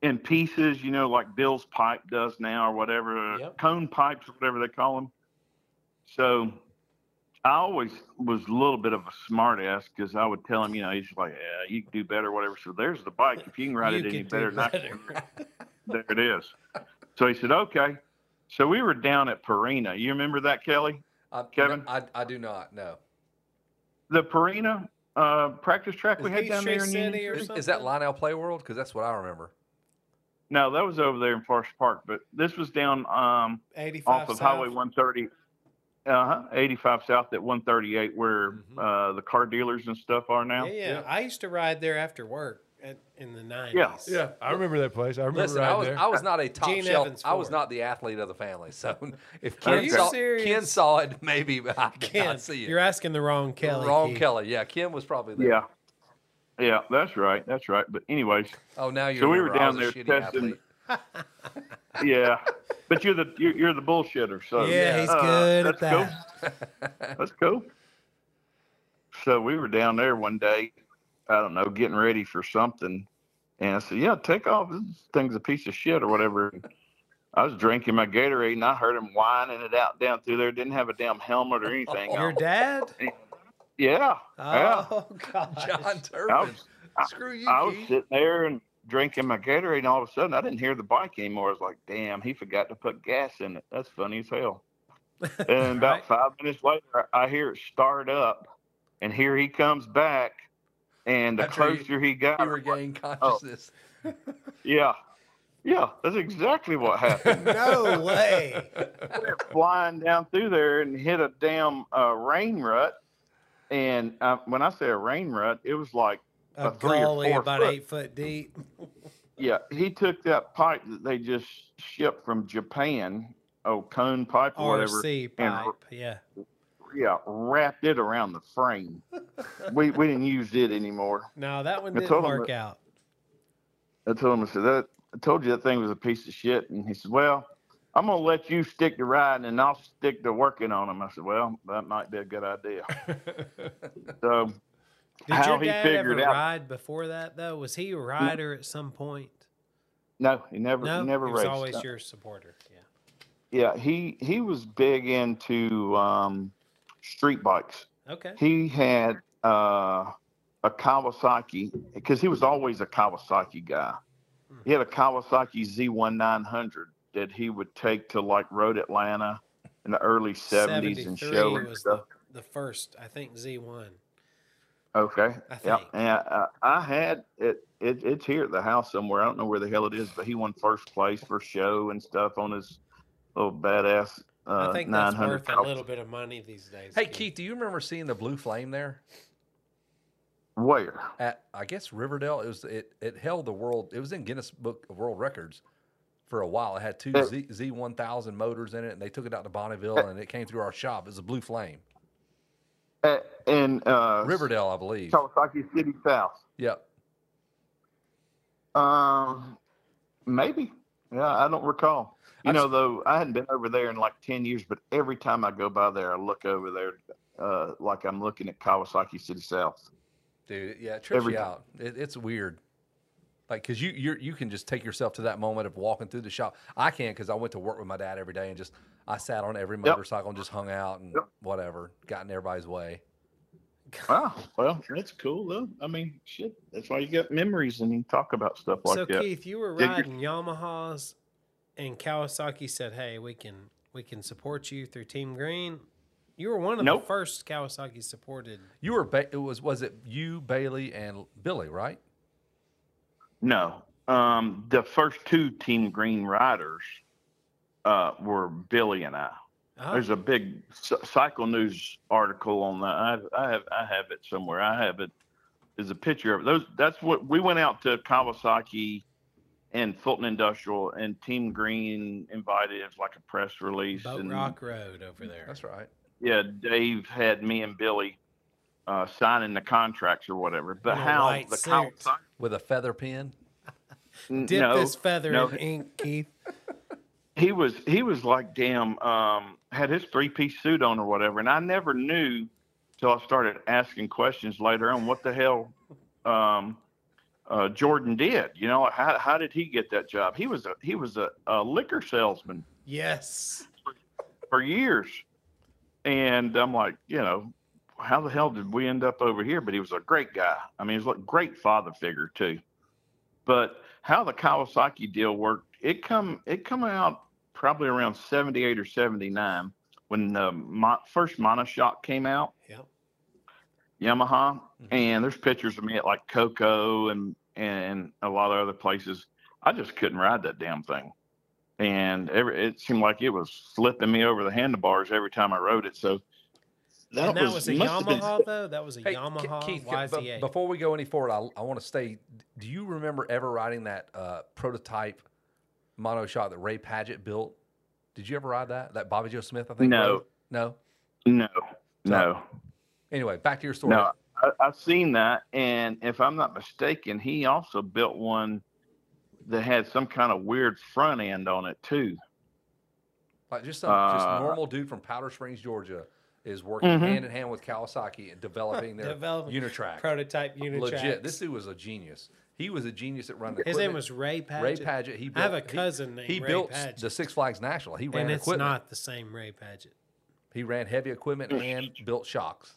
D: in pieces, you know, like Bill's pipe does now or whatever, uh,
B: Yep.
D: cone pipes or whatever they call them. So I always was a little bit of a smartass because I would tell him, you know, he's like, yeah, you can do better, whatever. So there's the bike. If you can ride
B: You
D: it any
B: could do
D: better, than I can
B: better. [laughs]
D: there it is. So he said, okay. So we were down at Perina. You remember that, Kelly?
A: I,
D: Kevin?
A: I, I do not know.
D: the Perina uh, practice track we had down
B: Peachtree
D: there in Union
B: City or
A: Is,
D: City?
A: is that
B: something?
A: Lionel Play World? Because that's what I remember.
D: No, that was over there in Forest Park, but this was down um,
B: 85
D: off of
B: South.
D: Highway 130, uh-huh, 85 South at 138, where
A: Mhm.
D: uh, the car dealers and stuff are
B: Yeah,
D: now.
B: Mm-hmm. yeah, I used to ride there after work at, in the nineties.
C: yeah, I remember that place. I remember
A: Listen,
C: riding
A: I was
C: there.
A: I was not a top
B: Gene
A: shelf.
B: Evans
A: I was
B: Ford.
A: not the athlete of the family. So [laughs] if Ken
D: you
A: saw Ken
B: serious?
A: saw it, maybe but I did
B: Ken,
A: not see it.
B: you're asking the wrong Kelly.
A: Wrong
B: Keith.
A: Kelly. Yeah, Ken was probably there.
D: yeah, yeah, that's right, that's right. But anyways,
A: Oh, now you
D: So we were
A: remember. I
D: down
A: was a
D: there
A: shitty
D: testing-
B: [laughs]
A: athlete.
D: yeah, but you're the you're, you're the bullshitter, so
B: Yeah, he's
D: uh,
B: good at
D: that's cool.
B: that.
D: That's cool. So we were down there one day, I don't know, getting ready for something. And I said, Yeah, take off. This thing's a piece of shit or whatever. I was drinking my Gatorade and I heard him whining it out down through there. Didn't have a damn helmet or anything.
B: Your
D: on.
B: dad?
D: Yeah. yeah.
B: Oh [laughs] God,
A: John
D: I
A: Turpin.
D: was, I-
A: Screw you,
D: I was
A: Keith.
D: sitting there and drinking my Gatorade and all of a sudden I didn't hear the bike anymore. I was like, Damn, he forgot to put gas in it. That's funny as hell.
A: [laughs]
D: And about
B: Right.
D: five minutes later, I hear it start up, and here he comes back. And the
A: After you-
D: closer he got,
A: You regained
D: oh,
A: consciousness.
D: yeah, yeah, that's exactly what happened. [laughs]
B: No way.
A: [laughs]
D: Flying down through there and hit a damn uh, rain rut. And uh, when I say a rain rut, it was like,
B: A
D: About three or
B: gully
D: four
B: about
D: foot.
B: eight foot deep.
D: yeah, he took that pipe that they just shipped from Japan, oh cone pipe or whatever,
B: RC
D: and
B: pipe. Yeah.
D: yeah, wrapped it around the
B: [laughs]
D: frame. we we didn't use it anymore.
B: No, that one
D: I
B: didn't
D: told him
B: work
D: that-
B: out.
D: I told him, I said, that, I told you that thing was a piece of shit. And he said, well, I'm gonna let you stick to riding and I'll stick to working on them. I said, well, that might be a
B: [laughs]
D: good idea. so
B: Did
D: how
B: your
D: he
B: dad ever
D: figured out?
B: ride before that though? Was he a rider at some point?
D: No, he never,
B: No,
D: he never
B: he was
D: raced. Uh,
B: always your supporter. Yeah.
D: yeah, he he was big into um, street bikes.
B: Okay.
D: He had uh, a Kawasaki because he was always a Kawasaki guy.
B: Hmm.
D: He had a Kawasaki Z1900 that he would take to like Road Atlanta in the early 70s
B: 73
D: and show and
B: was
D: stuff.
B: The, the first, I think, Z one.
D: Okay.
B: I
D: Yeah.
B: think.
D: And I, I had it, it. It's here at the house somewhere. I don't know where the hell it is, but he won first place for show and stuff on his little badass uh,
B: I think that's
D: 900.
B: worth a little bit of money these days.
A: Hey,
B: dude.
A: Keith, do you remember seeing the blue flame there
D: Where?
A: at I guess Riverdale? It was it it held the world. It was in Guinness Book of World Records for a while. It had two
D: Yeah.
A: Z Z one thousand motors in it, and they took it out to Bonneville, and it came through our shop. It was a blue flame,
D: At, in uh,
A: Riverdale, I believe.
D: Kawasaki City South.
A: Yep.
D: Um, maybe. Yeah, I don't recall. You
A: I've-
D: know, though, I hadn't been over there in like ten years, but every time I go by there, I look over there, uh, like I'm looking at Kawasaki City South.
A: dude. it- Yeah, it trips
D: Every
A: you
D: time.
A: out. It, it's weird. Like, cause you you you can just take yourself to that moment of walking through the shop. I can't, cause I went to work with my dad every day and just I sat on every motorcycle and just hung out and
D: Yep.
A: whatever, got in everybody's way.
D: Wow. Well, that's cool though. I mean, shit. That's why you got memories and you talk about stuff like
B: so
D: that.
B: Keith, you were
D: Did you-
B: riding Yamahas, and Kawasaki said, "Hey, we can we can support you through Team Green." You were one of
D: Nope.
B: the first Kawasaki supported.
A: You were ba- it was was it you Bailey and Billy right?
D: No. Um, the first two Team Green riders uh, were Billy and I.
B: Oh,
D: There's a big Cy- Cycle News article on that. I, I have I have it somewhere. I have it. There's a picture of it. those. That's what we went out to Kawasaki and Fulton Industrial, and Team Green invited. It was like a press release.
B: Boat
D: and,
B: Rock Road over there.
A: That's right.
D: yeah, Dave had me and Billy uh, signing the contracts or whatever. But
B: In a
D: how
B: white
D: the
B: suit.
D: Kawasaki?
A: With a feather pen.
D: n-
B: Dip
D: no,
B: this feather
D: no.
B: in ink, Keith.
D: he was he was like damn um, had his three piece suit on or whatever, and I never knew till I started asking questions later on what the hell um, uh, Jordan did. You know how how did he get that job? He was a he was a, a liquor salesman
B: Yes.
D: for years. And I'm like, you know, how the hell did we end up over here? But he was a great guy. I mean, he was a great father figure too. But how the Kawasaki deal worked, it come it come out probably around seventy eight or seventy nine when the mo- first monoshock came out.
B: Yeah.
D: Yamaha,
B: Mm-hmm.
A: Mhm.
D: and there's pictures of me at like Coco and and a lot of other places. I just couldn't ride that damn thing, and every it seemed like it was slipping me over the handlebars every time I rode it. So that,
B: and that was, a
D: must have been-
B: Yamaha though. That was a
A: Hey, Ke-
B: Yamaha
A: Keith, can- be-
B: YZA.
A: before we go any forward, I, I want to stay. Do you remember ever riding that uh, prototype mono shot that Ray Paget built? Did you ever ride that? That Bobby Joe Smith, I think.
D: No.
A: rode? No.
D: no, no,
A: Anyway, back to your story.
D: no. I, I've seen that, and if I'm not mistaken, he also built one that had some kind of weird front end on it too.
A: Like just some just
D: Uh,
A: normal dude from Powder Springs, Georgia, is working
D: Mhm.
A: hand in hand with Kawasaki and developing their
B: Developing
A: Unitrack.
B: prototype unit.
A: Legit,
B: tracks.
A: this dude was a genius. He was a genius at running.
B: His name
A: equipment.
B: was Ray Padgett.
A: Ray Paget. He
B: I
A: built,
B: have a cousin named
A: He, he
B: Ray
A: built
B: Padgett,
A: the Six Flags National. He ran
B: and it's
A: equipment.
B: not the same Ray Padgett.
A: He ran heavy equipment and built shocks.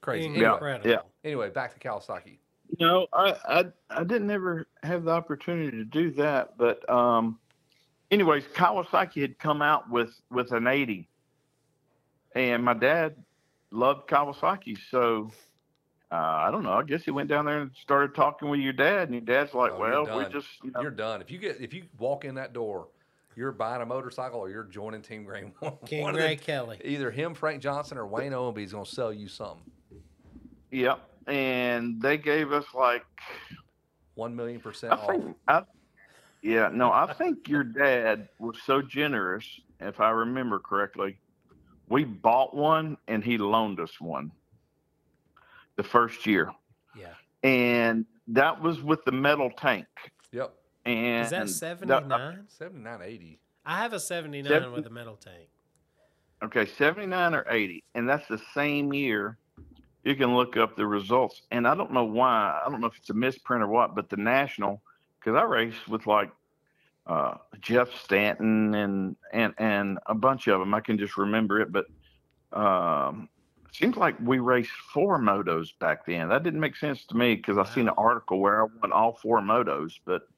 A: Crazy. Anyway,
B: Incredible.
D: yeah.
A: anyway, back to Kawasaki.
D: No, I, I I didn't ever have the opportunity to do that, but um, anyways, Kawasaki had come out with with an eighty, and my dad loved Kawasaki, so uh, I don't know. I guess he went down there and started talking with your dad, and your dad's like,
A: Oh, you're
D: "Well, we
A: done.
D: just you know,
A: You're done. If you get if you walk in that door, you're buying a motorcycle or you're joining Team Green. [laughs] One of
B: King
A: the-
B: Ray Kelly.
A: Either him, Frank Johnson, or Wayne Owenby is going to sell you something.
D: yep." And they gave us like
A: One million percent
D: I
A: off.
D: think, I, yeah, no, I think your dad was so generous, if I remember correctly. We bought one and he loaned us one the first year.
B: Yeah.
D: And that was with the metal tank.
A: Yep,
D: And
B: Is that
D: the-
B: seventy nine?
A: seventy nine eighty.
B: I have a 79
D: Seven-
B: with a metal tank.
D: Okay, 79 or 80, and that's the same year. You can look up the results, and I don't know why. I don't know if it's a misprint or what, but the national, because I raced with like uh, Jeff Stanton and and and a bunch of them. I can just remember it, but um, it seems like we raced four motos back then. That didn't make sense to me because I seen an article where I won all four motos, but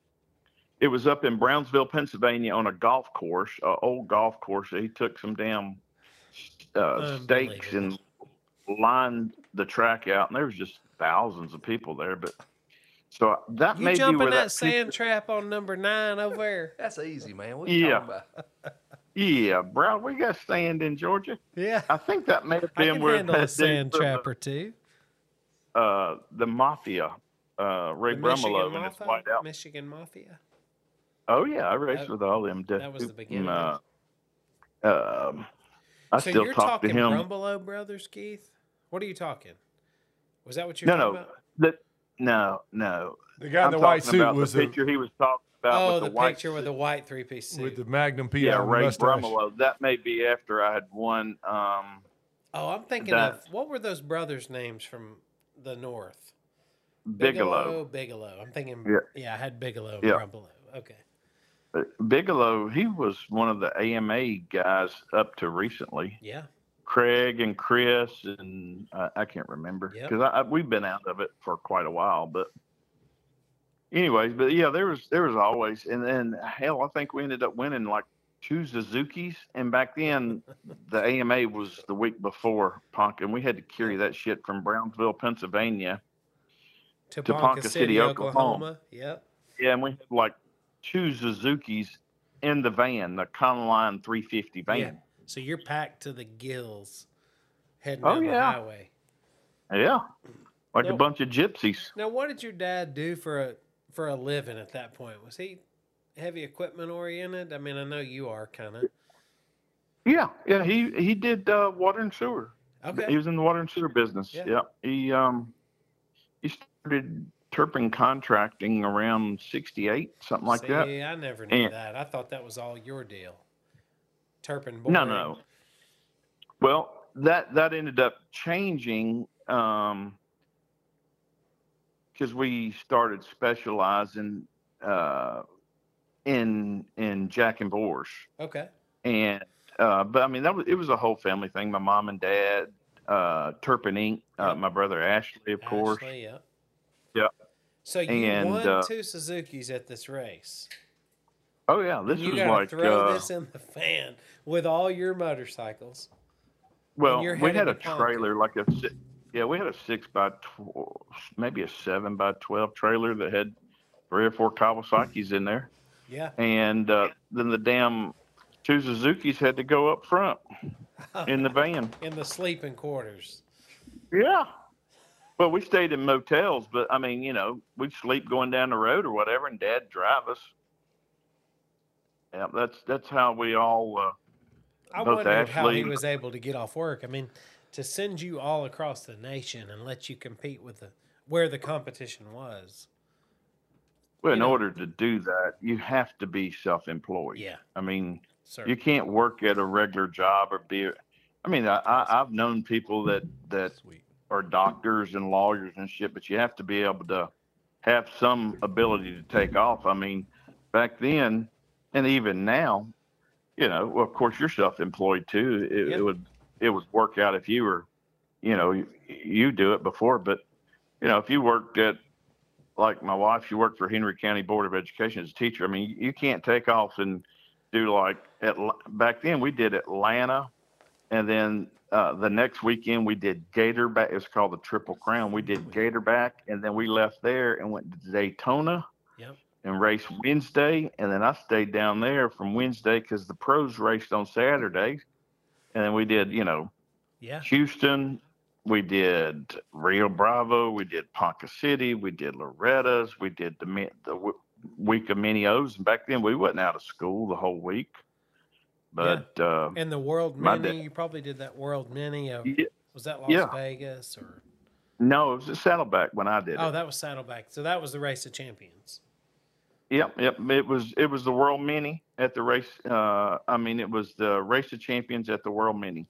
D: it was up in Brownsville, Pennsylvania, on a golf course, a old golf course. He took some damn uh, stakes and lined the track out, and there was just thousands of people there. But so that
B: You
D: may be
B: jumping
D: where
B: that,
D: that picture-
B: sand trap on number nine over there?
D: [laughs]
A: That's easy, man. What are you
D: Yeah.
A: talking about?
D: Yeah, Brown, we got sand in Georgia.
B: Yeah.
D: I think that may have
B: I
D: been
B: can
D: where
B: handle
D: that
B: a
D: dude
B: sand
D: from the-
B: trap or two.
D: Uh, the mafia, uh, Ray
B: The Michigan
D: Brummelow and his
B: Mafia-
D: white out.
B: Michigan Mafia.
D: Oh yeah, I raced
B: That-
D: with all them.
B: that was the beginning.
D: Uh, um, I
B: so
D: still
B: you're
D: talk to
B: talking
D: him.
B: Brumbelow Brothers, Keith? What are you talking? Was that what you're
D: no,
B: talking
D: no,
B: about?
D: the, no, no.
C: The guy
D: I'm
C: in the white
D: talking
C: suit
D: about
C: was uh,
D: the
C: the,
D: picture he was talking about.
B: oh,
D: with
B: the,
D: the, white
B: picture with
D: suit.
B: the white three piece suit.
C: with the Magnum PI
D: yeah, Ray
C: mustache.
D: Brummelow. That may be after I had won. Um,
B: oh, I'm thinking
D: that-
B: of what were those brothers' names from the north? Bigelow.
D: Bigelow.
B: Bigelow. I'm thinking. Yeah,
D: Yeah.
B: I had Bigelow.
D: Yeah.
B: Yeah. Brumbelow. Okay.
D: Bigelow, he was one of the AMA guys up to recently.
B: Yeah.
D: Craig and Chris, and uh, I can't remember
B: Yep.
D: because I, I, we've been out of it for quite a while. But, anyways, but yeah, there was there was always, and then hell, I think we ended up winning like two Suzuki's, and back then the AMA was the week before Ponca, and we had to carry that shit from Brownsville, Pennsylvania.
B: To
D: Ponca City, Oklahoma.
B: Yep.
D: Yeah, and we had like two Suzuki's in the van, the Conline 350 van.
B: Yeah. So you're packed to the gills, heading
D: Oh,
B: down
D: yeah.
B: the highway.
D: Yeah. Like a
B: Nope.
D: bunch of gypsies.
B: Now, what did your dad do for a for a living at that point? Was he heavy equipment oriented? I mean, I know you are kind of.
D: Yeah. Yeah. He he did uh, water and sewer. He
B: Okay.
D: was in the water and sewer business.
B: Yeah.
D: Yeah. He um he started Turpin contracting around sixty eight, something like
B: See,
D: that.
B: I never knew
D: And-
B: that. I thought that was all your deal. Turpin boring.
D: No, no. Well, that that ended up changing um because we started specializing uh in in Jack and Boers.
B: Okay.
D: and uh, but I mean that was it was a whole family thing. My mom and dad, uh, Turpin Inc., uh, my brother Ashley, of course.
B: Ashley, yeah.
D: Yeah.
B: So you
D: And,
B: won
D: uh,
B: two Suzuki's at this race.
D: Oh yeah, this
B: you
D: was
B: gotta
D: like
B: throw
D: uh,
B: this in the fan with all your motorcycles.
D: well,
B: and you're
D: we
B: headed
D: had
B: to
D: a
B: Ponca.
D: trailer like a si- yeah, we had a six by twelve, maybe a seven by twelve trailer that had three or four Kawasaki's in there,
B: Yeah.
D: and uh, then the damn two Suzuki's had to go up front in the van.
B: In the sleeping quarters.
D: Yeah. Well, we stayed in motels, but I mean, you know, we'd sleep going down the road or whatever, and Dad drive us. Yeah, that's that's how we all. Uh,
B: I
D: Both
B: wondered how
D: Ashley
B: he
D: and-
B: was able to get off work. I mean, to send you all across the nation and let you compete with the where the competition was.
D: well, in
B: You know.
D: order to do that, you have to be self-employed.
B: Yeah,
D: I mean,
B: sir.
D: you can't work at a regular job or be. I mean, I, I, I've known people that that
A: Sweet.
D: are doctors and lawyers and shit, but you have to be able to have some ability to take off. I mean, back then and even now, you know, well, of course you're self-employed too. It,
B: Yeah.
D: it would it would work out if you were, you know, you, you do it before, but you know, if you worked at like my wife, she worked for Henry County Board of Education as a teacher. I mean, you can't take off and do like at back then we did Atlanta, and then uh, the next weekend we did Gatorback. It's called the Triple Crown. We did Gatorback, and then we left there and went to Daytona.
B: Yep.
D: And raced Wednesday, and then I stayed down there from Wednesday because the pros raced on Saturday, and then we did you know
B: yeah,
D: Houston. We did Rio Bravo. We did Ponca City. We did Loretta's. We did the mi- the w- week of many O's. And back then, we wasn't out of school the whole week. But uh,
B: and the world
D: My
B: mini.
D: dad-
B: You probably did that world mini of
D: yeah,
B: was that Las
D: yeah.
B: Vegas or
D: no, it was a Saddleback when I did
B: oh
D: it.
B: that was Saddleback. So that was the race of champions.
D: Yep, yep. It was it was the World Mini at the race. Uh, I mean, it was the Race of Champions at the World Mini,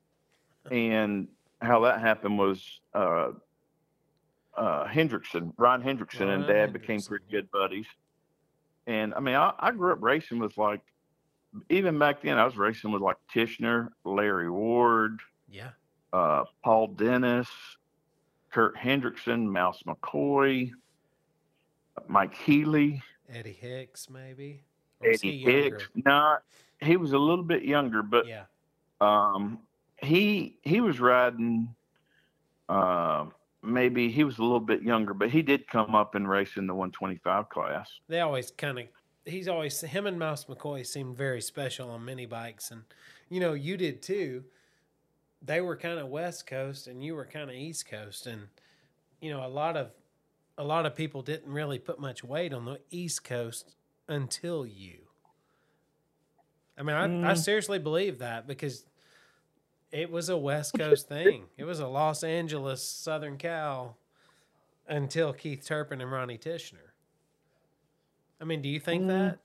D: and how that happened was uh, uh, Hendrickson, Ron Hendrickson, and
B: Ron
D: Dad became
B: Hendrickson,
D: pretty
B: yeah.
D: good buddies. And I mean, I, I grew up racing with like, even back then, I was racing with like Tishner, Larry Ward,
B: Yeah.
D: uh, Paul Dennis, Kurt Hendrickson, Mouse McCoy, Mike Healy.
B: Eddie Hicks, maybe. Or was
D: Eddie
B: he younger?
D: Hicks. No, he was a little bit younger, but
B: Yeah.
D: um, he he was riding. Uh, maybe he was a little bit younger, but he did come up and race in the 125 class.
B: They always kind of. He's always him and Mouse McCoy seemed very special on mini bikes, and you know you did too. They were kind of West Coast, and you were kind of East Coast, and you know a lot of a lot of people didn't really put much weight on the East Coast until you. I mean, I, I seriously believe that because it was a West Coast thing. It was a Los Angeles Southern Cal until Keith Turpin and Ronnie Tishner. I mean, do you think that?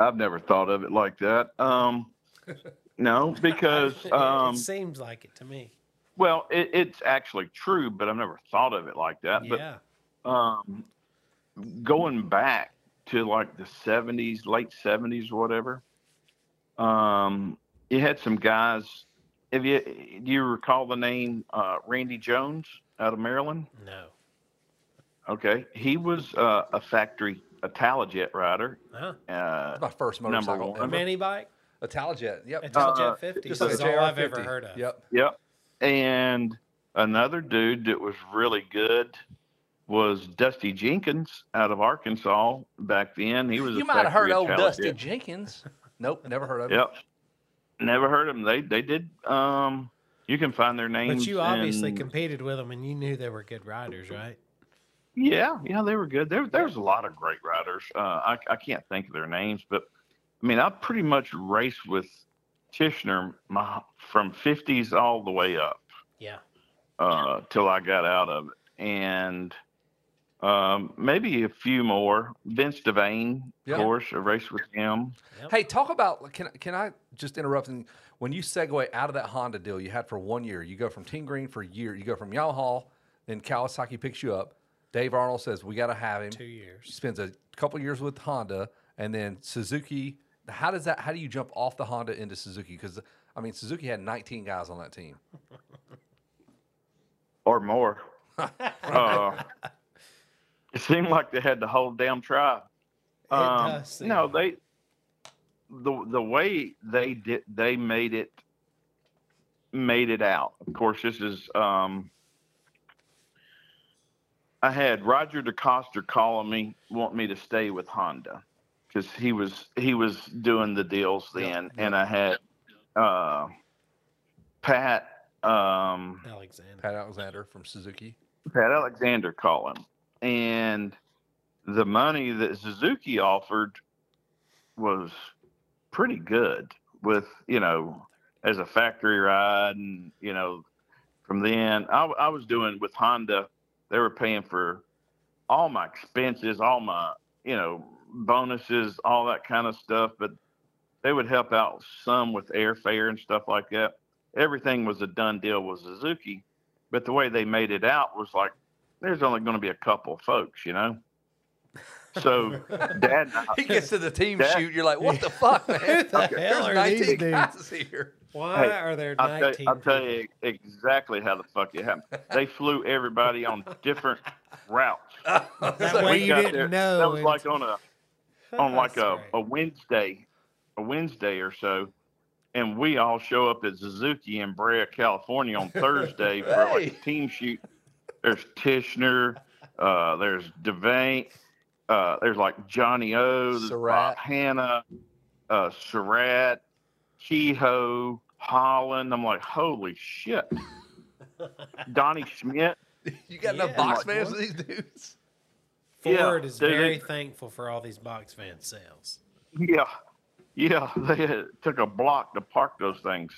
D: I've never thought of it like that.
B: [laughs]
D: Um, no, because um,
B: it seems like it to me.
D: well, it, it's actually true, but I've never thought of it like that. But
B: Yeah.
D: um, going back to like the 70s, late 70s, whatever, um, you had some guys. If you do you recall the name uh, Randy Jones out of Maryland?
B: No.
D: Okay, he was uh, a factory Italojet rider.
B: Huh?
D: Uh,
A: That's my first
D: Number
A: motorcycle.
D: one.
B: A
A: ever.
B: mini bike?
A: Italojet. Yep.
B: It's a
D: Uh,
B: Jet 50.
A: Just
B: This
A: like
B: is
A: a
B: all
A: JR50.
B: I've ever heard of.
A: Yep.
D: yep, and another dude that was really good was Dusty Jenkins out of Arkansas back then. He was a
A: You might have heard
D: factory
A: old
D: Italojet.
A: Dusty Jenkins. Nope, never heard of him.
D: Yep. Never heard of them. They they did. Um, you can find their names.
B: But you obviously
D: and-
B: competed with them, and you knew they were good riders, right?
D: Yeah, yeah, they were good. There there's a lot of great riders. Uh, I I can't think of their names, but I mean I pretty much raced with Tishner my, from 50s all the way up.
B: Yeah.
D: uh, till I got out of it, and um, maybe a few more. Vince Devane,
A: Yeah.
D: of course, I raced with him.
A: Hey, talk about can can I just interrupt? And when you segue out of that Honda deal you had for one year, you go from Team Green for a year, you go from Yamaha, then Kawasaki picks you up. Dave Arnold says we got to have him.
B: Two
A: He
B: years.
A: spends a couple years with Honda, and then Suzuki. How does that? How do you jump off the Honda into Suzuki? Because I mean, Suzuki had 19 guys on that team.
B: [laughs]
D: or more. uh, it seemed like they had the whole damn tribe.
B: It
D: Um,
B: does seem
D: no,
B: like
D: they the the way they did they made it made it out. Of course, this is um, I had Roger DeCoster calling me, want me to stay with Honda because he was he was doing the deals
B: Yeah,
D: then,
B: yeah.
D: and I had uh, Pat. Um,
B: Alexander.
A: Pat Alexander from Suzuki.
D: Pat Alexander call him. And the money that Suzuki offered was pretty good with, you know, as a factory ride and, you know, from then I, I was doing with Honda, they were paying for all my expenses, all my, you know, bonuses, all that kind of stuff, but they would help out some with airfare and stuff like that. Everything was a done deal with Suzuki but the way they made it out was like there's only going to be a couple folks, you know. So dad, and I-
A: He gets to the team
D: That-
A: shoot. You're like, what the fuck,
B: Who
A: man?
B: the hell
A: There's
B: are
A: 19
B: these dudes?
A: guys here.
B: Why
D: Hey,
B: are there
D: I'll tell,
B: 19
D: I'll tell
B: people?
D: you exactly how the fuck it happened. They flew everybody on different routes.
B: That
A: So-
B: way
D: we
B: you
D: got
B: didn't
D: there-
B: know.
D: That was like
B: until-
D: on a [laughs] on like
B: That's
D: a,
B: great.
D: a Wednesday, a Wednesday or so, and we all show up at Suzuki in Brea, California on Thursday for
A: Hey.
D: like a team shoot. There's Tishner, uh, there's Devane, uh, there's like Johnny O, there's
A: Surratt.
D: Bob Hanna, uh, Surratt, Kehoe, Holland. I'm like, holy shit. Donnie Schmidt.
A: You got
B: Yeah.
A: enough box
B: Like,
A: fans
B: what?
A: for these dudes?
D: Yeah,
B: Ford is
D: dude.
B: very thankful for all these box van sales.
D: Yeah. Yeah. [laughs] They had- took a block to park those things.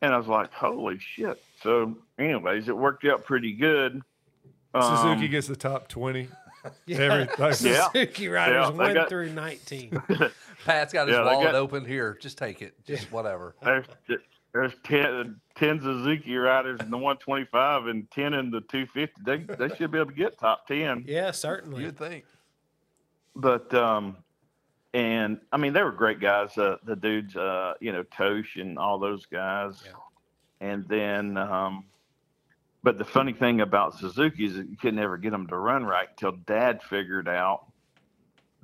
D: And I was like, holy shit. So, anyways, it worked out pretty good. Um,
C: Suzuki gets the top 20.
B: Yeah. [laughs]
D: [laughs]
C: Everything. [laughs]
D: Yeah.
B: Suzuki riders
D: Yeah, they
B: one
D: got-
B: through nineteen.
D: [laughs]
A: Pat's got his
D: Yeah, they
A: wallet
D: got-
A: open here. Just take it. Just whatever.
D: There's there's 10, 10 Suzuki riders in the 125 and 10 in the 250. They, they should be able to get top 10.
B: Yeah, certainly.
A: You'd think.
D: but um and i mean they were great guys uh, the dudes uh you know tosh and all those guys
B: Yeah.
D: and then um but the funny thing about suzuki is that you could never get them to run right until dad figured out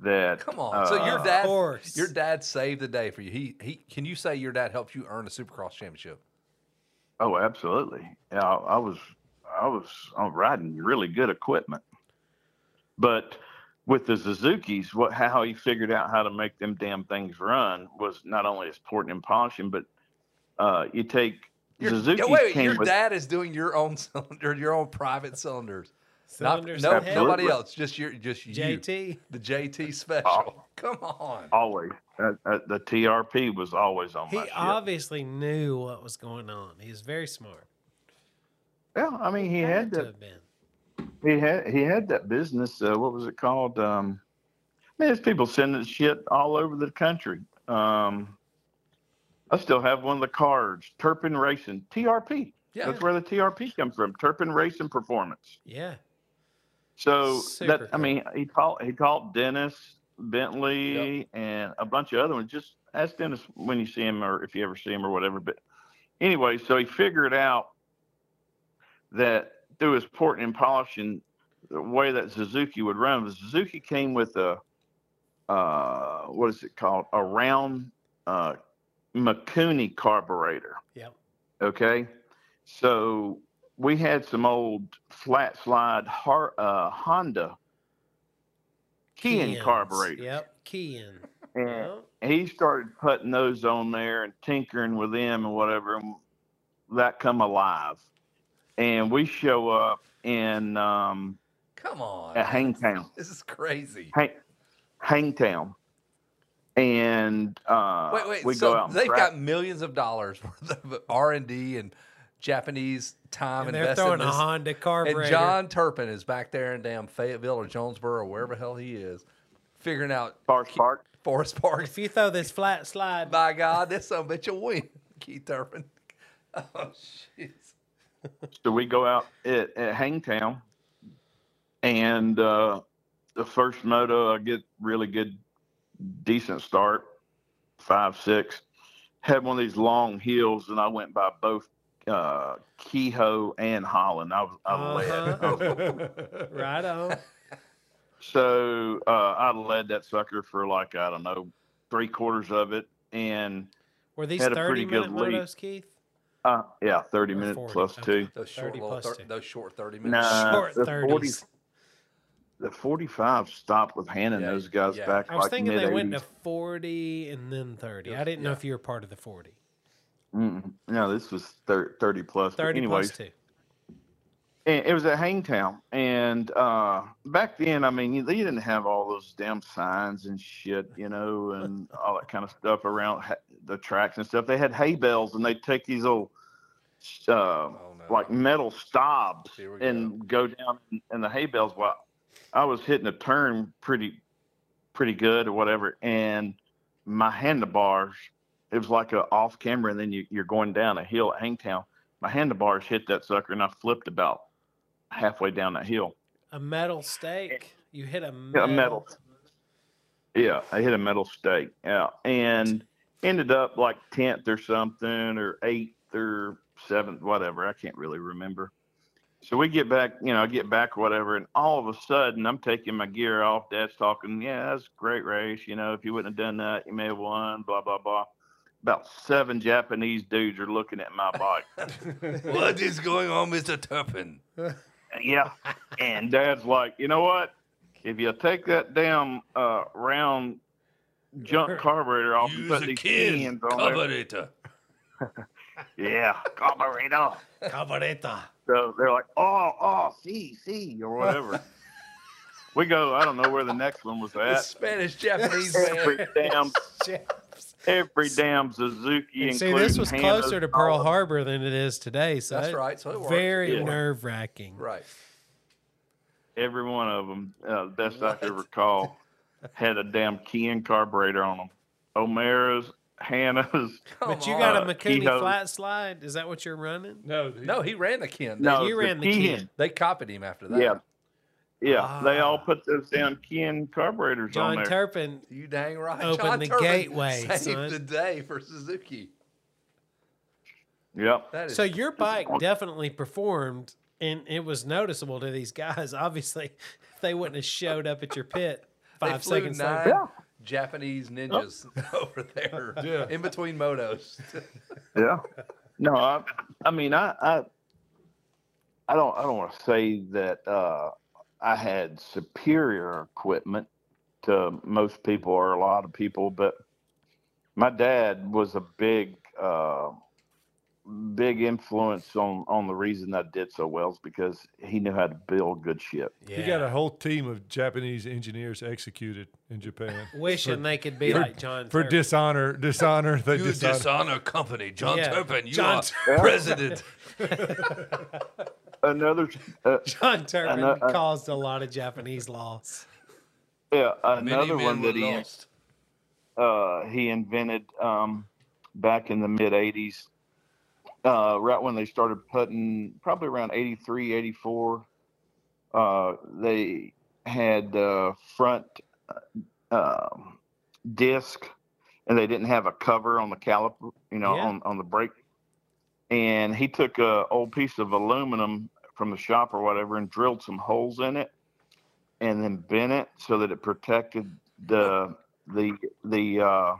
D: that
A: Come on. So your
D: uh,
A: dad,
B: course.
A: your dad saved the day for you. He he. Can you say your dad helped you earn a Supercross championship?
D: oh absolutely yeah i, I was i was I'm riding really good equipment but with the Suzuki's, what how he figured out how to make them damn things run was not only his porting and polishing, but uh, you take
A: Your,
D: Suzuki
A: yeah, wait, wait,
D: came
A: your
D: with
A: dad is doing your own [laughs] cylinder, your own private cylinders. Not,
B: Cylinders
A: no,
B: and head.
A: nobody
D: Absolutely.
A: else. Just your, just you.
B: JT.
A: The JT special.
D: Oh.
A: Come on.
D: always uh, uh, the TRP was always on
B: He
D: Oh my ship.
B: obviously knew what was going on. He was very smart.
D: yeah, I mean he had
B: to
D: that
B: have been.
D: he had he had that business. Uh, what was it called? Um, I mean, there's people sending shit all over the country. Um, I still have one of the cards, Turpin Racing TRP.
A: Yeah.
D: That's where the TRP comes from, Turpin Racing Performance.
B: Yeah.
D: So
B: Super
D: that I
B: cool.
D: mean, he called he called Dennis Bentley and a bunch of other ones. Just ask Dennis when you see him or if you ever see him or whatever. But anyway, so he figured out that through his porting and polishing, the way that Suzuki would run. The Suzuki came with a uh, what is it called? A round uh, Makuni carburetor.
B: Yep.
D: Okay. So we had some old flat slide har- uh, Honda Kian
B: Kians.
D: carburetor.
B: Yep. Kian.
D: And he started putting those on there and tinkering with them and whatever. And that come alive. And we show up in um,
A: Come on.
D: at Hangtown.
A: This is crazy.
D: Hang- Hangtown. And uh,
A: Wait, wait.
D: we
A: so
D: go out. and
A: they've
D: prac-
A: got millions of dollars [laughs] worth of R and D and Japanese time
B: And they're
A: invested.
B: throwing
A: in
B: a
A: this.
B: Honda carburetor.
A: And John Turpin is back there in damn Fayetteville or Jonesboro or wherever the hell he is, figuring out
D: Forest Park.
A: Forest [laughs] Park.
B: if you throw this flat slide,
A: By God, this son of a bitch will win, [laughs] Keith Turpin. Oh
B: [laughs]
A: shit.
D: So we go out at, at Hangtown, and uh, the first moto I get really good, decent start, five six. Had one of these long hills, and I went by both uh, Kehoe and Holland. I was I led.
B: [laughs] Uh-huh. right on.
D: So uh, I led that sucker for like I don't know three quarters of it, and
B: Were these
D: Had a
B: thirty
D: pretty
B: minute
D: good lead.
B: motos, Keith?
D: uh, yeah, thirty
B: Or
D: minutes
B: 40,
D: plus
B: okay.
D: two.
A: Those short
B: 30
A: little
B: plus
A: thir-
B: two.
A: those short thirty minutes.
D: Nah,
B: Short
D: Uh, the
B: 30s.
D: 40 the forty-five stopped with Hannah
A: Yeah,
D: and those guys
A: yeah.
D: back
B: I was
D: like
B: thinking
D: mid
B: they went to
D: eighties.
B: forty and then thirty. I didn't know
A: Yeah.
B: if you were part of the forty.
D: No, this was thir- thirty plus. but
B: Thirty
D: anyways,
B: plus two.
D: and it was at Hangtown, and uh, back then, I mean, you, they didn't have all those damn signs and shit, you know, and all that kind of stuff around ha- the tracks and stuff. They had hay bales, and they'd take these old. Uh,
A: Oh, no.
D: like metal stobs
A: Here we go.
D: [laughs] and go down in the hay bales. Well, I was hitting a turn pretty, pretty good or whatever, and my handlebars. It was like a off camera, and then you, you're going down a hill at Hangtown. My handlebars hit that sucker, and I flipped about halfway down that hill.
B: A metal stake. You hit a metal.
D: Yeah, metal. Yeah, I hit a metal stake. Yeah, and ended up like tenth or something, or eighth or seventh, whatever. I can't really remember. So we get back, you know, I get back, whatever, and all of a sudden I'm taking my gear off. Dad's talking, yeah, that's a great race. You know, if you wouldn't have done that, you may have won. Blah blah blah. About seven Japanese dudes are looking at my bike.
A: What is going on, Mister Turpin?
D: yeah. And dad's like, you know what? If you take that damn uh, round junk carburetor off and put these cans on there,
A: carburetor.
D: yeah, carburetor.
B: Cabareta.
D: So they're like, oh, oh, see, see, or
B: [laughs]
D: whatever. we go. I don't know where the next one was
A: The
D: at.
A: Spanish
D: [laughs]
A: Japanese man.
D: Every
B: [laughs]
D: damn, every damn Suzuki.
B: And see,
D: including
B: this was
D: Hannah's,
B: closer to
D: all
B: Pearl
D: of
B: Harbor than it is today. So
A: That's
B: it-
A: right, so it worked.
B: very
D: Yeah.
B: nerve wracking.
A: Right.
D: every one of them, uh, best I can recall, had a damn Kian carburetor on them. O'Mara's, Hannah's.
B: [laughs] But you got a
D: Uh,
B: Makuni
D: Kehoe.
B: flat slide? Is that what you're running?
C: No,
A: No, he ran the Ken. They-
D: No,
B: you ran the
D: Keehan.
B: Keehan.
A: They copied him after that.
D: Yeah. Yeah, they all
B: Ah.
D: put those damn Kian carburetors
B: John
D: on there.
B: Turpin.
A: You dang right.
B: Open
A: John
B: the
A: Turbin
B: gateway,
A: Saved
B: son.
A: the day for Suzuki.
D: yep.
A: That is
B: So your bike definitely performed, and it was noticeable to these guys. [laughs] Obviously, they wouldn't have showed up at your
D: [laughs]
B: pit
A: they
B: five
A: flew
B: seconds
A: nine
B: later.
A: Japanese ninjas [laughs] over
B: [laughs]
A: there
C: Yeah.
A: in between motos.
D: Yeah. No, I, I mean, I, I, I don't, I don't want to say that uh, I had superior equipment to most people or a lot of people, but my dad was a big, uh, big influence on on the reason I did so well is because he knew how to build good shit.
C: He got a whole team of Japanese engineers executed
A: [laughs]
C: in Japan
B: Wishing they could be like John
C: for
B: Turpin.
C: dishonor. Dishonor. They dishonor.
A: company, John
B: Yeah. Turpin, you John are
A: president.
D: Another, uh,
B: [laughs] John Turpin
D: know- I-
B: caused a lot of Japanese loss.
D: yeah, [laughs] another one that he uh, he invented um, back in the mid 80s, uh, right when they started putting, probably around 83, 84. Uh, they had uh, front uh, um, disc and they didn't have a cover on the caliper, you know,
B: Yeah.
D: on, on the brake. And he took a old piece of aluminum from the shop or whatever and drilled some holes in it and then bent it so that it protected the the the uh,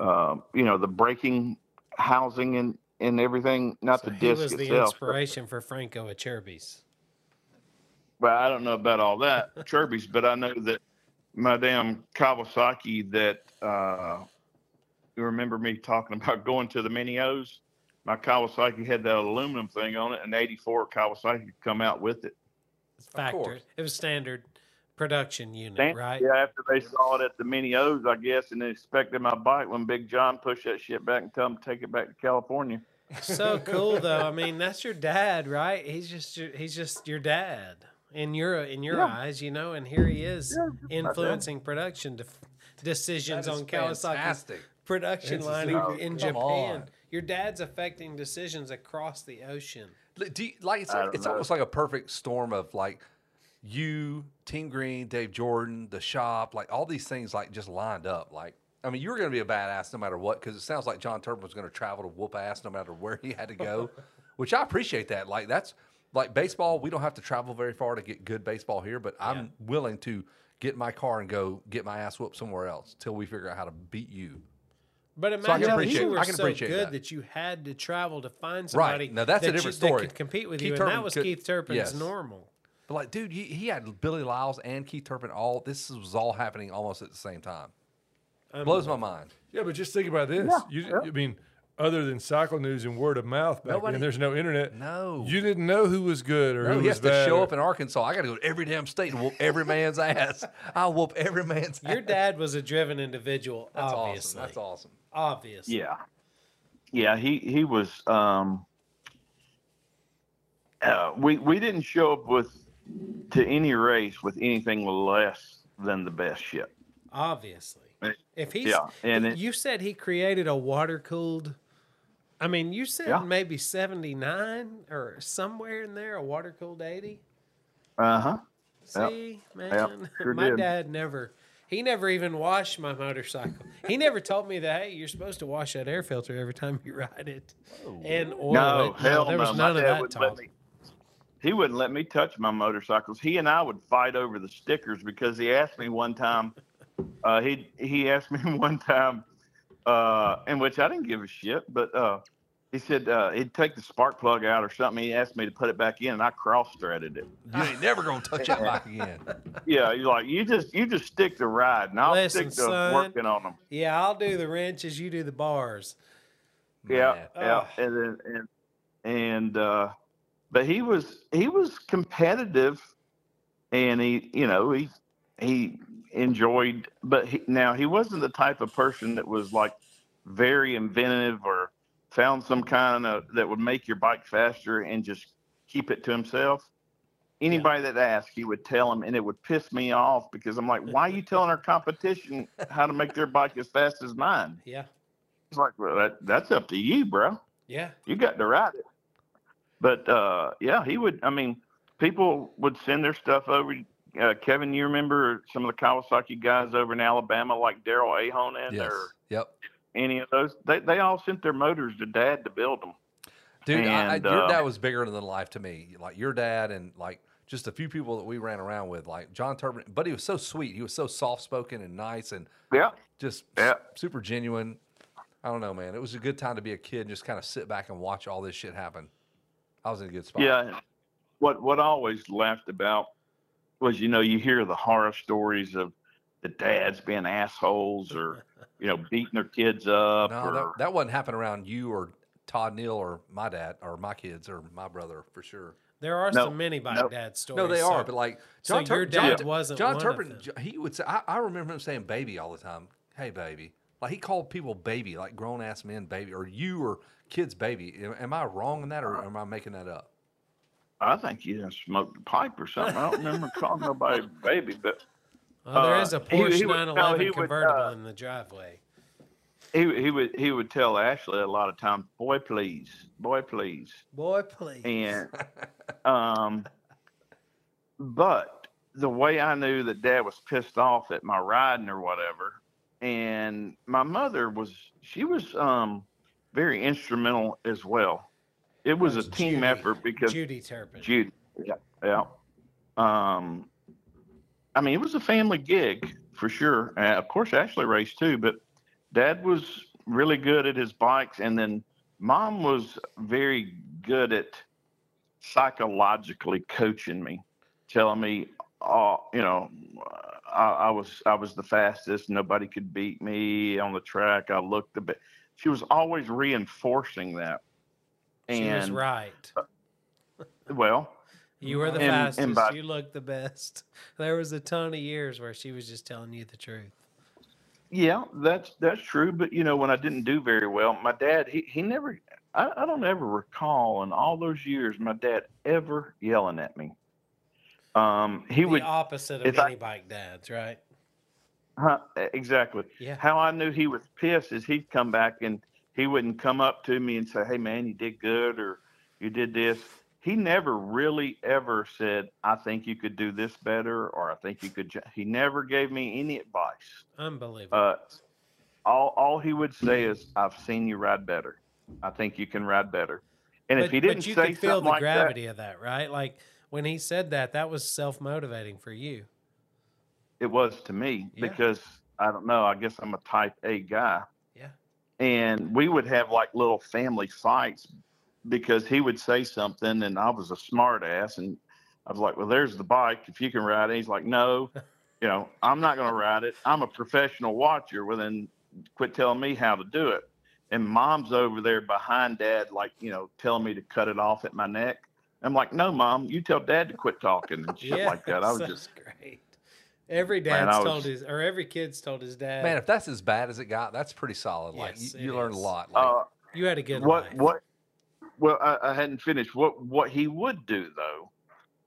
D: uh, you know the braking housing and and everything not
B: So
D: the
B: he
D: disc
B: was the
D: itself but-
B: inspiration for Franco Acherby's.
D: Well, I don't know about all
B: [laughs]
D: that, Cherbys, but I know that my damn Kawasaki that uh, you remember me talking [laughs] about going to the Minios. My Kawasaki had that aluminum thing on it, and '84 Kawasaki come out with it.
B: Factor.
A: course.
B: It was standard production unit,
D: Damn,
B: right?
D: Yeah, after they saw it at the Minios, I guess, and they inspected my bike when Big John pushed that shit back and told him to take it back to California.
B: So cool though. I mean, that's your dad, right? He's just your, he's just your dad in your in your
D: Yeah.
B: eyes, you know. And here he is
D: Yeah, just
B: influencing production def decisions on Kawasaki's
A: Fantastic.
B: production
C: It's
B: line
C: just-
B: in, in
A: Come
B: Japan.
A: on.
B: Your dad's affecting decisions across the ocean.
A: Like, Do you, like it's,
D: I don't
A: it's
D: know.
A: almost like a perfect storm of like you, Team Green, Dave Jordan, the shop, like all these things like just lined up. Like I mean, you were going to be a badass no matter what because it sounds like John Turpin was going to travel to whoop ass no matter where he had to go,
D: [laughs]
A: which I appreciate that. Like that's like baseball, we don't have to travel very far to get good baseball here, but I'm willing to get in my car and go get my ass whooped somewhere else till we figure out how to beat you.
B: But
A: I can
B: imagine if
A: appreciate-
B: you were
A: I can
B: so
A: appreciate
B: good
A: that.
B: that. you had to travel to find somebody
A: Now, that's a
B: that
A: different
B: you,
A: story.
B: that could compete with
A: Keith
B: you, and
A: Turpin
B: that was
A: could-
B: Keith Turpin's
A: yes.
B: normal.
A: [laughs] But like, dude, he, he had Billy Lyles and Keith Turpin all. This was all happening almost at the same time. Blows my mind.
C: Yeah, but just think about this. you, I mean, other than cycle news and word of mouth back
A: Nobody-
C: then, there's no internet.
A: No.
C: you didn't know who was good or
A: No,
C: who
A: he
C: was
A: has to
C: bad.
A: show
C: or-
A: up in Arkansas. I got to go to every damn state and whoop every man's ass. I whoop every man's
B: Your
A: ass.
B: dad was a driven individual,
A: That's
B: obviously.
A: awesome. That's awesome.
B: Obviously.
D: Yeah. Yeah, he he was um uh, we we didn't show up with to any race with anything less than the best ship.
B: Obviously.
D: Eh,
B: If he's
D: Yeah, and it,
B: you said he created a water cooled I mean, you said
D: Yeah.
B: maybe seventy nine or somewhere in there, a water cooled eighty.
D: uh-huh. Yeah.
B: See,
D: Yeah,
B: man.
D: sure
B: my
D: did.
B: dad never he never even washed my motorcycle. he never told me that hey, you're supposed to wash that air filter every time you ride it. And oil
D: No,
B: it.
D: hell
B: there
D: no.
B: was
D: My
B: none of
D: dad
B: that
D: wouldn't let
B: talk.
D: me- he wouldn't let me touch my motorcycles. He and I would fight over the stickers because he asked me one
B: [laughs]
D: time. Uh, he he asked me [laughs] one time, uh, in which I didn't give a shit. But uh, he said uh, he'd take the spark plug out or something. He asked me to put it back in, and I cross-threaded it.
A: You ain't never gonna touch that bike again.
D: [laughs] Yeah, he's like, you just you just stick to ride, and I'll
B: Listen,
D: stick to
B: son.
D: working on them.
B: Yeah, I'll do the wrenches, you do the bars.
D: Yeah,
A: Man.
D: yeah,
B: Ugh.
D: and then and and uh, but he was he was competitive, and he you know he he enjoyed, but he, now he wasn't the type of person that was like very inventive or found some kind of that would make your bike faster and just keep it to himself. Anybody that asked, you would tell them, and it would piss me off because I'm like, why are you telling our competition how to make their bike as fast as mine?
B: Yeah.
D: It's like, well, that, that's up to you, bro.
B: Yeah.
D: You got to ride it. But uh, yeah, he would. I mean, people would send their stuff over. Uh, Kevin, you remember some of the Kawasaki guys over in Alabama, like Daryl Ahonen
A: Yes.
D: or
A: Yep.
D: any of those? They they all sent their motors to Dad to build them.
A: Dude, I, I,
D: And,
A: your
D: uh,
A: dad was bigger than life to me. Like your dad and like just a few people that we ran around with, like John Turbin. But he was so sweet. He was so soft spoken and nice and
D: Yeah,
A: just
D: Yeah.
A: super genuine. I don't know, man. It was a good time to be a kid and just kind of sit back and watch all this shit happen. I was in a good spot.
D: Yeah. What what I always laughed about was, you know, you hear the horror stories of the dads being assholes or, you know, beating their kids up
A: No,
D: or
A: that, that wasn't happening around you or Todd Neal or my dad or my kids or my brother for sure.
B: There are
D: No,
B: some mini bike
D: no.
B: dad stories.
A: No, they
B: so-
A: are, but like
B: so
A: John, Tur-
B: your
A: John-
B: dad wasn't
A: John
B: one of
A: Turpin.
B: them.
A: J- He would say, I, I remember him saying "baby" all the time. Hey, baby. Like he called people "baby," like grown ass men "baby," or you or kids "baby." Am- Am I wrong in that,
B: Uh-huh.
A: or am I making that up?
D: I think you done smoked a pipe or something. I don't remember calling nobody baby, but
B: Oh, there is a
D: Uh, he- he
B: Porsche
D: would- no,
B: 911
D: he would,
B: convertible
D: uh,
B: in the driveway.
D: he he would he would tell Ashley a lot of times, boy please, boy please.
B: Boy, please.
D: And um but the way I knew that dad was pissed off at my riding or whatever, and my mother was she was um very instrumental as well. It was a
B: That's
D: team
B: Judy.
D: effort because
B: Judy Turpin.
D: Judy. Yeah. Yeah. Um, I mean, it was a family gig for sure. Uh, of course, Ashley raced too, but dad was really good at his bikes. And then mom was very good at psychologically coaching me, telling me, oh, you know, I, I was, I was the fastest. Nobody could beat me on the track. I looked the best. She was always reinforcing that.
B: she
D: and
B: was right.
D: well,
B: You were the
D: And- and
B: fastest.
D: by-
B: you looked the best. [laughs] There was a ton of years where she was just telling you the truth.
D: Yeah, that's that's true. But you know, when I didn't do very well, my dad he he never. I, I don't ever recall in all those years my dad ever yelling at me. Um, he
B: the
D: would
B: opposite of
D: if I-
B: mini bike dads, right?
D: huh, e, exactly.
B: Yeah.
D: How I knew he was pissed is he'd come back and he wouldn't come up to me and say, "Hey man, you did good," or "You did this." He never really ever said, "I think you could do this better," or "I think you could." ju-" He never gave me any advice.
B: Unbelievable.
D: uh, all all he would say is, "I've seen you ride better. I think you can ride better." And if he didn't
B: you
D: say
B: could feel
D: something
B: the
D: like
B: gravity of that, right? Like when he said that, that was self motivating for you.
D: that, it was to me
B: Yeah.
D: because I don't know. I guess I'm a type A guy.
B: Yeah.
D: And we would have like little family fights because he would say something, and I was a smart ass, and I was like, "Well, there's the bike. If you can ride it," he's
B: [laughs]
D: like, "No." You know, I'm not going to ride it. I'm a professional watcher. Well, then quit telling me how to do it. And mom's over there behind dad, like, you know, telling me to cut it off at my neck. I'm like, no, mom, you tell dad to quit talking and shit like
B: [laughs]
D: that. I was
B: that's
D: just,
B: great. Every
D: Man,
B: dad's
D: I was-
B: told his, or every kid's told his dad,
A: Man, if that's as bad as it got, that's pretty solid. Like
B: Yes,
A: you, you
B: it
A: learned a
B: is.
A: lot. Like,
D: uh,
B: you had a good
D: what,
B: life.
D: what, well, I, I hadn't finished. What, what he would do though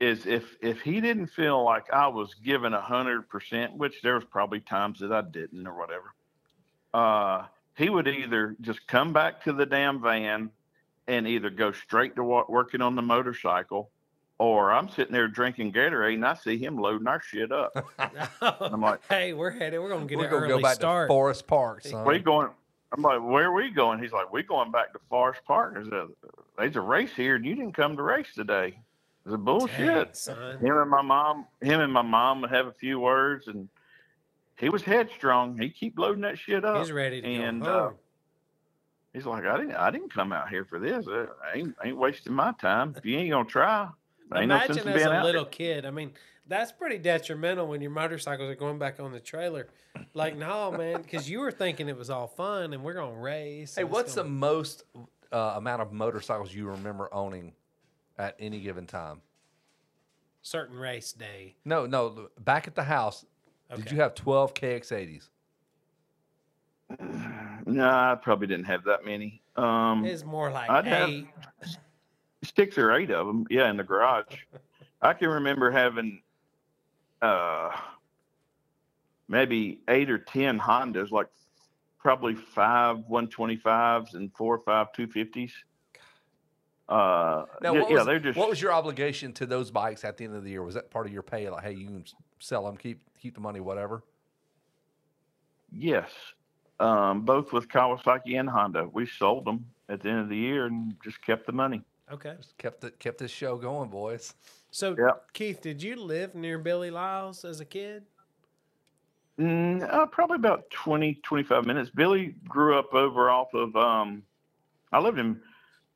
D: is if, if he didn't feel like I was giving a hundred percent, which there was probably times that I didn't or whatever, uh, he would either just come back to the damn van and either go straight to wa- working on the motorcycle or I'm sitting there drinking Gatorade and I see him loading our shit up. I'm like-
B: [laughs] hey, we're headed. We're gonna get
A: we're
B: an
A: gonna go
B: early
A: back
B: start.
A: to Forest Park, son.
D: we going. I'm like, where are we going? He's like, we going back to Forest Park. There's a, there's a race here, and you didn't come to race today. It's a
B: Dang,
D: bullshit.
B: son.
D: Him and my mom, him and my mom would have a few words, and he was headstrong. He keep loading that shit up.
B: He's ready to
D: and,
B: go
D: uh,
B: home.
D: He's like, I didn't, I didn't come out here for this. I ain't, ain't wasting my time. If you ain't gonna try, ain't no sense
B: Imagine
D: in
B: as
D: being
B: a
D: out
B: little
D: [sighs] there.
B: kid. I mean, that's pretty detrimental when your motorcycles are going back on the trailer. Like, no, man, because you were thinking it was all fun and we're gonna race.
A: Hey,
B: and it's
A: what's the
B: gonna-
A: most uh, amount of motorcycles you remember owning at any given time?
B: certain race day?
A: No, no. Back at the house, did you have twelve KX80s?
D: No, I probably didn't have that many. Um,
B: It's more like
D: I'd have-
B: eight.
D: six or eight of them. Yeah, in the garage. I can remember having uh, maybe eight or ten Hondas, like probably five 125s and four or five 250s. Uh,
A: Now,
D: yeah,
A: what,
D: yeah,
A: was,
D: they're just
A: what was your obligation to those bikes at the end of the year? Was that part of your pay? Like, hey, you can s- sell them, keep keep the money, whatever.
D: Yes, um, both with Kawasaki and Honda. We sold them at the end of the year and just kept the money.
B: Okay.
A: Just kept it, kept this show going, boys.
B: So,
D: Yeah.
B: Keith, did you live near Billy Lyles as a kid?
D: Mm, uh, probably about 20, 25 minutes. Billy grew up over off of, um, I lived in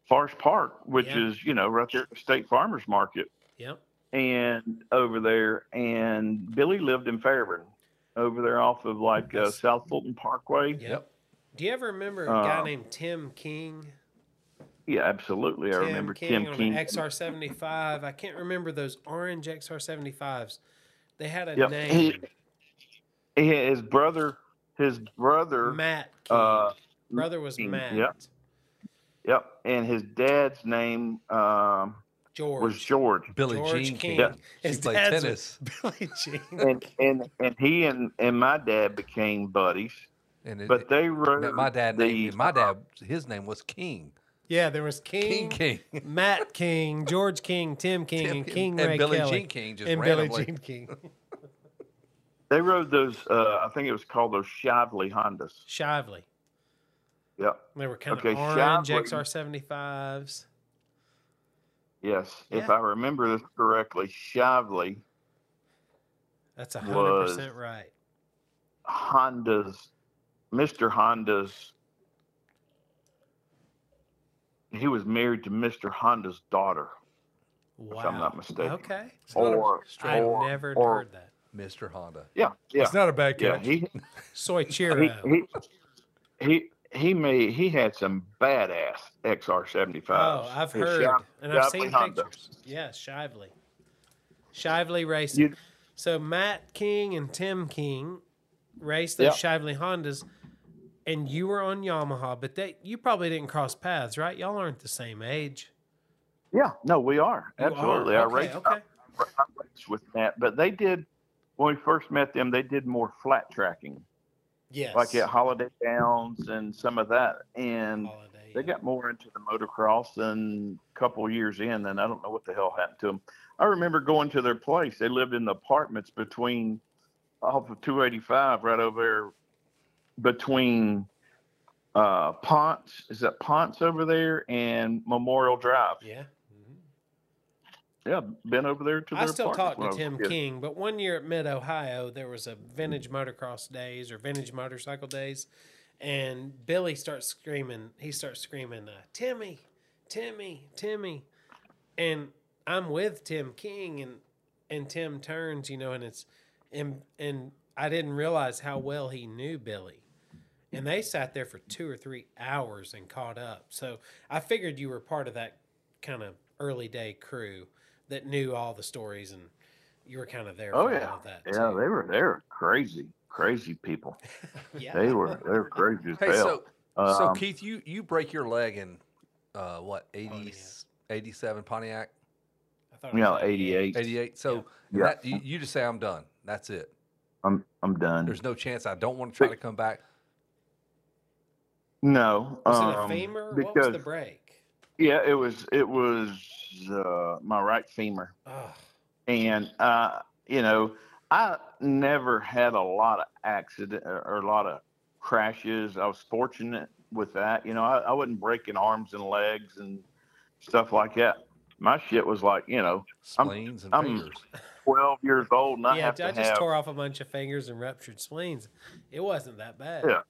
D: Forest Park, which
B: Yeah.
D: is, you know, right there at the State Farmers Market
B: Yep.
D: and over there. And Billy lived in Fairburn over there off of like uh,
B: That's-
D: South Fulton Parkway.
B: Yep. Do you ever remember a
D: Uh,
B: guy named Tim King?
D: Yeah, absolutely. I remember Tim
B: on
D: King.
B: an XR75. I can't remember those orange XR75s. They had a
D: Yep.
B: name,
D: He- he- his brother, his brother,
B: Matt. King.
D: uh,
B: Brother was
D: King,
B: Matt.
D: yep. Yep. And his dad's name um,
B: George.
D: was George.
A: Billy
B: George
A: Jean King.
D: Yeah.
A: She
B: His
A: played
B: dad's
A: tennis,
B: [laughs] was Billy Jean.
D: And and, and he and, and my dad became buddies.
A: and it,
D: But they rode
A: that my dad
D: the,
A: named my dad. His name was King.
B: Yeah, there was King,
A: King King. [laughs]
B: Matt King, George King, Tim King,
A: Tim
B: and
A: King-
B: King
A: and
B: Ray
A: Billie
B: Kelly.
A: Jean King just
B: and
A: randomly.
B: Billie Jean King.
D: They rode those. Uh, I think it was called those Shively Hondas.
B: Shively.
D: Yep.
B: They were kind
D: Okay,
B: of orange
D: Shively.
B: XR75s.
D: Yes, if
B: Yeah.
D: I remember this correctly, Shively
B: That's a
D: Was-
B: 100% right.
D: Honda's, Mister Honda's. He was married to Mister Honda's daughter.
B: Wow.
D: I'm not mistaken.
B: Okay.
D: Or,
B: I've
D: or-
B: never
D: or-
B: heard that.
A: Mr. Honda.
D: Yeah, yeah,
C: It's not a bad
D: yeah.
C: catch.
D: He
A: [laughs]
B: Soy
D: he,
B: Chiro.
D: he, he he made he had some badass XR seventy five.
B: Oh, I've heard. and I've seen pictures. Yeah, Shively. Shively Racing.
D: You-
B: so Matt King and Tim King raced those Shively Hondas, and you were on Yamaha, but they you probably didn't cross paths, right? Y'all aren't the same age.
D: Yeah, no, we are
B: You are.
D: absolutely.
B: Okay,
D: I raced
B: okay.
D: I, I raced with Matt, but they did when we first met them. They did more flat tracking,
B: Yes. Oh,
D: like at Holiday Downs and some of that, and
B: Holiday.
D: they got more into the motocross and a couple years in and i don't know what the hell happened to them i remember going to their place they lived in the apartments between off of 285 right over there between uh ponce is that ponce over there and memorial drive
B: Yeah. Mhm.
D: yeah been over there to their
B: I still talk
D: apartments when
B: to
D: I
B: Tim
D: was a kid.
B: King, but one year at Mid Ohio, there was a vintage motocross days or vintage motorcycle days, and Billy starts screaming. He starts screaming, uh, "Timmy, Timmy, Timmy!" And I'm with Tim King, and and Tim turns, you know, and it's and and I didn't realize how well he knew Billy. And they sat there for two or three hours and caught up. So I figured you were part of that kind of early day crew that knew all the stories and you were kind of there
D: oh
B: for
D: yeah
B: all of that.
D: yeah
B: too.
D: they were they were crazy crazy people
B: yeah.
D: they were they were crazy as
A: Hey, so
D: hell
A: so
D: Um,
A: Keith, you you break your leg in uh, what 80,
B: Oh,
A: 87 Pontiac,
B: I thought it
D: you know
B: was
D: 88
A: eighty eight. So
D: Yeah.
A: that, you, you just say I'm done. That's it.
D: i'm i'm done
A: There's no chance. I don't want to try to come back.
D: No,
B: Was it a
D: um,
B: femur?
D: Because
B: What was the break?
D: yeah, it was it was uh, my right femur,
B: Oh,
D: and uh, you know, I never had a lot of accident or, or a lot of crashes. I was fortunate with that. You know, I, I wasn't breaking arms and legs and stuff like that. My shit was like you know, I'm-
A: Spleens and
D: I'm-
A: fingers.
D: twelve years old, and I
B: yeah. I
D: have to
B: just
D: have
B: tore off a bunch of fingers and ruptured spleens. It wasn't that bad.
D: Yeah.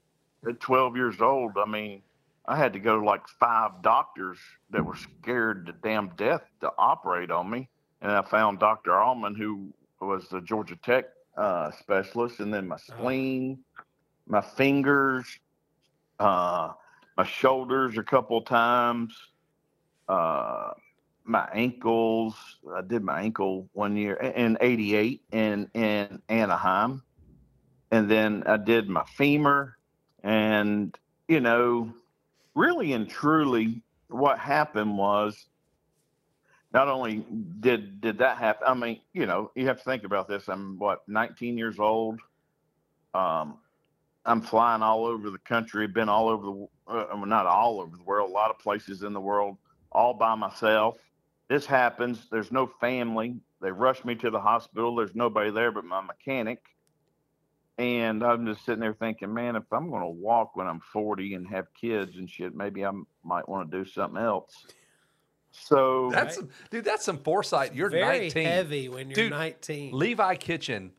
D: at 12 years old, I mean, I had to go to like five doctors that were scared to damn death to operate on me. And I found Dr. Allman, who was the Georgia Tech uh, specialist, and then my spleen, my fingers, uh, my shoulders a couple times, uh, my ankles. I did my ankle one year in '88 in in Anaheim, and then I did my femur and, you know, really and truly, what happened was not only did did that happen, I mean, you know, you have to think about this. I'm what 19 years old. Um, I'm flying all over the country. Been all over the uh, well, not all over the world, a lot of places in the world, all by myself. This happens. There's no family. They rush me to the hospital. There's nobody there but my mechanic. And I'm just sitting there thinking, man, if I'm going to walk when I'm 40 and have kids and shit, maybe I might want to do something else. So
A: That's dude. That's some foresight. You're
B: Very
A: 19.
B: heavy when you're
A: Dude,
B: 19.
A: Levi Kitchen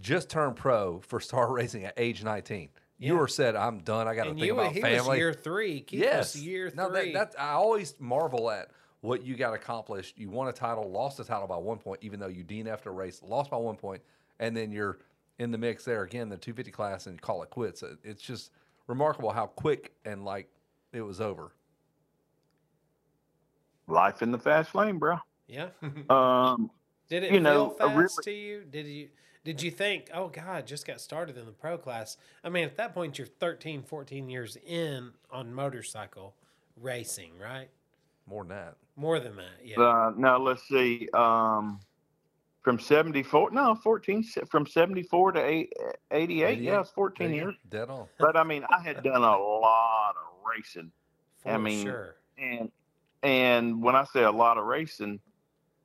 A: just turned pro for star [laughs] racing at age 19. You
B: Yeah.
A: were said, "I'm done. I got to
B: and
A: think
B: you, were-
A: about
B: he
A: family."
B: was year three. Keith
A: yes,
B: was year three.
A: No, that, that I always marvel at what you got accomplished. You won a title, lost a title by one point, even though you DNF'd a race, lost by one point, and then you're in the mix there again, the 250 class, and call it quits. It- It's just remarkable how quick and like it was over.
D: life in the fast lane, bro.
B: yeah. [laughs]
D: Um,
B: Did it feel
D: you know, a
B: fast
D: really-
B: to you? Did you did you think, oh God, just got started in the pro class? I mean, at that point, you're 13, 14 years in on motorcycle racing, right?
A: More than that.
B: More than that, yeah.
D: uh, now let's see. Um, from 74, no, 14, from 74 to eight, 88,
A: 88.
D: yeah, it's 14 years.
A: Dead on.
D: But I mean, I had done a lot of racing.
B: for
D: I mean,
B: sure.
D: and and when I say a lot of racing,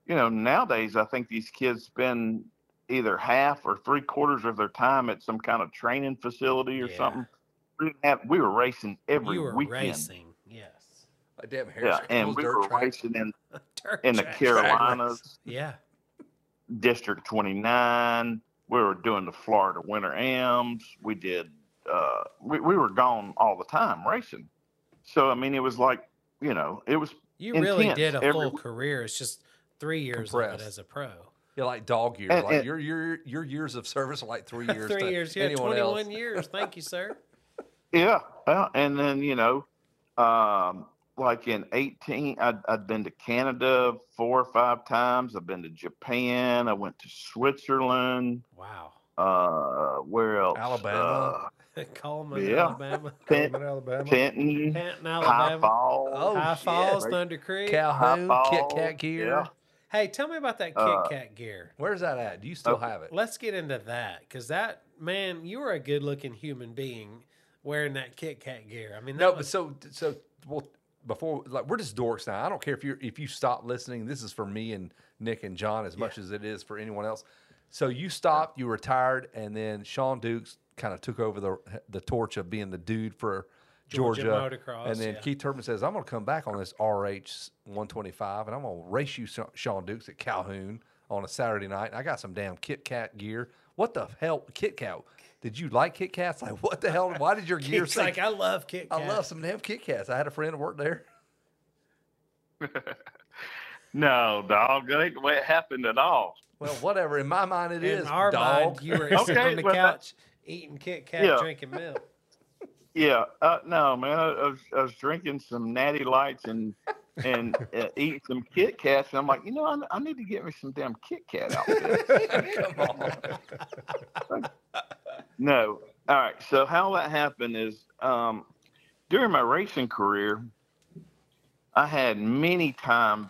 D: you know, nowadays I think these kids spend either half or three quarters of their time at some kind of training facility or
B: Yeah.
D: something. We, didn't have, we were racing every
B: You were
D: weekend.
B: racing, yes. [laughs]
A: Like, damn,
D: Yeah,
A: Harris
D: and
A: Cole's
D: we
A: dirt
D: were
A: track.
D: racing in,
B: Dirt
D: in the
B: track.
D: Carolinas,
B: Yeah.
D: District 29. We were doing the Florida Winter M's. We did, uh, we, we were gone all the time racing. So, I mean, it was like, you know, it was
B: You really
D: Intense
B: did a
D: every
B: full
D: week.
B: career. It's just three years of
A: Compressed.
B: it as a pro. [laughs]
A: Yeah, like dog years.
D: And-
A: like
D: and-
A: your your your years of service are like three years.
B: [laughs] Three
A: to
B: years, yeah,
A: anyone
B: 21
A: else.
B: years. Thank
A: [laughs]
B: you, sir.
D: Yeah, yeah, and then you know, um, like in eighteen, I'd, I'd been to Canada four or five times. I've been to Japan. I went to Switzerland.
B: Wow.
D: Uh, where else?
A: Alabama.
B: [laughs] Coleman,
D: Yeah. [laughs]
B: Alabama.
D: Uh, Pen-
C: Coleman, Alabama.
D: Penton,
B: Canton,
D: High
B: Alabama.
D: Falls.
A: Oh,
B: High
A: shit.
B: Falls,
D: Right.
B: Thunder Creek.
A: Calhoun,
D: High
A: Kit
D: balls,
A: Kat gear.
D: yeah.
B: Hey, tell me about that Kit
D: Uh,
B: Kat gear.
A: Where's that at? Do you still
D: Okay.
A: have it?
B: Let's get into that because that man, you were a good-looking human being wearing that Kit Kat gear. I mean, that
A: No, but
B: was,
A: so so well before like we're just dorks now. I don't care if you if you stop listening. This is for me and Nick and John as much as it is for anyone else. So you stopped, you retired, and then Sean Dukes kind of took over the the torch of being the dude for
B: Georgia
A: Georgia,
B: motocross,
A: and then
B: [laughs] yeah.
A: Keith Turpin says, "I'm going to come back on this RH 125, and I'm going to race you, Sha- Sean Dukes, at Calhoun on a Saturday night. And I got some damn Kit Kat gear. What the hell, Kit Kat? Did you like Kit Kats? Like what the hell? Why
B: [laughs]
A: did your gear
B: it's
A: say
B: like I love Kit Kat.
A: I love some damn Kit Kats. I had a friend that worked there. [laughs]
D: No, dog, that ain't the way it happened at all.
A: Well, whatever. In my mind, it
B: In
A: is.
B: our
A: dog.
B: mind,
A: [laughs]
B: you were
D: Okay,
B: sitting on the
D: well, that-
B: couch eating Kit Kat,
D: Yeah.
B: drinking milk.
D: Yeah, uh, no, man, I, I, was, I was drinking some Natty Lights and and uh, eating some Kit Kats, and I'm like, you know, I, I need to get me some damn Kit Kat outfit.
A: Come on.
D: [laughs] No. All right. So how that happened is um, during my racing career, I had many times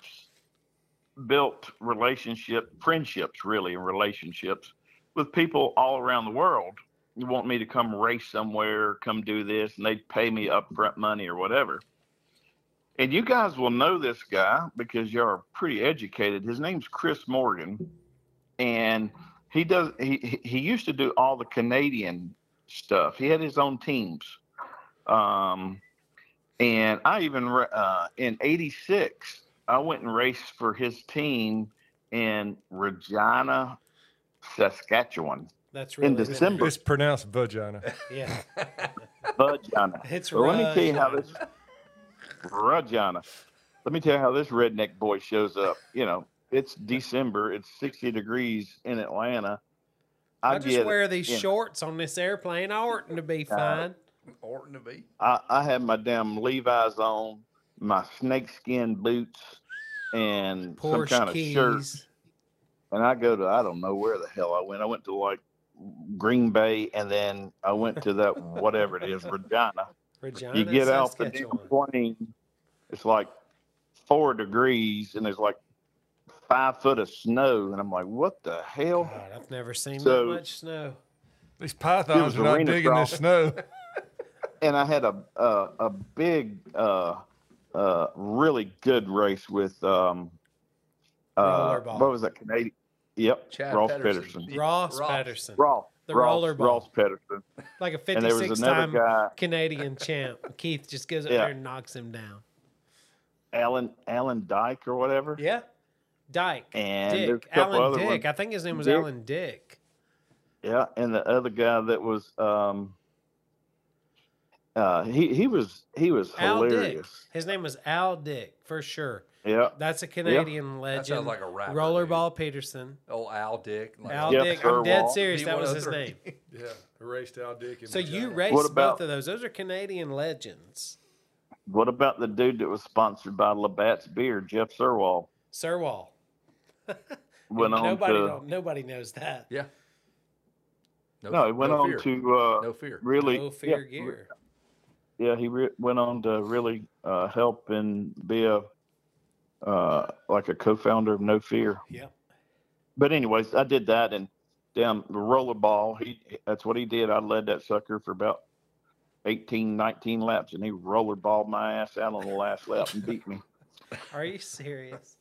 D: built relationship, friendships, really, and relationships with people all around the world. You want me to come race somewhere, come do this, and they'd pay me upfront money or whatever. And you guys will know this guy because you're pretty educated. His name's Chris Morgan, and he does. He he- he used to do all the Canadian stuff. He had his own teams. Um, and I even ra- uh, in '86, I went and raced for his team in Regina, Saskatchewan.
B: That's really
D: In
B: good.
D: December.
C: It's pronounced vagina.
B: [laughs]
D: [laughs]
B: Yeah,
D: Regina.
B: it's
D: So let me tell you how
B: Raj.
D: this Regina. Let me tell you how this redneck boy shows up. You know, it's December. It's 60 degrees in Atlanta. I,
B: I, just
D: get
B: wear these
D: yeah.
B: shorts on this airplane. I oughtn't to be fine.
A: Orton to be.
D: I, I had my damn Levi's on, my snakeskin boots, and
B: Porsche
D: some kind
B: keys.
D: of shirt. And I go to I don't know where the hell I went. I went to like Green Bay, and then I went to that whatever it is, Regina.
B: Regina,
D: You get out the damn
B: Saskatchewan.
D: plane, it's like four degrees, and there's like five foot of snow, and I'm like, what the hell?
B: God, I've never seen
D: So-
B: that much snow.
C: These
D: It
C: pythons
D: was
C: are not
D: arena
C: digging this
D: crawl.
C: snow.
D: [laughs] and I had a a, a big uh, uh, really good race with um, uh,
B: Rollerball.
D: what was that Canadian? Yep,
A: Chad
D: Ross
A: Pedersen.
D: Pedersen.
B: Ross,
A: Ross.
B: Patterson,
D: Ross,
B: The
D: Ross,
B: rollerball.
D: Ross Pedersen,
B: like a
D: and there was
B: 56
D: another
B: time
D: guy,
B: Canadian
D: [laughs]
B: champ. Keith just goes up
D: Yeah.
B: there and knocks him down.
D: Alan Alan Dyke or whatever.
B: Yeah, Dyke,
D: And there's
B: Dick,
D: a couple
B: Alan
D: other
B: Dick.
D: ones.
B: I think his name was
D: Dick.
B: Alan Dick.
D: Yeah, and the other guy that was um, uh, he he was he was
B: Al
D: hilarious.
B: Dick. His name was Al Dick for sure.
D: Yeah,
B: That's a Canadian legend.
A: That sounds like a rapper.
B: Rollerball Peterson.
A: dude. Old Al Oh, Dick. like-
B: Al
D: Yep,
B: Dick.
D: Sir
B: I'm dead
D: Walt.
B: serious. That was his name.
A: D103. [laughs]
C: yeah, erased Al Dick.
B: So you raced
D: What about-
B: both of those. Those are Canadian legends.
D: what about the dude that was sponsored by Labatt's beer, Jeff Sirwall?
B: Sirwall.
D: Went on
B: nobody
D: to
B: don't- nobody knows that.
A: Yeah.
D: No, he went on
A: fear.
D: to uh,
A: No fear.
D: really.
B: No fear
D: yeah, re-
B: gear.
D: yeah, he re- went on to really uh, help and be a uh, like a co-founder of No Fear.
B: Yep.
D: But anyways, I did that and down the rollerball. He that's what he did. I led that sucker for about 18, 19 laps, and he rollerballed my ass out on the last lap and
B: [laughs]
D: beat me.
B: Are you serious?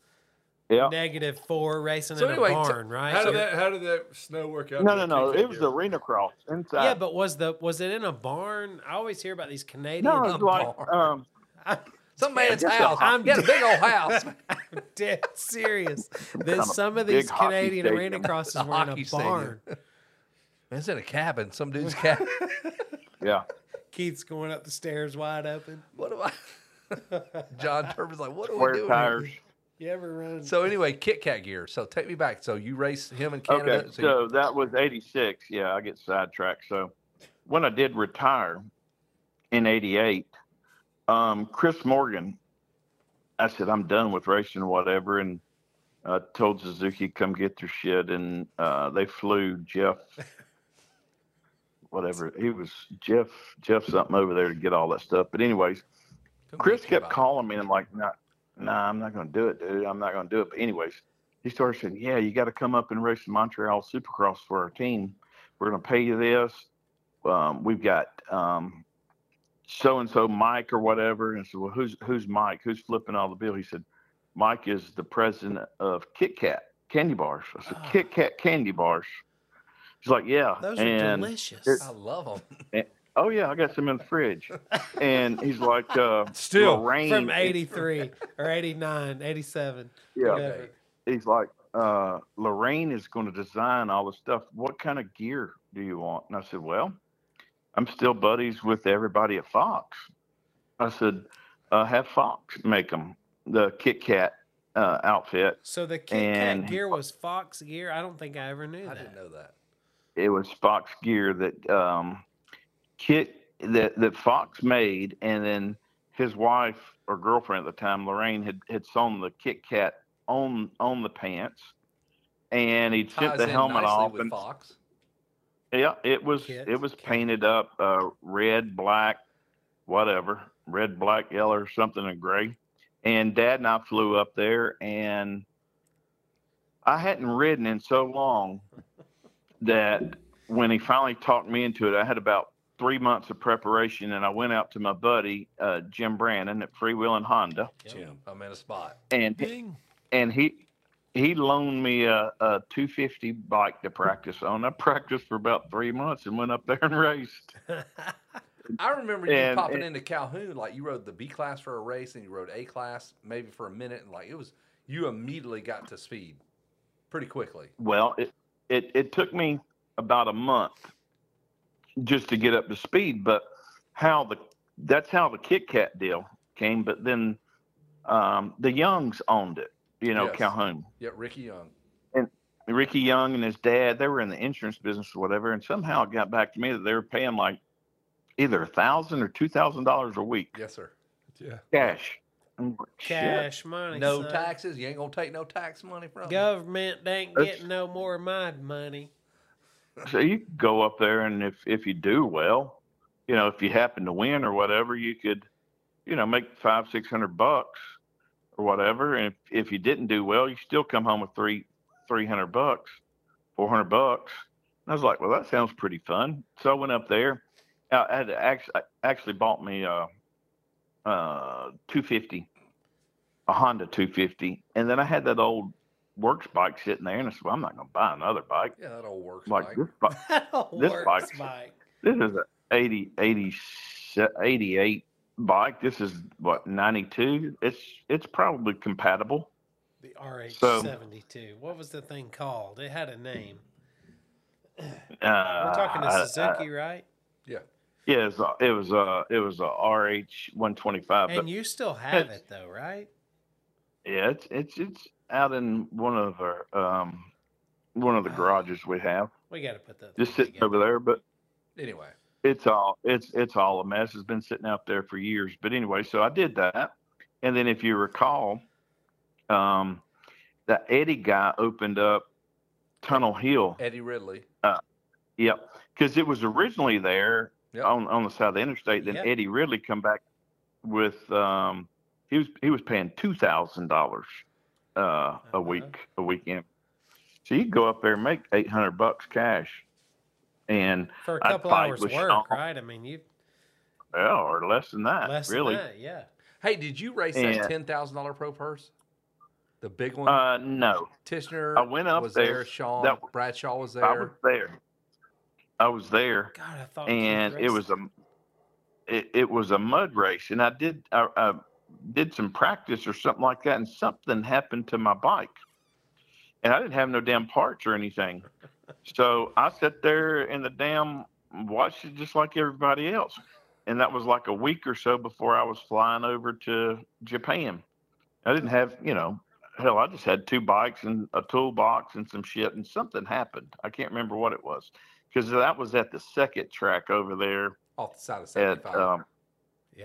D: Yeah.
B: Negative four racing
A: So
B: in
A: anyway, t-
B: a barn, right?
C: How
B: So-
C: did that? How did that snow work out?
D: No, no,
C: there?
D: no.
C: Take
D: It was
C: that,
D: the arena cross inside.
B: yeah, but was the was it in a barn? I always hear about these Canadian.
D: no, it's like
A: barn.
D: um,
B: [laughs]
A: Some man's
D: Just a
A: house.
D: hot-
A: I'm getting a big old house.
B: I'm [laughs] dead
D: [laughs]
B: serious.
D: Kind
B: That
D: of
B: some of
D: big
B: these
D: hockey
B: Canadian
D: stadium.
B: arena
A: [laughs]
B: crosses
A: A
B: were in
A: hockey
B: a
A: stadium. [laughs]
B: barn.
A: It's in a cabin. Some dude's cabin. [laughs]
B: [laughs]
D: yeah.
B: Keith's going up the stairs wide open. [laughs]
A: What am I? John Turbin's like, what are we
D: Wear
A: doing? here?
D: tires.
B: You ever run?
A: So anyway, Kit Kat gear. So take me back. So you race him in Canada.
D: Okay, so that was '86. Yeah, I get sidetracked. So when I did retire in '88, um, Chris Morgan, I said I'm done with racing, or whatever, and I told Suzuki come get their shit, and uh, they
A: [laughs]
D: flew Jeff, whatever he was, Jeff, Jeff something over there to get all that stuff. But anyways,
A: Couldn't
D: Chris
A: care
D: kept
A: about it.
D: calling me, and I'm like, nah, nah, I'm not going to do it, dude. I'm not going to do it. But anyways, he started saying, yeah, you got to come up and race the Montreal Supercross for our team. We're going to pay you this. Um, we've got um, so and so Mike or whatever. And I said, well, who's who's Mike? Who's flipping all the bill? He said, Mike is the president of Kit Kat candy bars. I said,
B: Ah.
D: Kit Kat candy bars. He's like, yeah.
B: Those are
D: and
B: delicious.
D: it-
A: I love him.
D: oh yeah, I got some in
B: [laughs]
D: the fridge. and he's like, uh,
C: Still.
D: Lorraine
B: From
D: is-
B: 83 or 89, 87.
D: Yeah.
B: whatever.
D: he's like, uh, Lorraine is going to design all the stuff. What kind of gear do you want? And I said, well, I'm still buddies with everybody at Fox. I said, uh, have Fox make them the Kit Kat uh, outfit.
B: So the Kit Kat
D: And-
B: gear was Fox gear. I don't think I ever knew
A: I
B: that.
A: didn't know that.
D: It was Fox gear that um, Kit that that Fox made, and then his wife or girlfriend at the time, Lorraine, had had sewn the Kit Kat on on the pants, and he took
A: Ties
D: the
A: in
D: helmet
A: nicely
D: off
A: with
D: and
A: Fox.
D: Yeah, it was
B: Kit
D: it was
B: Kat.
D: painted up uh, red, black, whatever, red, black, yellow, or something, and gray. And Dad and I flew up there, and I hadn't ridden in so long that when he finally talked me into it, I had about three months of preparation, and I went out to my buddy uh, Jim Brandon at Freewheeling Honda,
A: Jim, I'm in a spot.
D: and
C: Ding.
D: and he he loaned me a, a 250 bike to practice on. I practiced for about three months and went up there and [laughs] raced.
A: I remember you
D: And
A: popping
D: it-
A: into Calhoun. Like you rode the B class for a race, and you rode A class maybe for a minute, and like it was you immediately got to speed pretty quickly.
D: Well, it, it it took me about a month just to get up to speed, but how the that's how the Kit Kat deal came. But then um, the Youngs owned it, you know,
A: Yes.
D: Calhoun.
A: Yeah, Ricky Young.
D: Ricky Young and his dad, they were in the insurance business or whatever, and somehow it got back to me that they were paying like either a thousand or two thousand dollars a week
A: Yes, sir.
C: Yeah.
D: cash. I'm like, shit.
B: Cash money.
A: No
B: son.
A: taxes. You ain't gonna take no tax money from. me.
B: Government ain't
D: That's-
B: getting no more of my
A: [laughs]
B: money.
D: So you could go up there, and if if you do well, you know, if you happen to win or whatever, you could, you know, make five six hundred bucks or whatever. And if, if you didn't do well, you still come home with three, 300 bucks, 400 bucks. And I was like, well, that sounds pretty fun. So I went up there. I had actually, actually bought me a, a 250, a Honda 250. And then I had that old works bike sitting there. And I said, well, I'm not going to buy another bike.
A: Yeah, that old works bike.
D: Like this bike,
B: [laughs]
D: This bike's- this is a 80, 80, 88 bike. This is what, 92. It's, it's probably compatible.
B: The RH
D: So-
B: seventy two. What was the thing called? It had a name.
D: Uh,
B: We're talking to
D: I- I-
B: Suzuki, right?
A: Yeah.
D: Yeah, it was a, it was a, it was a RH 125. uh, But
B: And you
D: [laughs]
B: still have it though, right?
D: yeah, it's it's it's out in one of our um one of the garages we have,
B: We got to put that.
D: just
B: thing
D: sitting
B: together.
D: over there. But
A: Anyway,
D: it's all it's it's all a mess. It's been sitting out there for years. But anyway, so I did that, and then if you recall, um, that Eddie guy opened up Tunnel Hill.
A: Eddie Ridley.
D: Yep, because it was originally there
A: Yep.
D: on on the side of the interstate. Then
B: Yep.
D: Eddie Ridley come back with um, he was he was paying two thousand dollars uh a
B: Uh-huh.
D: week a weekend. So you go up there and make eight hundred bucks cash, and
B: for a
D: I'd
B: couple
D: fight
B: hours
D: with
B: work,
D: Sean.
B: right? I mean, you
D: well, or less than that,
B: less
D: Uh, really.
B: than that, yeah.
A: Hey, did you race
D: Yeah.
A: that ten thousand dollar pro purse? The big one.
D: Uh, no,
A: Tishner
D: I went up
A: was
D: there.
A: Sean
D: That-
A: Bradshaw was
D: I was
A: there.
D: there. I was there.
B: God, I thought. Keith
D: and it
B: Ricks-
D: was a it, it was a mud race and i did I, I did some practice or something like that and something happened to my bike and i didn't have no damn parts or anything so i sat there in the damn watched it just like everybody else and that was like a week or so before i was flying over to japan i didn't have you know hell i just had two bikes and a toolbox and some shit and something happened i can't remember what it was because that was at the second track over there
A: off the side of
D: at
A: seventy-five.
D: um,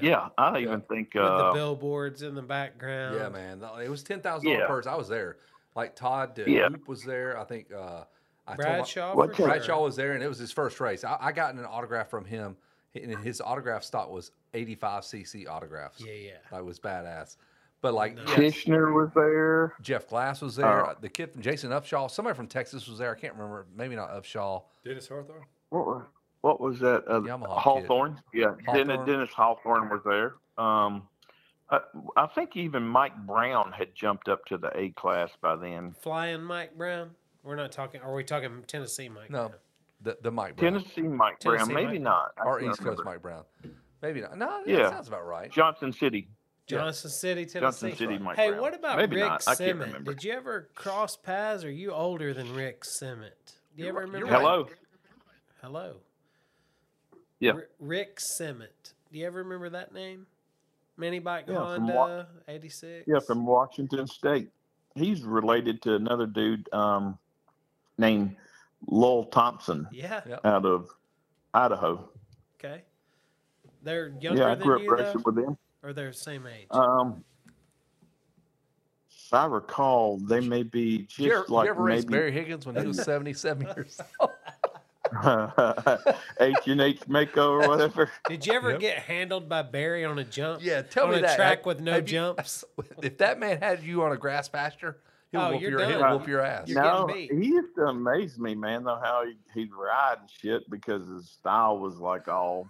D: yeah. I don't even think
B: with the
D: uh,
B: billboards in the background.
A: yeah, man, that- it was ten thousand
D: Yeah.
A: dollar purse. I was there. Like Todd De
D: Yeah.
A: Hoop was there. I think uh, I told my-
B: Bradshaw.
D: What's
B: for
D: that?
A: Bradshaw
B: sure.
A: was there, and it was his first race. I, I got an autograph from him, and his autograph stock was eighty-five cc autographs.
B: Yeah, yeah.
A: That was badass. But like, yes,
B: Nice.
D: Kishner was there.
A: Jeff Glass was there.
D: Oh.
A: The kid from Jason Upshaw, somebody from Texas was there. I can't remember. Maybe not Upshaw.
C: Dennis Harthorne.
D: What was, what was that? Uh,
A: Yamaha kid.
D: Hawthorne. Yeah,
A: Hawthorne.
D: Dennis, Dennis Hawthorne was there. Um, I, I think even Mike Brown had jumped up to the A class by then.
B: Flying Mike Brown. We're not talking. Are we talking Tennessee Mike?
A: No.
B: Brown?
A: The the Mike Brown
D: Tennessee Mike
B: Tennessee
D: Brown, maybe
B: Mike-
D: not. I
A: or
D: can't
A: East Coast
D: remember.
A: Mike Brown. Maybe not. No, that
D: Yeah.
A: sounds about right.
D: Johnson City.
A: Yeah.
B: Johnson City, Tennessee.
D: Johnson City Mike
B: hey,
D: Brown.
B: what about
D: Maybe
B: Rick
D: not. I can't
B: Simmet?
D: remember.
B: Did you ever cross paths? Are you older than Rick Simmet? Do you ever remember?
A: right.
D: Hello.
B: Hello.
D: Yeah.
B: R- Rick Simmet. Do you ever remember that name? Mini Bike
D: Yeah, from Wa-
B: Honda, 86.
D: Yeah, from Washington State. He's related to another dude um, named Lowell Thompson
B: Yeah,
A: Yeah.
D: out of Idaho.
B: okay. They're younger
D: yeah, I
B: than
D: grew up
B: you,
D: racing
B: though?
D: with him.
B: Or they're same age?
D: Um, if I recall, they may be just
A: Did you ever,
D: like
A: you ever race
D: maybe
A: Barry Higgins when he
D: [laughs]
A: was 77 years old?
D: [laughs] H and H Mako or whatever.
B: Did you ever
C: Yep.
B: get handled by Barry on a jump?
A: Yeah, tell
B: on
A: me
B: a
A: that.
B: track
A: Have-
B: with no
A: have you-
B: jumps.
A: if that man had you on a grass pasture, he'll,
B: Oh,
A: whoop,
B: you're
A: your, he'll
B: done.
A: whoop your ass.
B: [laughs] You're
D: no,
B: getting
D: he
B: beat.
D: used to amaze me, man. Though how he, he'd ride and shit because his style was like all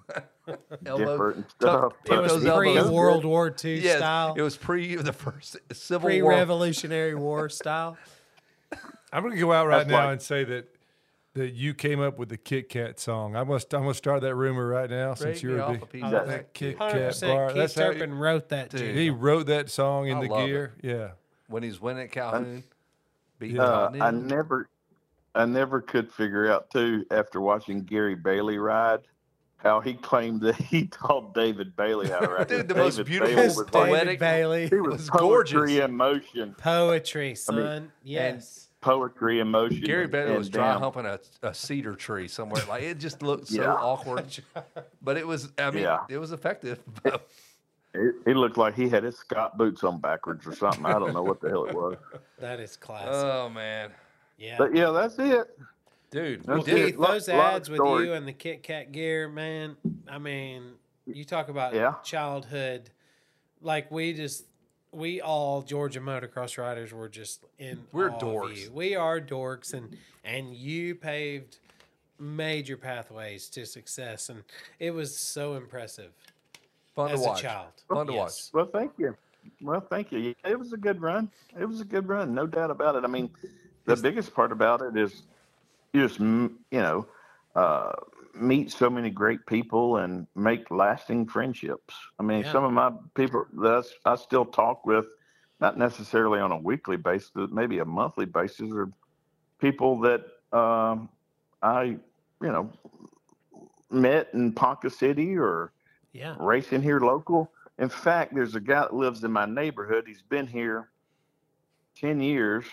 A: Elbow.
D: different and stuff.
A: tuck
B: It
D: but
B: was
A: those
D: he
A: elbows.
B: pre
D: was good.
B: World War II
A: Yes,
B: style,
A: it was pre the first Civil
B: pre
A: War.
B: Revolutionary
A: [laughs]
B: War style.
C: I'm gonna go out right
D: That's
C: now
D: like-
C: and say that that you came up with the Kit Kat song. I must I'm gonna start that rumor right now since
A: Break
C: you're
A: me
C: a
A: off a
C: big
A: piece
B: Oh,
A: of that.
B: that
C: that Kit
B: Hundred
C: Kat bar.
B: percent. Keith
C: That's how
B: Turpin wrote that
A: Dude.
B: too.
C: he wrote that song in
A: I
C: the
A: love it.
C: gear. Yeah.
A: when he's winning at Calhoun. Beating
D: Uh,
A: Cotton
D: I
A: Inn.
D: never, I never could figure out too after watching Gary Bailey ride how he claimed that he [laughs] taught David Bailey how to ride.
A: Dude, the
D: David
A: most beautiful
D: Bailey
B: Yes,
D: was like-
A: poetic- [laughs]
B: David Bailey.
D: he was,
A: was gorgeous.
D: poetry in motion,
B: Poetry, son.
D: mean-
A: [laughs]
B: yes.
D: poetry in motion.
A: Gary
D: and-
A: Bailey
D: and
A: was dry
D: damn,
A: humping a, a cedar tree somewhere. Like it just looked so
D: Yeah.
A: awkward, but it was. I mean,
D: Yeah.
A: it was effective. [laughs]
D: It, it looked like he had his Scott boots on backwards or something. I don't know what the hell it was.
B: that is classic.
A: oh man,
B: yeah.
D: But yeah, that's it.
A: dude,
D: Well,
A: we
B: Well,
D: That's it.
A: did.
B: Keith,
D: Lot-
B: those
D: lot of
B: ads with
D: stories.
B: you and the Kit Kat gear, man. I mean, you talk about
D: Yeah.
B: childhood. Like we just, we all Georgia motocross riders were just in.
A: We're
B: awe of
A: dorks.
B: you. We are dorks, and and you paved major pathways to success, and it was so impressive
A: Fun
B: as
A: to watch.
B: a child.
A: Fun to
B: Yes.
D: Well, thank you. Well, thank you. It was a good run. It was a good run, no doubt about it. I mean, the biggest part about it is you just m- you know uh, meet so many great people and make lasting friendships. I mean,
B: Yeah.
D: some of my people that I still talk with, not necessarily on a weekly basis, but maybe a monthly basis, are people that um, I you know met in Ponca City or
B: Yeah.
D: racing here local. In fact, there's a guy that lives in my neighborhood. He's been here ten years.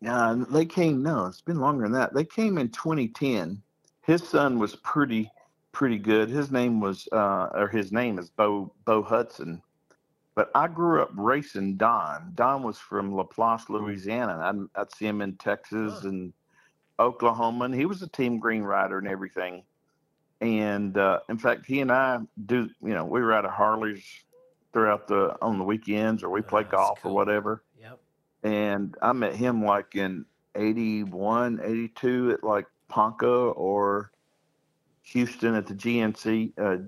D: Nah, they came. No, it's been longer than that. They came in 2010. His son was pretty, pretty good. His name was, uh, or his name is Bo Bo Hudson. But I grew up racing Don. Don was from Laplace, Louisiana. and I'd, I'd see him in Texas and Oklahoma, and he was a team green rider and everything and uh, in fact, he and I do. You know, we ride a Harleys throughout the on the weekends, or we play
B: That's
D: golf
B: cool.
D: or whatever.
B: Yep.
D: And I met him like in 81, 82 at like Ponca or Houston at the GNC. Uh,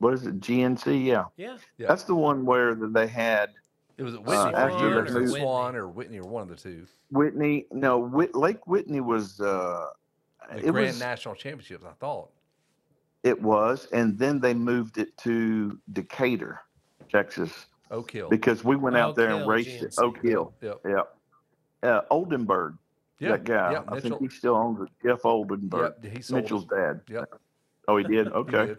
D: what is it? GNC? Yeah.
B: Yeah.
A: Yeah.
D: that's the one where that they had
A: It was at
D: Uh,
A: Whitney for
D: after
A: years,
D: the
A: or
B: Whitney.
A: Swan or Whitney or one of the two.
D: Whitney. No, Whit, Lake Whitney was. Uh,
A: The
D: it
A: Grand
D: was
A: National Championships, I thought.
D: it was, and then they moved it to Decatur, Texas.
A: Oh. Oak Hill.
D: because we went out
B: Oak
D: there and
B: Hill,
D: raced at
B: GNC.
D: Oak Hill.
A: Yep.
D: Yeah. Uh, Oldenburg,
A: Yeah.
D: that guy.
A: Yeah.
D: I
A: Mitchell.
D: think he still owns it. Jeff Oldenburg,
A: Yep. He sold
D: Mitchell's
A: it.
D: dad.
A: Yep.
D: Oh, he
A: [laughs]
D: did.
A: He
D: Okay.
A: did.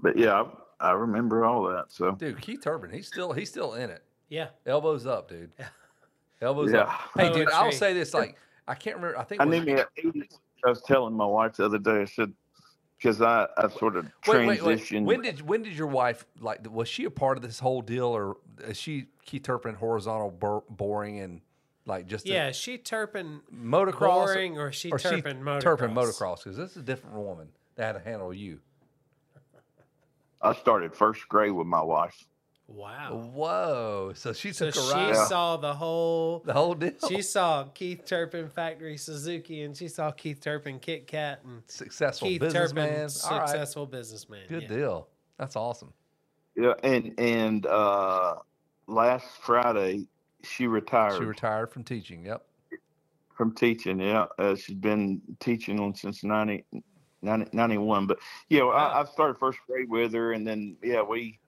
D: But yeah, I, I remember all that. So
A: Dude, Keith Urban, he's still he's still in it.
B: Yeah.
A: Elbows up, dude. Elbows up.
D: yeah,
A: Hey, dude, I'll
B: Poetry.
A: say this. Like, I can't remember. I think.
D: I
A: it was-
D: knew me at 80. I was telling my wife the other day. I said because I, I sort of
A: wait, wait, wait.
D: transitioned.
A: When did when did your wife like? Was she a part of this whole deal, or is she Keith Turpin horizontal bor- boring and like just a
B: Yeah. She Turpin
A: motocross
B: boring or she
A: or she
B: Turpin motocross.
A: Turpin motocross? Because this is a different woman that had to handle you.
D: I started first grade with my wife.
B: Wow.
A: Whoa! So she
B: Oh. So
A: took
B: she
A: a ride
B: saw the whole.
A: the whole deal.
B: She saw Keith Turpin Factory Suzuki, and she saw Keith Turpin Kit Kat, and
A: successful
B: Keith
A: businessman.
B: Turpin,
A: All right.
B: successful businessman.
A: Good
B: yeah.
A: deal. That's awesome.
D: Yeah, and and uh, last Friday she retired.
A: She retired from teaching. Yep.
D: from teaching yeah uh, she's been teaching on since 90, 90 91 but yeah well, I, I started first grade with her and then yeah we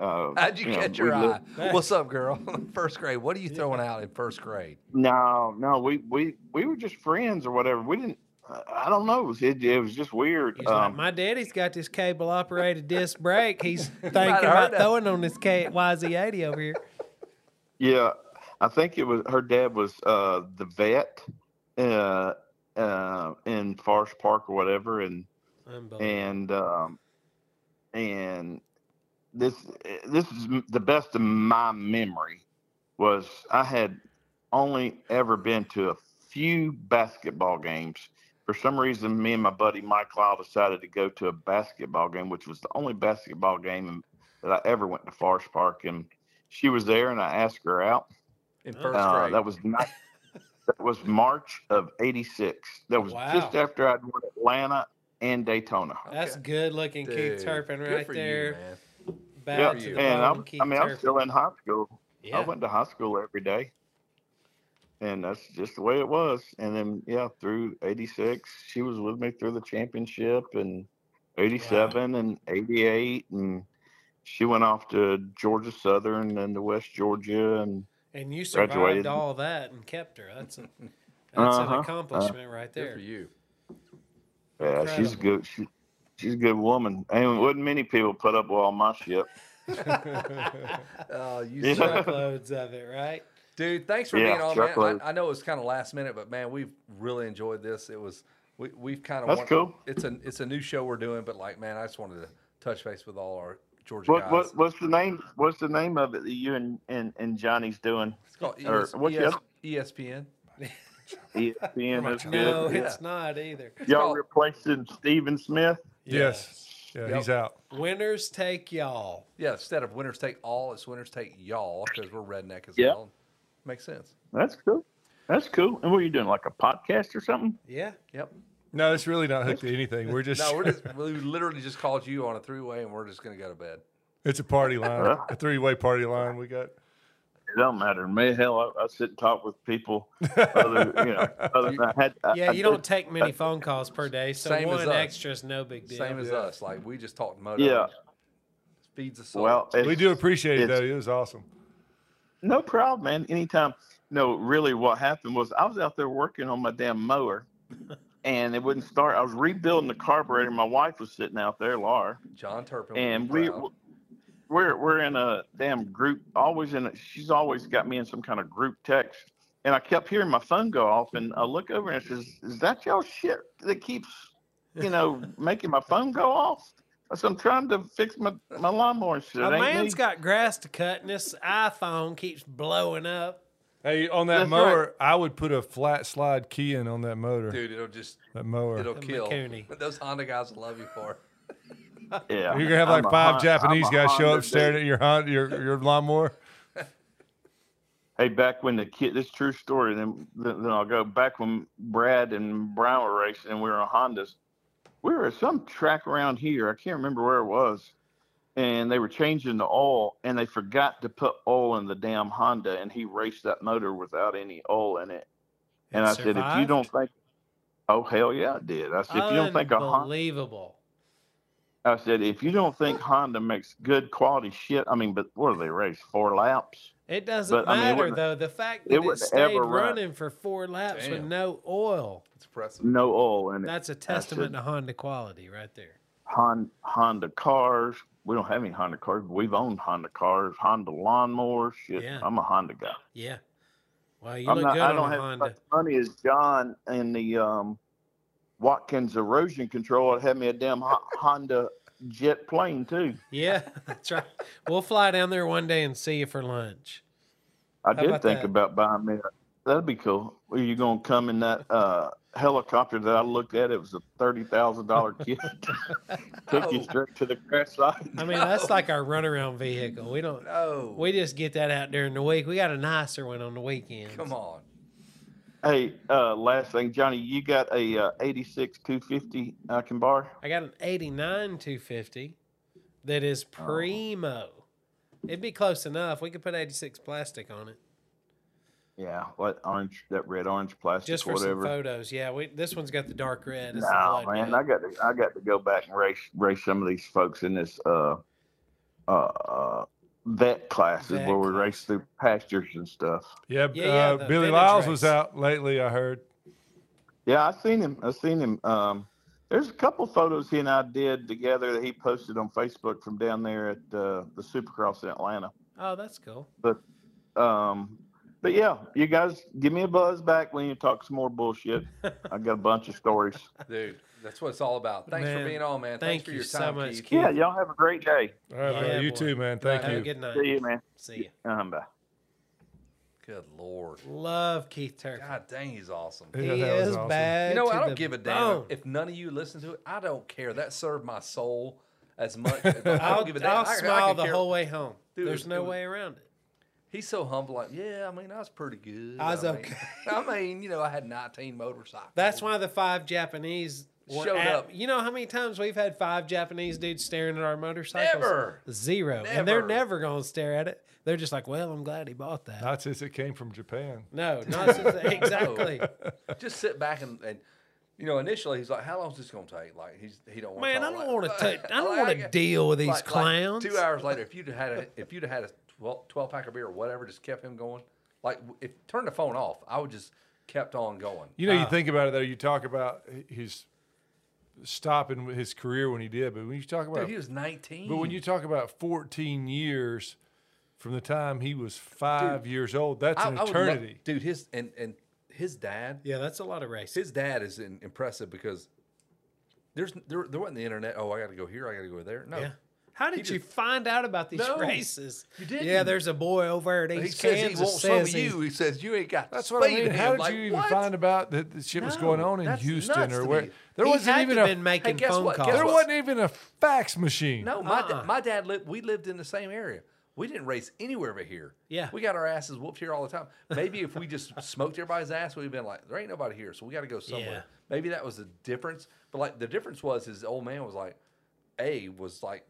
D: uh
A: How'd you
D: know,
A: catch
D: we
A: your eye?
D: lived-
A: What's up, girl? [laughs] First grade. What are you throwing out in first grade?
D: no no we we we were just friends or whatever we didn't I- i don't know it was, it, it was just weird
B: He's like,
D: um
B: my daddy's got this cable operated disc brake.
A: [laughs]
B: He's thinking
A: heard
B: about
A: that.
B: throwing on this K- YZ80 over here.
D: yeah i think it was her dad was uh the vet uh uh in forest park or whatever and
B: Unbelievable.
D: and um, and this this is m- the best of my memory was I had only ever been to a few basketball games. For some reason, me and my buddy Mike Lyle decided to go to a basketball game, which was the only basketball game that I ever went to Forest Park, and she was there, and I asked her out.
A: In
B: Uh,
A: first
D: Uh,
A: grade.
D: that was not, that was March of '86. That was just
B: Wow.
D: after I'd won Atlanta and Daytona.
B: That's good looking
A: Dude,
B: Keith Turpin
A: good
B: right
A: for you,
B: there.
A: man.
B: Back
D: yeah,
A: for
B: to
A: you.
B: the
D: and
B: bottom,
D: I'm,
B: Keith
D: I mean, I'm
B: Turpin.
D: still in high school. I
B: yeah.
D: went to high school every day, and that's just the way it was. And then, yeah, through '86, she was with me through the championship, and '87 and '88, and she went off to Georgia Southern and to West Georgia, and
B: And you survived
D: graduated.
B: all that and kept her. That's, a, that's
D: Uh-huh,
B: an
D: uh,
B: accomplishment right
A: Good
B: there.
A: for
B: [laughs]
A: you.
D: yeah, she's a
B: Incredible.
D: good. She, she's a good woman, and wasn't many people put up with all my shit.
A: Oh, you
D: Yeah.
A: suck.
B: Truckloads of it, right?
A: dude. Thanks for
D: Yeah,
A: being on, man.
D: chocolate.
A: I, I know it was kind of last minute, but man, we've really enjoyed this. It was we we've kind of
D: That's cool.
A: It's a it's a new show we're doing, but like man, I just wanted to touch base with all our Georgia
D: What,
A: guys.
D: what what's the name? What's the name of it that you and and, and Johnny's
B: [laughs]
D: doing?
A: it's called E
D: or
A: ES,
D: what's the
A: ES,
D: other-
A: ESPN.
D: ESPN. that's good.
B: No,
A: Yeah.
B: it's not either.
D: Y'all
A: called-
D: replacing Stephen Smith?
C: Yes. Yeah,
A: Yep.
C: he's out.
E: Winners take y'all.
A: Yeah, instead of winners take all, it's winners take y'all because we're redneck as
D: Yeah.
A: well. Makes sense.
D: That's cool. That's cool. And what are you doing? Like a podcast or something?
E: Yeah.
A: Yep.
C: No, it's really not hooked to anything. We're
A: [laughs]
C: just,
A: No, we're just
D: [laughs]
A: we literally just called you on a three way, and we're just gonna go to bed.
C: [laughs] it's a party line, a three way party line. We got
D: It don't matter to me. Hell, I, I sit and talk with people. Other, you [laughs] know, other than I had. I-
B: Yeah,
D: I
B: you
D: did-
B: don't take many
D: uh,
B: phone calls per day, so
A: Same as
B: one
A: us.
B: extra is no big deal.
A: Same as us. Like we just talked moto.
D: Yeah.
A: Feeds us.
D: Well,
C: we
D: it's-
C: do appreciate it
D: it's-
C: though. It was awesome.
D: No problem, man. Anytime. No, really, what happened was I was out there working on my damn [laughs] mower, and it wouldn't start. I was rebuilding the carburetor. My wife was sitting out there, Laura,
A: John Turpin. would be
D: and we
A: proud.
D: we're we're in a damn group. Always in. A, she's always got me in some kind of group text, and I kept hearing my phone go off, and I look over and I says, "Is that y'all shit that keeps,
B: [laughs]
D: you know, making my phone go off?" I said, "I'm trying to fix my my lawnmower and shit."
B: A
D: It ain't me."
B: man's got grass to cut, and this iPhone keeps blowing up.
C: Hey, on that
D: That's right.
C: mower, I would put a flat slide key in on that motor.
A: dude, it'll just
C: That mower.
A: it'll
B: The
A: kill. [laughs]
B: Mikuni.
A: Those Honda guys will love you for. it.
D: Yeah,
C: You're gonna have
D: I'm
C: like
D: a
C: five
D: Hon-
C: Japanese
D: I'm a
C: guys show
D: Honda
C: up staring
D: dude.
C: at your Honda, your your lawnmower.
D: Hey, back when the kid, this true story. Then, then then I'll go back when Brad and Brian were racing, and we were on Hondas. We were at some track around here. I can't remember where it was, and they were changing the oil, and they forgot to put oil in the damn Honda, and he raced that motor without any oil in it. And
B: It
D: I said, if you
B: survived?
D: don't think, oh hell yeah, it did. I said, if you don't think a Honda,
B: Unbelievable.
D: I said, if you don't think Honda makes good quality shit, I mean, but what do they race? Four laps.
B: It doesn't
D: But, I mean, it
B: matter
D: wouldn't-
B: though. The fact
D: it
B: that it,
D: wouldn't
B: stayed
D: ever run.
B: running for four laps with
A: Damn.
B: no oil,
A: It's impressive.
D: No oil in it.
B: that's a testament to Honda quality right there.
D: Hon- Honda cars. We don't have any Honda cars. But we've owned Honda cars, Honda lawnmowers. Shit,
B: Yeah.
D: I'm a Honda guy.
B: Yeah. Well, you
D: I'm
B: look
D: not.
B: good
D: I
B: on
D: don't
B: a
D: have
B: Honda.
D: as much money as John and the um, Watkins erosion control. I'd have me a damn Ho- Honda jet plane too.
B: Yeah, [laughs] that's right. We'll fly down there one day and see you for lunch.
D: I did
B: about
D: think
B: that?
D: about buying me. A, that'd be cool. Are you gonna come in that uh, helicopter that I looked at? It was a thirty thousand
B: [laughs]
D: dollar kit. [laughs] Took
B: Oh.
D: you straight to the crash site.
B: I mean, that's like our runaround vehicle. We don't.
A: No.
B: We just get that out during the week. We got a nicer one on the weekends.
A: Come on.
D: Hey, uh, last thing, Johnny, you got a uh, 86 250 I uh, can bar?
B: I got an 89 250 that is
A: Oh.
B: primo. It'd be close enough. We could put 86 plastic on it
D: Yeah, what orange, that red orange plastic,
B: just for some
D: whatever.
B: photos. Yeah, we, this one's got the dark red. It's the
D: No,
B: blood
D: man,
B: red.
D: I got to, I got to go back and race, race some of these folks in this uh, uh, uh vet classes
B: Vet
D: where we
B: class.
D: race through pastures and stuff.
C: Yeah,
B: Yeah, yeah,
C: uh,
B: the
C: Billy
B: vintage
C: Lyles
B: race.
C: was out lately. I heard.
D: Yeah, I seen him. I seen him. Um, there's a couple photos he and I did together that he posted on Facebook from down there at uh, the Supercross in Atlanta.
B: Oh, that's cool.
D: Um, but yeah, you guys give me a buzz back when you talk some more bullshit. I got a bunch of stories.
A: Dude, that's what it's all about. Thanks
B: Man,
A: for being on, man. Thanks
B: thank
A: for
B: you
A: your
B: so
A: time,
B: much,
A: Keith.
B: [laughs] Keith.
D: Yeah, y'all have a great day.
C: All right,
B: Yeah,
C: brother, you
B: boy.
C: too, man.
A: Good night,
C: Thank
B: Have a
C: you.
B: good night.
D: See you, man.
B: See you.
D: Uh-huh, bye.
A: Good lord.
B: Love Keith Turk.
A: God dang, he's awesome.
C: Yeah,
B: He
C: that was
B: is
C: awesome.
B: bad.
A: You know,
B: to
A: I
B: the
A: don't give a damn
B: bone.
A: if none of you listen to it. I don't care. That served my soul as
B: [laughs]
A: much. I don't
B: I'll,
A: give a damn.
B: I'll
A: I- I
B: smile
A: could
B: the
A: care-
B: whole way home.
A: Dude,
B: There's
A: it
B: no
A: was-
B: way around it.
A: He's so humble. Like, yeah, I mean, I was pretty good.
B: I was
A: mean,
B: okay."
A: I mean, [laughs] you know, I had 19 motorcycles.
B: That's why the five Japanese were
A: Showed
B: at-
A: up.
B: You know how many times we've had five Japanese dudes staring at our motorcycles?
A: Never.
B: Zero. And they're
A: Never.
B: never going to stare at it. They're just like, well, I'm glad he bought that.
C: Not since it came from Japan.
B: no, not
A: [laughs]
B: since- exactly.
A: Just sit back and, and you know, initially he's like, how long is this going to take? Like, he's he don't want
B: Man, I don't want to take. I don't want to deal with these
A: like- like
B: clowns.
A: two hours later, if you'd had a, if you'd had a 12, 12 pack of beer or whatever, just kept him going. Like, if turn the phone off, I would just kept on going.
C: You know, you think about it though. You talk about h- his stopping with his career when he did, but when you talk about,
A: Dude, he was 19.
C: but when you talk about 14 years from the time he was five years old, that's an
A: would love-
C: eternity.
A: dude, his and and his dad,
B: Yeah, that's a lot of races.
A: his dad is in, impressive because there's there, there wasn't the internet. Oh, I got to go here. I got to go there. No,
B: Yeah. How did you find out about these
A: No,
B: races?
A: you didn't.
B: Yeah, there's a boy over at
A: He
B: East
A: says he
B: Kansas
A: wants some
B: says
A: of you. He says you ain't got.
C: That's what I
A: speed
C: mean.
A: in
C: How
A: him."
C: did
A: Like,
C: you even
A: what?
C: find about that the shit was
A: No,
C: going on in
A: that's
C: Houston
A: nuts
C: or
A: to
C: where?
A: me.
C: There
B: He
C: wasn't
B: had
C: even
B: to
C: a
B: been making
A: guess
B: phone
A: what? Guess
B: calls.
C: there
A: what?
C: wasn't even a fax machine.
A: No, my
B: Uh-uh.
A: da- my dad lived. We lived in the same area. We didn't race anywhere but here.
B: Yeah.
A: we got our asses whooped here all the time. Maybe if we
B: [laughs]
A: just smoked everybody's ass, we'd have been like, there ain't nobody here, so we got to go somewhere.
B: Yeah.
A: Maybe that was the difference. But like the difference was his old man was like, A was like,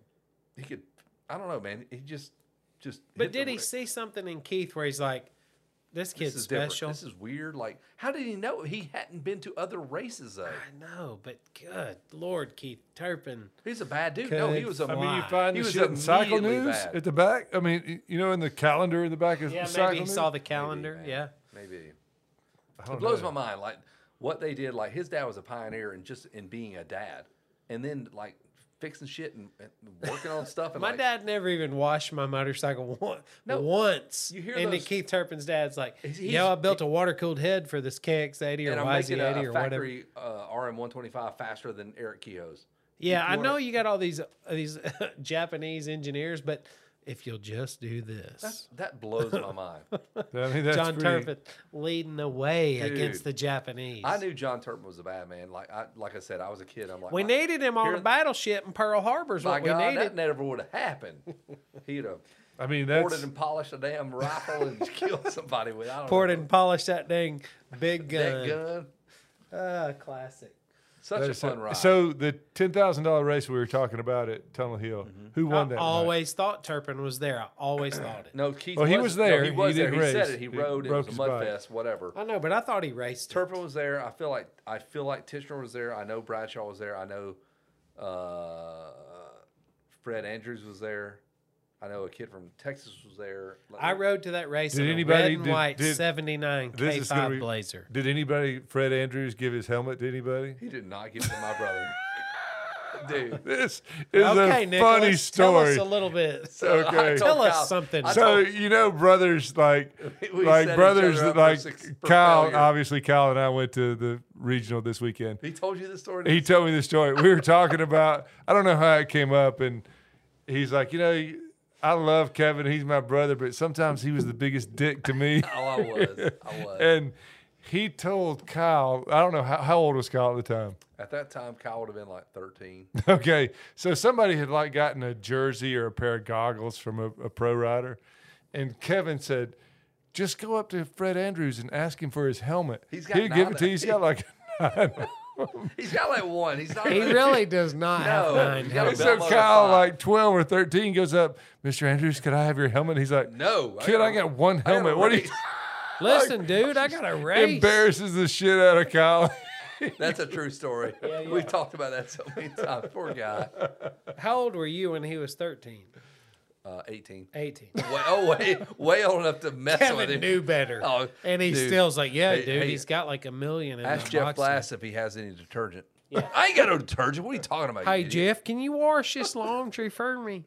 A: he could. I don't know, man. He just just.
B: But
A: hit the
B: did he
A: ra-
B: see something in Keith where he's like,
A: This
B: "This kid's
A: is different.
B: special"?
A: This is weird. Like, how did he know he hadn't been to other races though?
B: I know, but good lord, Keith Turpin.
A: He's a bad dude. No, he
B: Could
A: was a.
C: I mean, you
B: Why?
C: find
A: He
C: the
A: was
C: shit in Cycle
A: immediately
C: News
A: bad.
C: at the back. I mean, y- you know, in the calendar in the back of
B: Yeah,
C: Cycle
B: maybe he
C: News.
B: saw the calendar.
A: man.
B: yeah,
A: maybe.
C: I
B: Oh,
C: don't
A: It blows
C: know.
A: my mind, like what they did. Like his dad was a pioneer, and just in being a dad, and then like fixing shit and, and working on
B: [laughs]
A: stuff. And
B: my
A: like,
B: dad never even washed my motorcycle [laughs] one,
A: No,
B: once.
A: you hear
B: and then
A: those-
B: Keith Turpin's dad's like,
A: He's-
B: "Yeah, I
A: he's-
B: built a water cooled head for this KX80 or
A: and I'm making a,
B: YZ80
A: a
B: or whatever."
A: factory uh, RM125 faster than Eric Kehoe's.
B: Yeah, I
A: wanna-
B: know you got all these uh, these [laughs] Japanese engineers, but if you'll just do this,
A: That's, that blows my
B: [laughs]
A: mind.
C: I mean, that's
B: John
C: pretty-
B: Turpin leading the way against
A: Dude,
B: the Japanese.
A: I knew John Turpin was a bad man. Like I, like I said, I was a kid. I'm like,
B: we
A: my-
B: needed him on
A: here-
B: a battleship in Pearl Harbor. Is
A: My
B: what we
A: God, that
B: needed.
A: never would have
B: [laughs]
A: happened. He'd have
C: I mean,
A: ported
C: that's
A: and polished a damn rifle and [laughs] killed somebody with. I don't
B: Poured
A: know,
B: and polished that dang big
A: that
B: gun.
A: gun.
B: Ah, classic.
A: Such
C: that
A: a
C: is
A: fun
C: so-
A: ride.
C: So the ten thousand dollar race we were talking about at Tunnel Hill,
A: Mm-hmm.
C: who
B: I
C: won that? night?
B: always thought Turpin was there. I always thought it.
A: no, Keith.
C: Well, he
A: was
C: was there.
A: No, he
C: He
A: was there.
C: didn't
A: He said
C: race.
A: it. He
C: He
A: rode. It was
C: broke
A: a
C: his
A: mud
C: bike.
A: fest. Whatever.
B: I know, but I thought he raced. it.
A: Turpin was there. I feel like I feel like Tishner was there. I know Bradshaw was there. I know uh, Fred Andrews was there. I know a kid from Texas was there. Like,
B: I rode to that race
C: Did
B: in a red
C: anybody-
B: and
C: did-
B: white
C: did-
B: '79
C: This is gonna
B: K5
C: be-
B: Blazer.
C: Did anybody? Fred Andrews give his helmet
A: [laughs]
C: to anybody?
A: He did not give it to my brother,
B: [laughs]
A: dude.
C: This is
B: okay,
C: a
B: Nicholas,
C: funny
B: Tell us
C: story.
B: a little bit.
A: I
C: Okay.
A: told
B: Tell us
A: Kyle-
B: something.
A: I
C: So
A: told-
C: you know, brothers like
A: [laughs] We set
C: like
A: each
C: brothers
A: other up for
C: like
A: suc- for
C: Kyle.
A: failure.
C: Obviously, Kyle and I went to the regional this weekend.
A: he told you the story.
C: He told me this story. We were talking about I don't know how it came up, and he's like, you know, I love Kevin. He's my brother, but sometimes he was the biggest dick
A: [laughs]
C: to me.
A: oh, I
C: [laughs]
A: was. I was.
C: and he told Kyle, I don't know how, how old was Kyle at the time. [laughs]
A: At that time, Kyle would have been like thirteen. [laughs]
C: Okay, so somebody had like gotten a jersey or a pair of goggles from a, a pro rider, and Kevin said, "Just go up to Fred Andrews and ask him for his helmet.
A: He's got
C: He'll give
A: nine
C: it to you. He's
A: [laughs]
C: got like."
A: He's got like one. He's not.
B: He really does not have
A: No,
B: nine.
A: you gotta
B: helmets.
A: be
C: so
A: Bell
C: Kyle,
A: Motor
C: like twelve or thirteen, goes up. Mister Andrews, could I have your helmet? He's like,
A: No,
C: kid, I got one
A: I got a
C: helmet. What do
A: raise.
C: you?
B: Listen, dude, I got a race.
C: [laughs] Embarrasses the shit out of Kyle.
B: [laughs]
A: That's a true story. We've talked about that so many
B: [laughs]
A: times. Poor guy.
B: How old were you when he was 13?
A: Uh, Eighteen.
B: 18.
A: way, oh, way, way old enough to mess with
B: Kevin
A: him.
B: knew better.
A: Oh,
B: and he
A: dude.
B: still's like, yeah,
A: Hey,
B: dude,
A: hey,
B: he's got like a million in
A: Ask
B: the
A: Jeff
B: box.
A: Glass if he has any detergent. [laughs] I ain't got no detergent. What are you talking about?
B: Hey,
A: you idiot?
B: Jeff, can you wash this laundry [laughs] for me?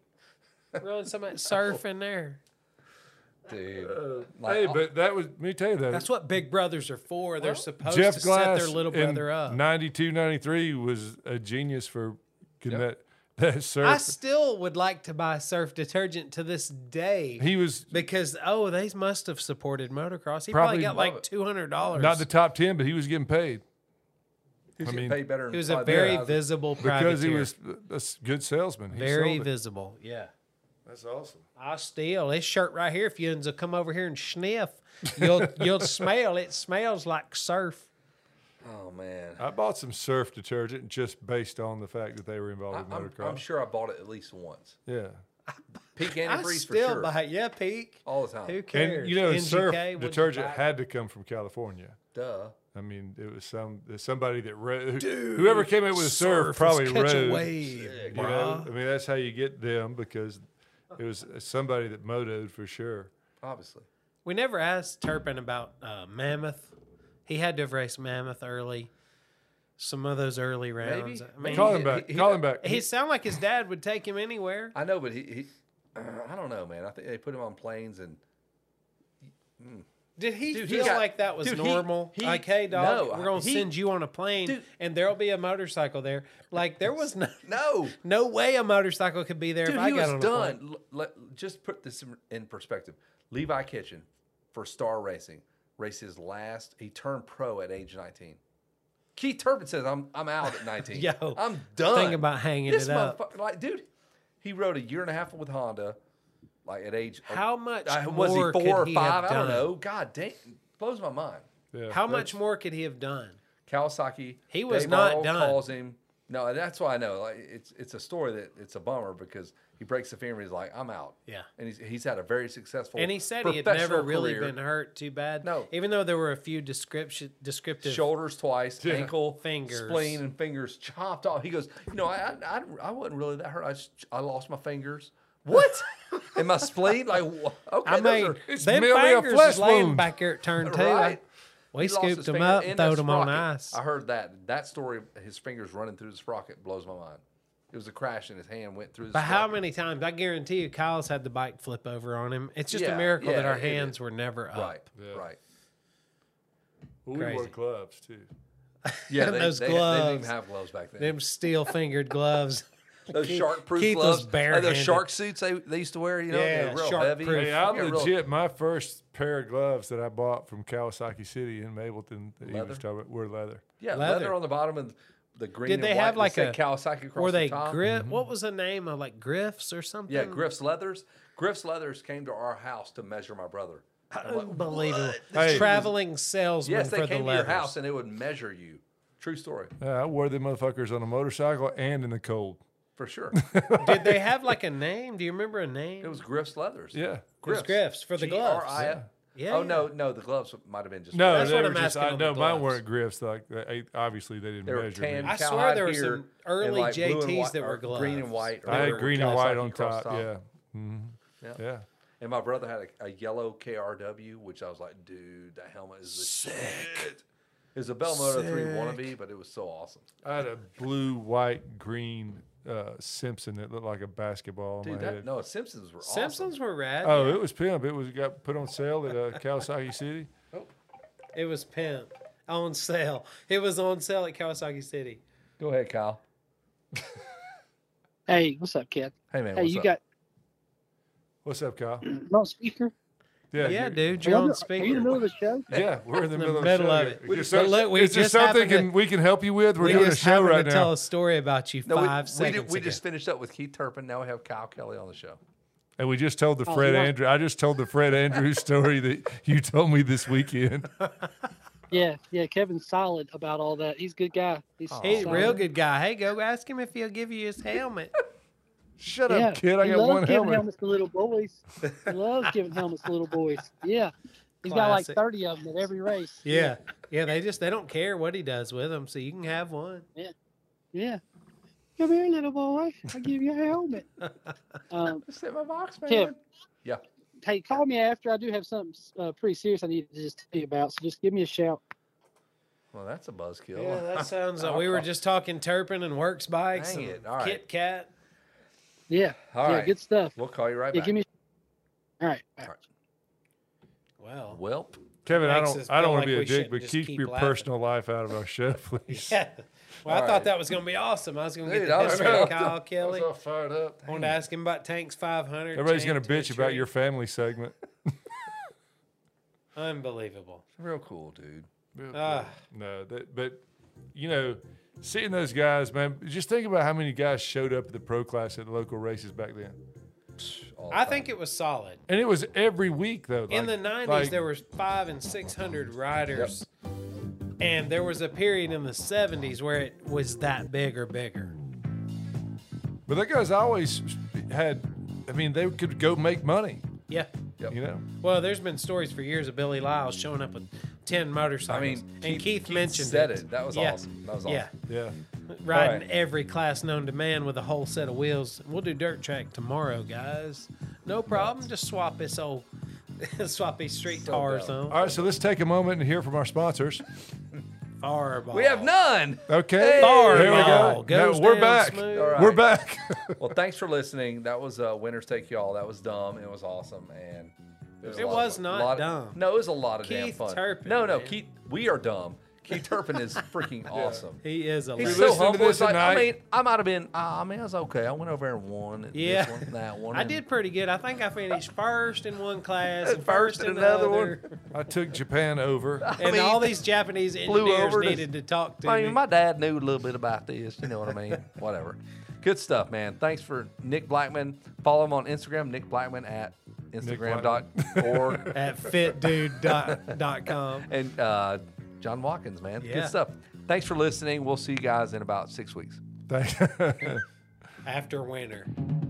B: Run
A: [laughs]
B: some of that surf in there. Uh,
A: Dude. Like,
C: hey, but that was let me tell you that
B: That's what big brothers are for. They're supposed
C: Jeff
B: to
C: Glass
B: set their little
C: in
B: brother up.
C: 92, 93 was a genius for getting that that surf.
B: I still would like to buy surf detergent to this day.
C: he was
B: because oh, they must have supported motocross. He probably,
C: Probably
B: got
C: love
B: like
C: it.
B: two hundred dollars.
C: not the top ten, but he was getting paid
A: he's
C: I
A: getting
C: mean,
A: paid better than
B: He was a
A: probably
B: very
A: $10,000.
B: visible privateer.
C: because he was a s- good salesman. He
B: very
C: sold it.
B: visible. Yeah.
C: That's awesome.
B: I still this shirt right here. If you will come over here and sniff, you'll
A: [laughs]
B: you'll smell it. Smells like surf.
A: Oh, man.
C: I bought some surf detergent just based on the fact that they were involved
A: I,
C: in
A: am
C: motocross.
A: sure I bought it at least once.
C: yeah.
B: [laughs]
A: Peak
B: I
A: antifreeze for
B: still
A: sure.
B: buy yeah, peak.
A: All the time.
B: Who cares?
C: And you know,
B: NGK,
C: surf
B: what'd you
C: detergent
B: buy?
C: had to come from California.
A: Duh.
C: I mean, it was some somebody that rode, who- whoever came up with a surf, probably
B: Let's catch
C: rode.
B: a wave,
C: You know,
B: bruh.
C: I mean, that's how you get them because it was somebody that motoed for sure.
A: Obviously.
B: We never asked Turpin about uh, Mammoth. He had to have raced Mammoth early. Some of those early rounds. I mean,
C: Call
A: he
C: him
A: did-
C: back.
A: he- he-
C: Call him back.
B: he sounded like his dad would take him anywhere.
A: I [clears throat] know, but he, he I don't know, man. I think they put him on planes and. Mm,
B: Did he
A: Dude, he
B: feel
A: got-
B: like that was
A: dude, he-
B: normal?
A: he-
B: like, hey, dog,
A: no,
B: we're gonna
A: he-
B: send you on a plane,
A: Dude.
B: and there'll be a motorcycle there. Like, there was no
A: No,
B: no way a motorcycle could be there
A: dude,
B: if I
A: he
B: got
A: was
B: on a plane.
A: done. L- let- just put this in- in perspective. Levi Kitchen for Star Racing raced his last. He turned pro at age 19. Keith Turpin says, "I'm I'm out at 19.
B: [laughs] Yo,
A: I'm done.
B: think about hanging
A: this
B: it up.
A: motherfucker- Like, dude, he rode a year and a half with Honda. Like at age
B: How much
A: I- was he
B: more could
A: four or
B: he
A: five?
B: have
A: I don't
B: done?
A: know. God dang, blows my mind.
C: Yeah,
B: How
C: that's-
B: much more could he have done?
A: Kawasaki.
B: He was
A: Dave
B: not
A: Arnold
B: done.
A: Calls him. No, that's why I know. Like it's it's a story that it's a bummer because he breaks the finger. He's like, I'm out.
B: Yeah.
A: and he's, he's had a very successful.
B: And he said he had never
A: professional
B: really
A: career.
B: been hurt too bad.
A: No.
B: even though there were a few description descriptive.
A: Shoulders twice, ankle,
B: Fingers.
A: spleen, and fingers chopped off. He goes, you know, I I, I, I wasn't really that hurt. I, just, I lost my fingers. What? [laughs] and my spleen? Like, wha- okay.
B: I
A: those
B: mean,
A: are-
C: It's
B: them
C: merely a
B: fingers
C: flesh
B: is laying
C: wound.
B: back here at turn two.
A: Right.
B: We
A: He lost his
B: scooped them
A: finger
B: up,
A: in
B: throwed
A: the
B: them on
A: sprocket.
B: ice.
A: I heard that. That story, of his fingers running through the sprocket, blows my mind. It was a crash, and his hand went through. The
B: But how
A: sprocket.
B: many times? I guarantee you, Kyle's had the bike flip over on him. It's just
A: Yeah,
B: a miracle that
A: yeah,
B: our
A: it is.
B: hands were never up.
A: Right,
C: Yeah.
A: right.
C: Well, we wore
B: Crazy.
C: gloves too.
A: Yeah,
B: And
A: they,
B: those
A: they, They didn't
B: gloves.
A: even have gloves back then.
B: Them steel
A: [laughs]
B: fingered gloves.
A: those shark-proof
B: Keith was
A: gloves, like those
B: barehanded.
A: shark suits they, they used to wear. You know, they're
B: Yeah,
A: real heavy.
B: shark-proof.
C: Hey, I'm
A: Yeah, real-
C: legit. My first pair of gloves that I bought from Kawasaki City in Mapleton that he
A: Leather?
C: was talking about were leather.
A: Yeah, leather.
B: leather.
A: on the bottom and the green.
B: Did they
A: and white
B: have
A: that
B: like
A: said
B: a-
A: Kawasaki across
B: Were they
A: the top? Mm-hmm.
B: grip? What was the name of like Griff's or something?
A: Yeah, Griff's Leathers. Griff's Leathers came to our house to measure my brother. I'm like,
B: Unbelievable.
C: Hey.
B: Traveling salesman
A: yes,
B: for
A: they
B: the
A: came to your
B: leathers.
A: house and it would measure you. True story,
C: Uh, I wore them motherfuckers on a motorcycle and in the cold.
A: for sure. [laughs]
B: Did they have like a name? Do you remember a name?
A: It was Griff's Leathers.
C: Yeah.
B: Griff's, Griff's for the gloves.
A: G-R-I-
B: Yeah.
A: Oh no, no, the gloves might have been just
C: No,
B: That's
C: they
B: what
C: were
B: I'm
C: just,
B: asking
C: I,
B: on
C: no,
B: the
C: mine
B: gloves.
C: weren't griffs. Like they, obviously, they didn't
A: They were
C: measure
A: tan.
C: me.
B: I swear there were
A: was
B: some early JTs that were
A: green and
B: gloves.
A: white. or
C: I had
A: whatever,
C: green and
A: Kawasaki
C: white on
A: cross
C: top. Yeah. hmm
A: Yeah.
C: yeah,
A: And my brother had a, a yellow KRW, which I was like, dude, that helmet is the shit. It was a Belmoto three wannabe, but it was so awesome.
C: I had a blue, white, green uh, Simpson that looked like a basketball on
A: Dude,
C: my
A: that
C: head.
A: no, Simpsons were awesome.
B: Simpsons were rad.
C: Oh, it was pimp. It was got put on sale at uh, Kawasaki City.
B: It was pimp on sale. It was on sale at Kawasaki City.
A: Go ahead, Kyle.
F: Hey, what's up, kid?
A: Hey man,
F: hey,
A: what's
F: you
A: up?
F: got
C: What's
B: [clears throat]
C: up, Kyle?
F: no speaker?
B: Yeah,
C: Yeah, you're-
B: dude, you're
F: Are you
B: on
F: in the- Are you in the
B: speaker.
F: middle of the show?
C: Yeah, we're in
B: the
C: the, middle,
B: middle of
C: of, the
B: it.
C: show.
B: We
C: Is
B: just-
C: there-
B: but look, we
C: is there
B: just
C: something
B: happened to-
C: can, we can help you with? We're
B: We
C: doing a
B: just
C: show
B: happened
C: right
B: to
C: now.
B: tell a story about you
A: No, we,
B: five
A: we,
B: seconds
A: did, we
B: ago.
A: just finished up with Keith Turpin. Now we have Kyle Kelly on the show.
C: And we just told the
F: Oh,
C: Fred
F: yeah.
C: Andrew. I just told the
B: [laughs]
C: Fred Andrews story that you told me this weekend.
F: Yeah, yeah. Kevin's solid about all that. He's a good guy. He's
B: He's a
F: solid.
B: real good guy. Hey, go ask him if he'll give you his helmet.
C: Shut
F: Yeah,
C: up, kid. I
F: he
C: got
F: loves
C: one
F: giving
C: helmet.
F: helmets to
C: [laughs]
F: little boys. He loves giving helmets to little boys. Yeah, he's got like
B: Classic.
F: thirty of them at
A: [laughs]
F: every race.
B: yeah, yeah. They just they don't care what he does with them, so you can have one.
F: yeah. Come here, little boy. I'll give you
A: [laughs]
F: a helmet. um,
A: Just hit my box, man.
F: Tim.
A: Yeah.
F: Hey, call me after. I do have something uh, pretty serious I need to just tell you about. So just give me a shout.
A: Well, that's a buzzkill.
B: Yeah,
A: [laughs]
B: that sounds like Uh, we were just talking Turpin and Works bikes
A: Dang
B: and
A: it, all right.
B: Kit Kat.
F: Yeah.
A: All
F: yeah.
A: right.
F: Good stuff.
A: We'll call you right
F: Yeah.
A: back.
F: Give me. a- All right.
A: All right.
B: Well,
A: Welp.
C: Kevin, I
B: Makes
C: don't.
B: us
C: I don't
B: feel
C: want
B: like
C: to be a
B: we
C: dick,
B: shouldn't
C: but
B: just
C: keep,
B: keep
C: your
B: laughing.
C: personal life out of
B: [laughs]
C: our show, please.
B: yeah. Well, I
A: All right.
B: thought that was gonna be awesome. I was gonna get
A: Dude, I
B: the
A: was-
B: history
A: [laughs]
B: of Kyle Kelly.
C: all fired up.
B: I wanted to ask him about Tanks 500.
C: Everybody's gonna
B: chained
C: bitch
B: a
C: about
B: tree.
C: your family segment.
B: Unbelievable.
A: Real cool, dude.
B: Ah.
C: no, that, but you know, seeing those guys, man. Just think about how many guys showed up at the pro class at the local races back then,
A: All
B: I
A: time.
B: think it was solid.
C: and it was every week though.
B: In the
C: like-
B: 90s,
C: like-
B: there were five and 600 riders. And there was a period in the 70s where it was that big or bigger.
C: But that guys always had. I mean, they could go make money.
B: Yeah.
A: Yep.
C: You know,
B: Well, there's been stories for years of Billy Lyles showing up with 10
A: I
B: motorcycles.
A: mean,
B: and Keith, mentioned
A: said it. That was
B: Yeah.
A: awesome. That was awesome.
B: Yeah.
C: yeah.
B: Riding
A: right.
B: every class known to man with a whole set of wheels. We'll do dirt track tomorrow, guys. No problem. Just swap this old, [laughs] swap these street tires
A: dope.
B: on.
C: All right, so let's take a moment and hear from our sponsors.
B: Fireball.
A: We have [laughs] none.
C: Okay,
B: Fireball
C: there we go.
B: goes
C: No, we're
B: down
C: back.
B: smooth.
A: All right.
C: We're back. [laughs]
A: Well, thanks for listening. That was uh, Winners Take Y'all. That was dumb. It was awesome. And was,
B: It
A: a lot of
B: was
A: fun.
B: not
A: Lot of-
B: dumb.
A: No, it was a lot of damn
B: Keith
A: fun.
B: Turpin,
A: no, no,
B: man.
A: Keith, we are dumb. Keith Turpin
B: [laughs]
A: is freaking awesome.
B: He is a
A: He's so
B: legend.
C: listen to
A: humble.
C: this
A: It's like, I mean,
C: tonight-
A: I might have been. Uh, I mean, I was okay. I went over there and won. at
B: Yeah.
A: this one, that one.
B: I
A: and-
B: did pretty good. I think I finished first in one class,
A: [laughs]
B: and
A: First
B: first
A: in
B: in
A: another
B: another,
A: one.
C: I took Japan over. [laughs]
B: and
A: mean,
B: all these Japanese
A: flew
B: engineers
A: over to-
B: needed to, talk to
A: I
B: me.
A: mean, my dad knew a little bit about this. You know what I mean? [laughs] Whatever. Good stuff, man. Thanks for Nick Blackman. Follow him on Instagram, Nick Blackman at instagram.org.
B: at
A: [laughs]
B: fitdude.com.
A: and uh, John Watkins, man.
B: Yeah.
A: Good stuff. Thanks for listening. We'll see you guys in about six weeks.
C: Thank-
B: After winter.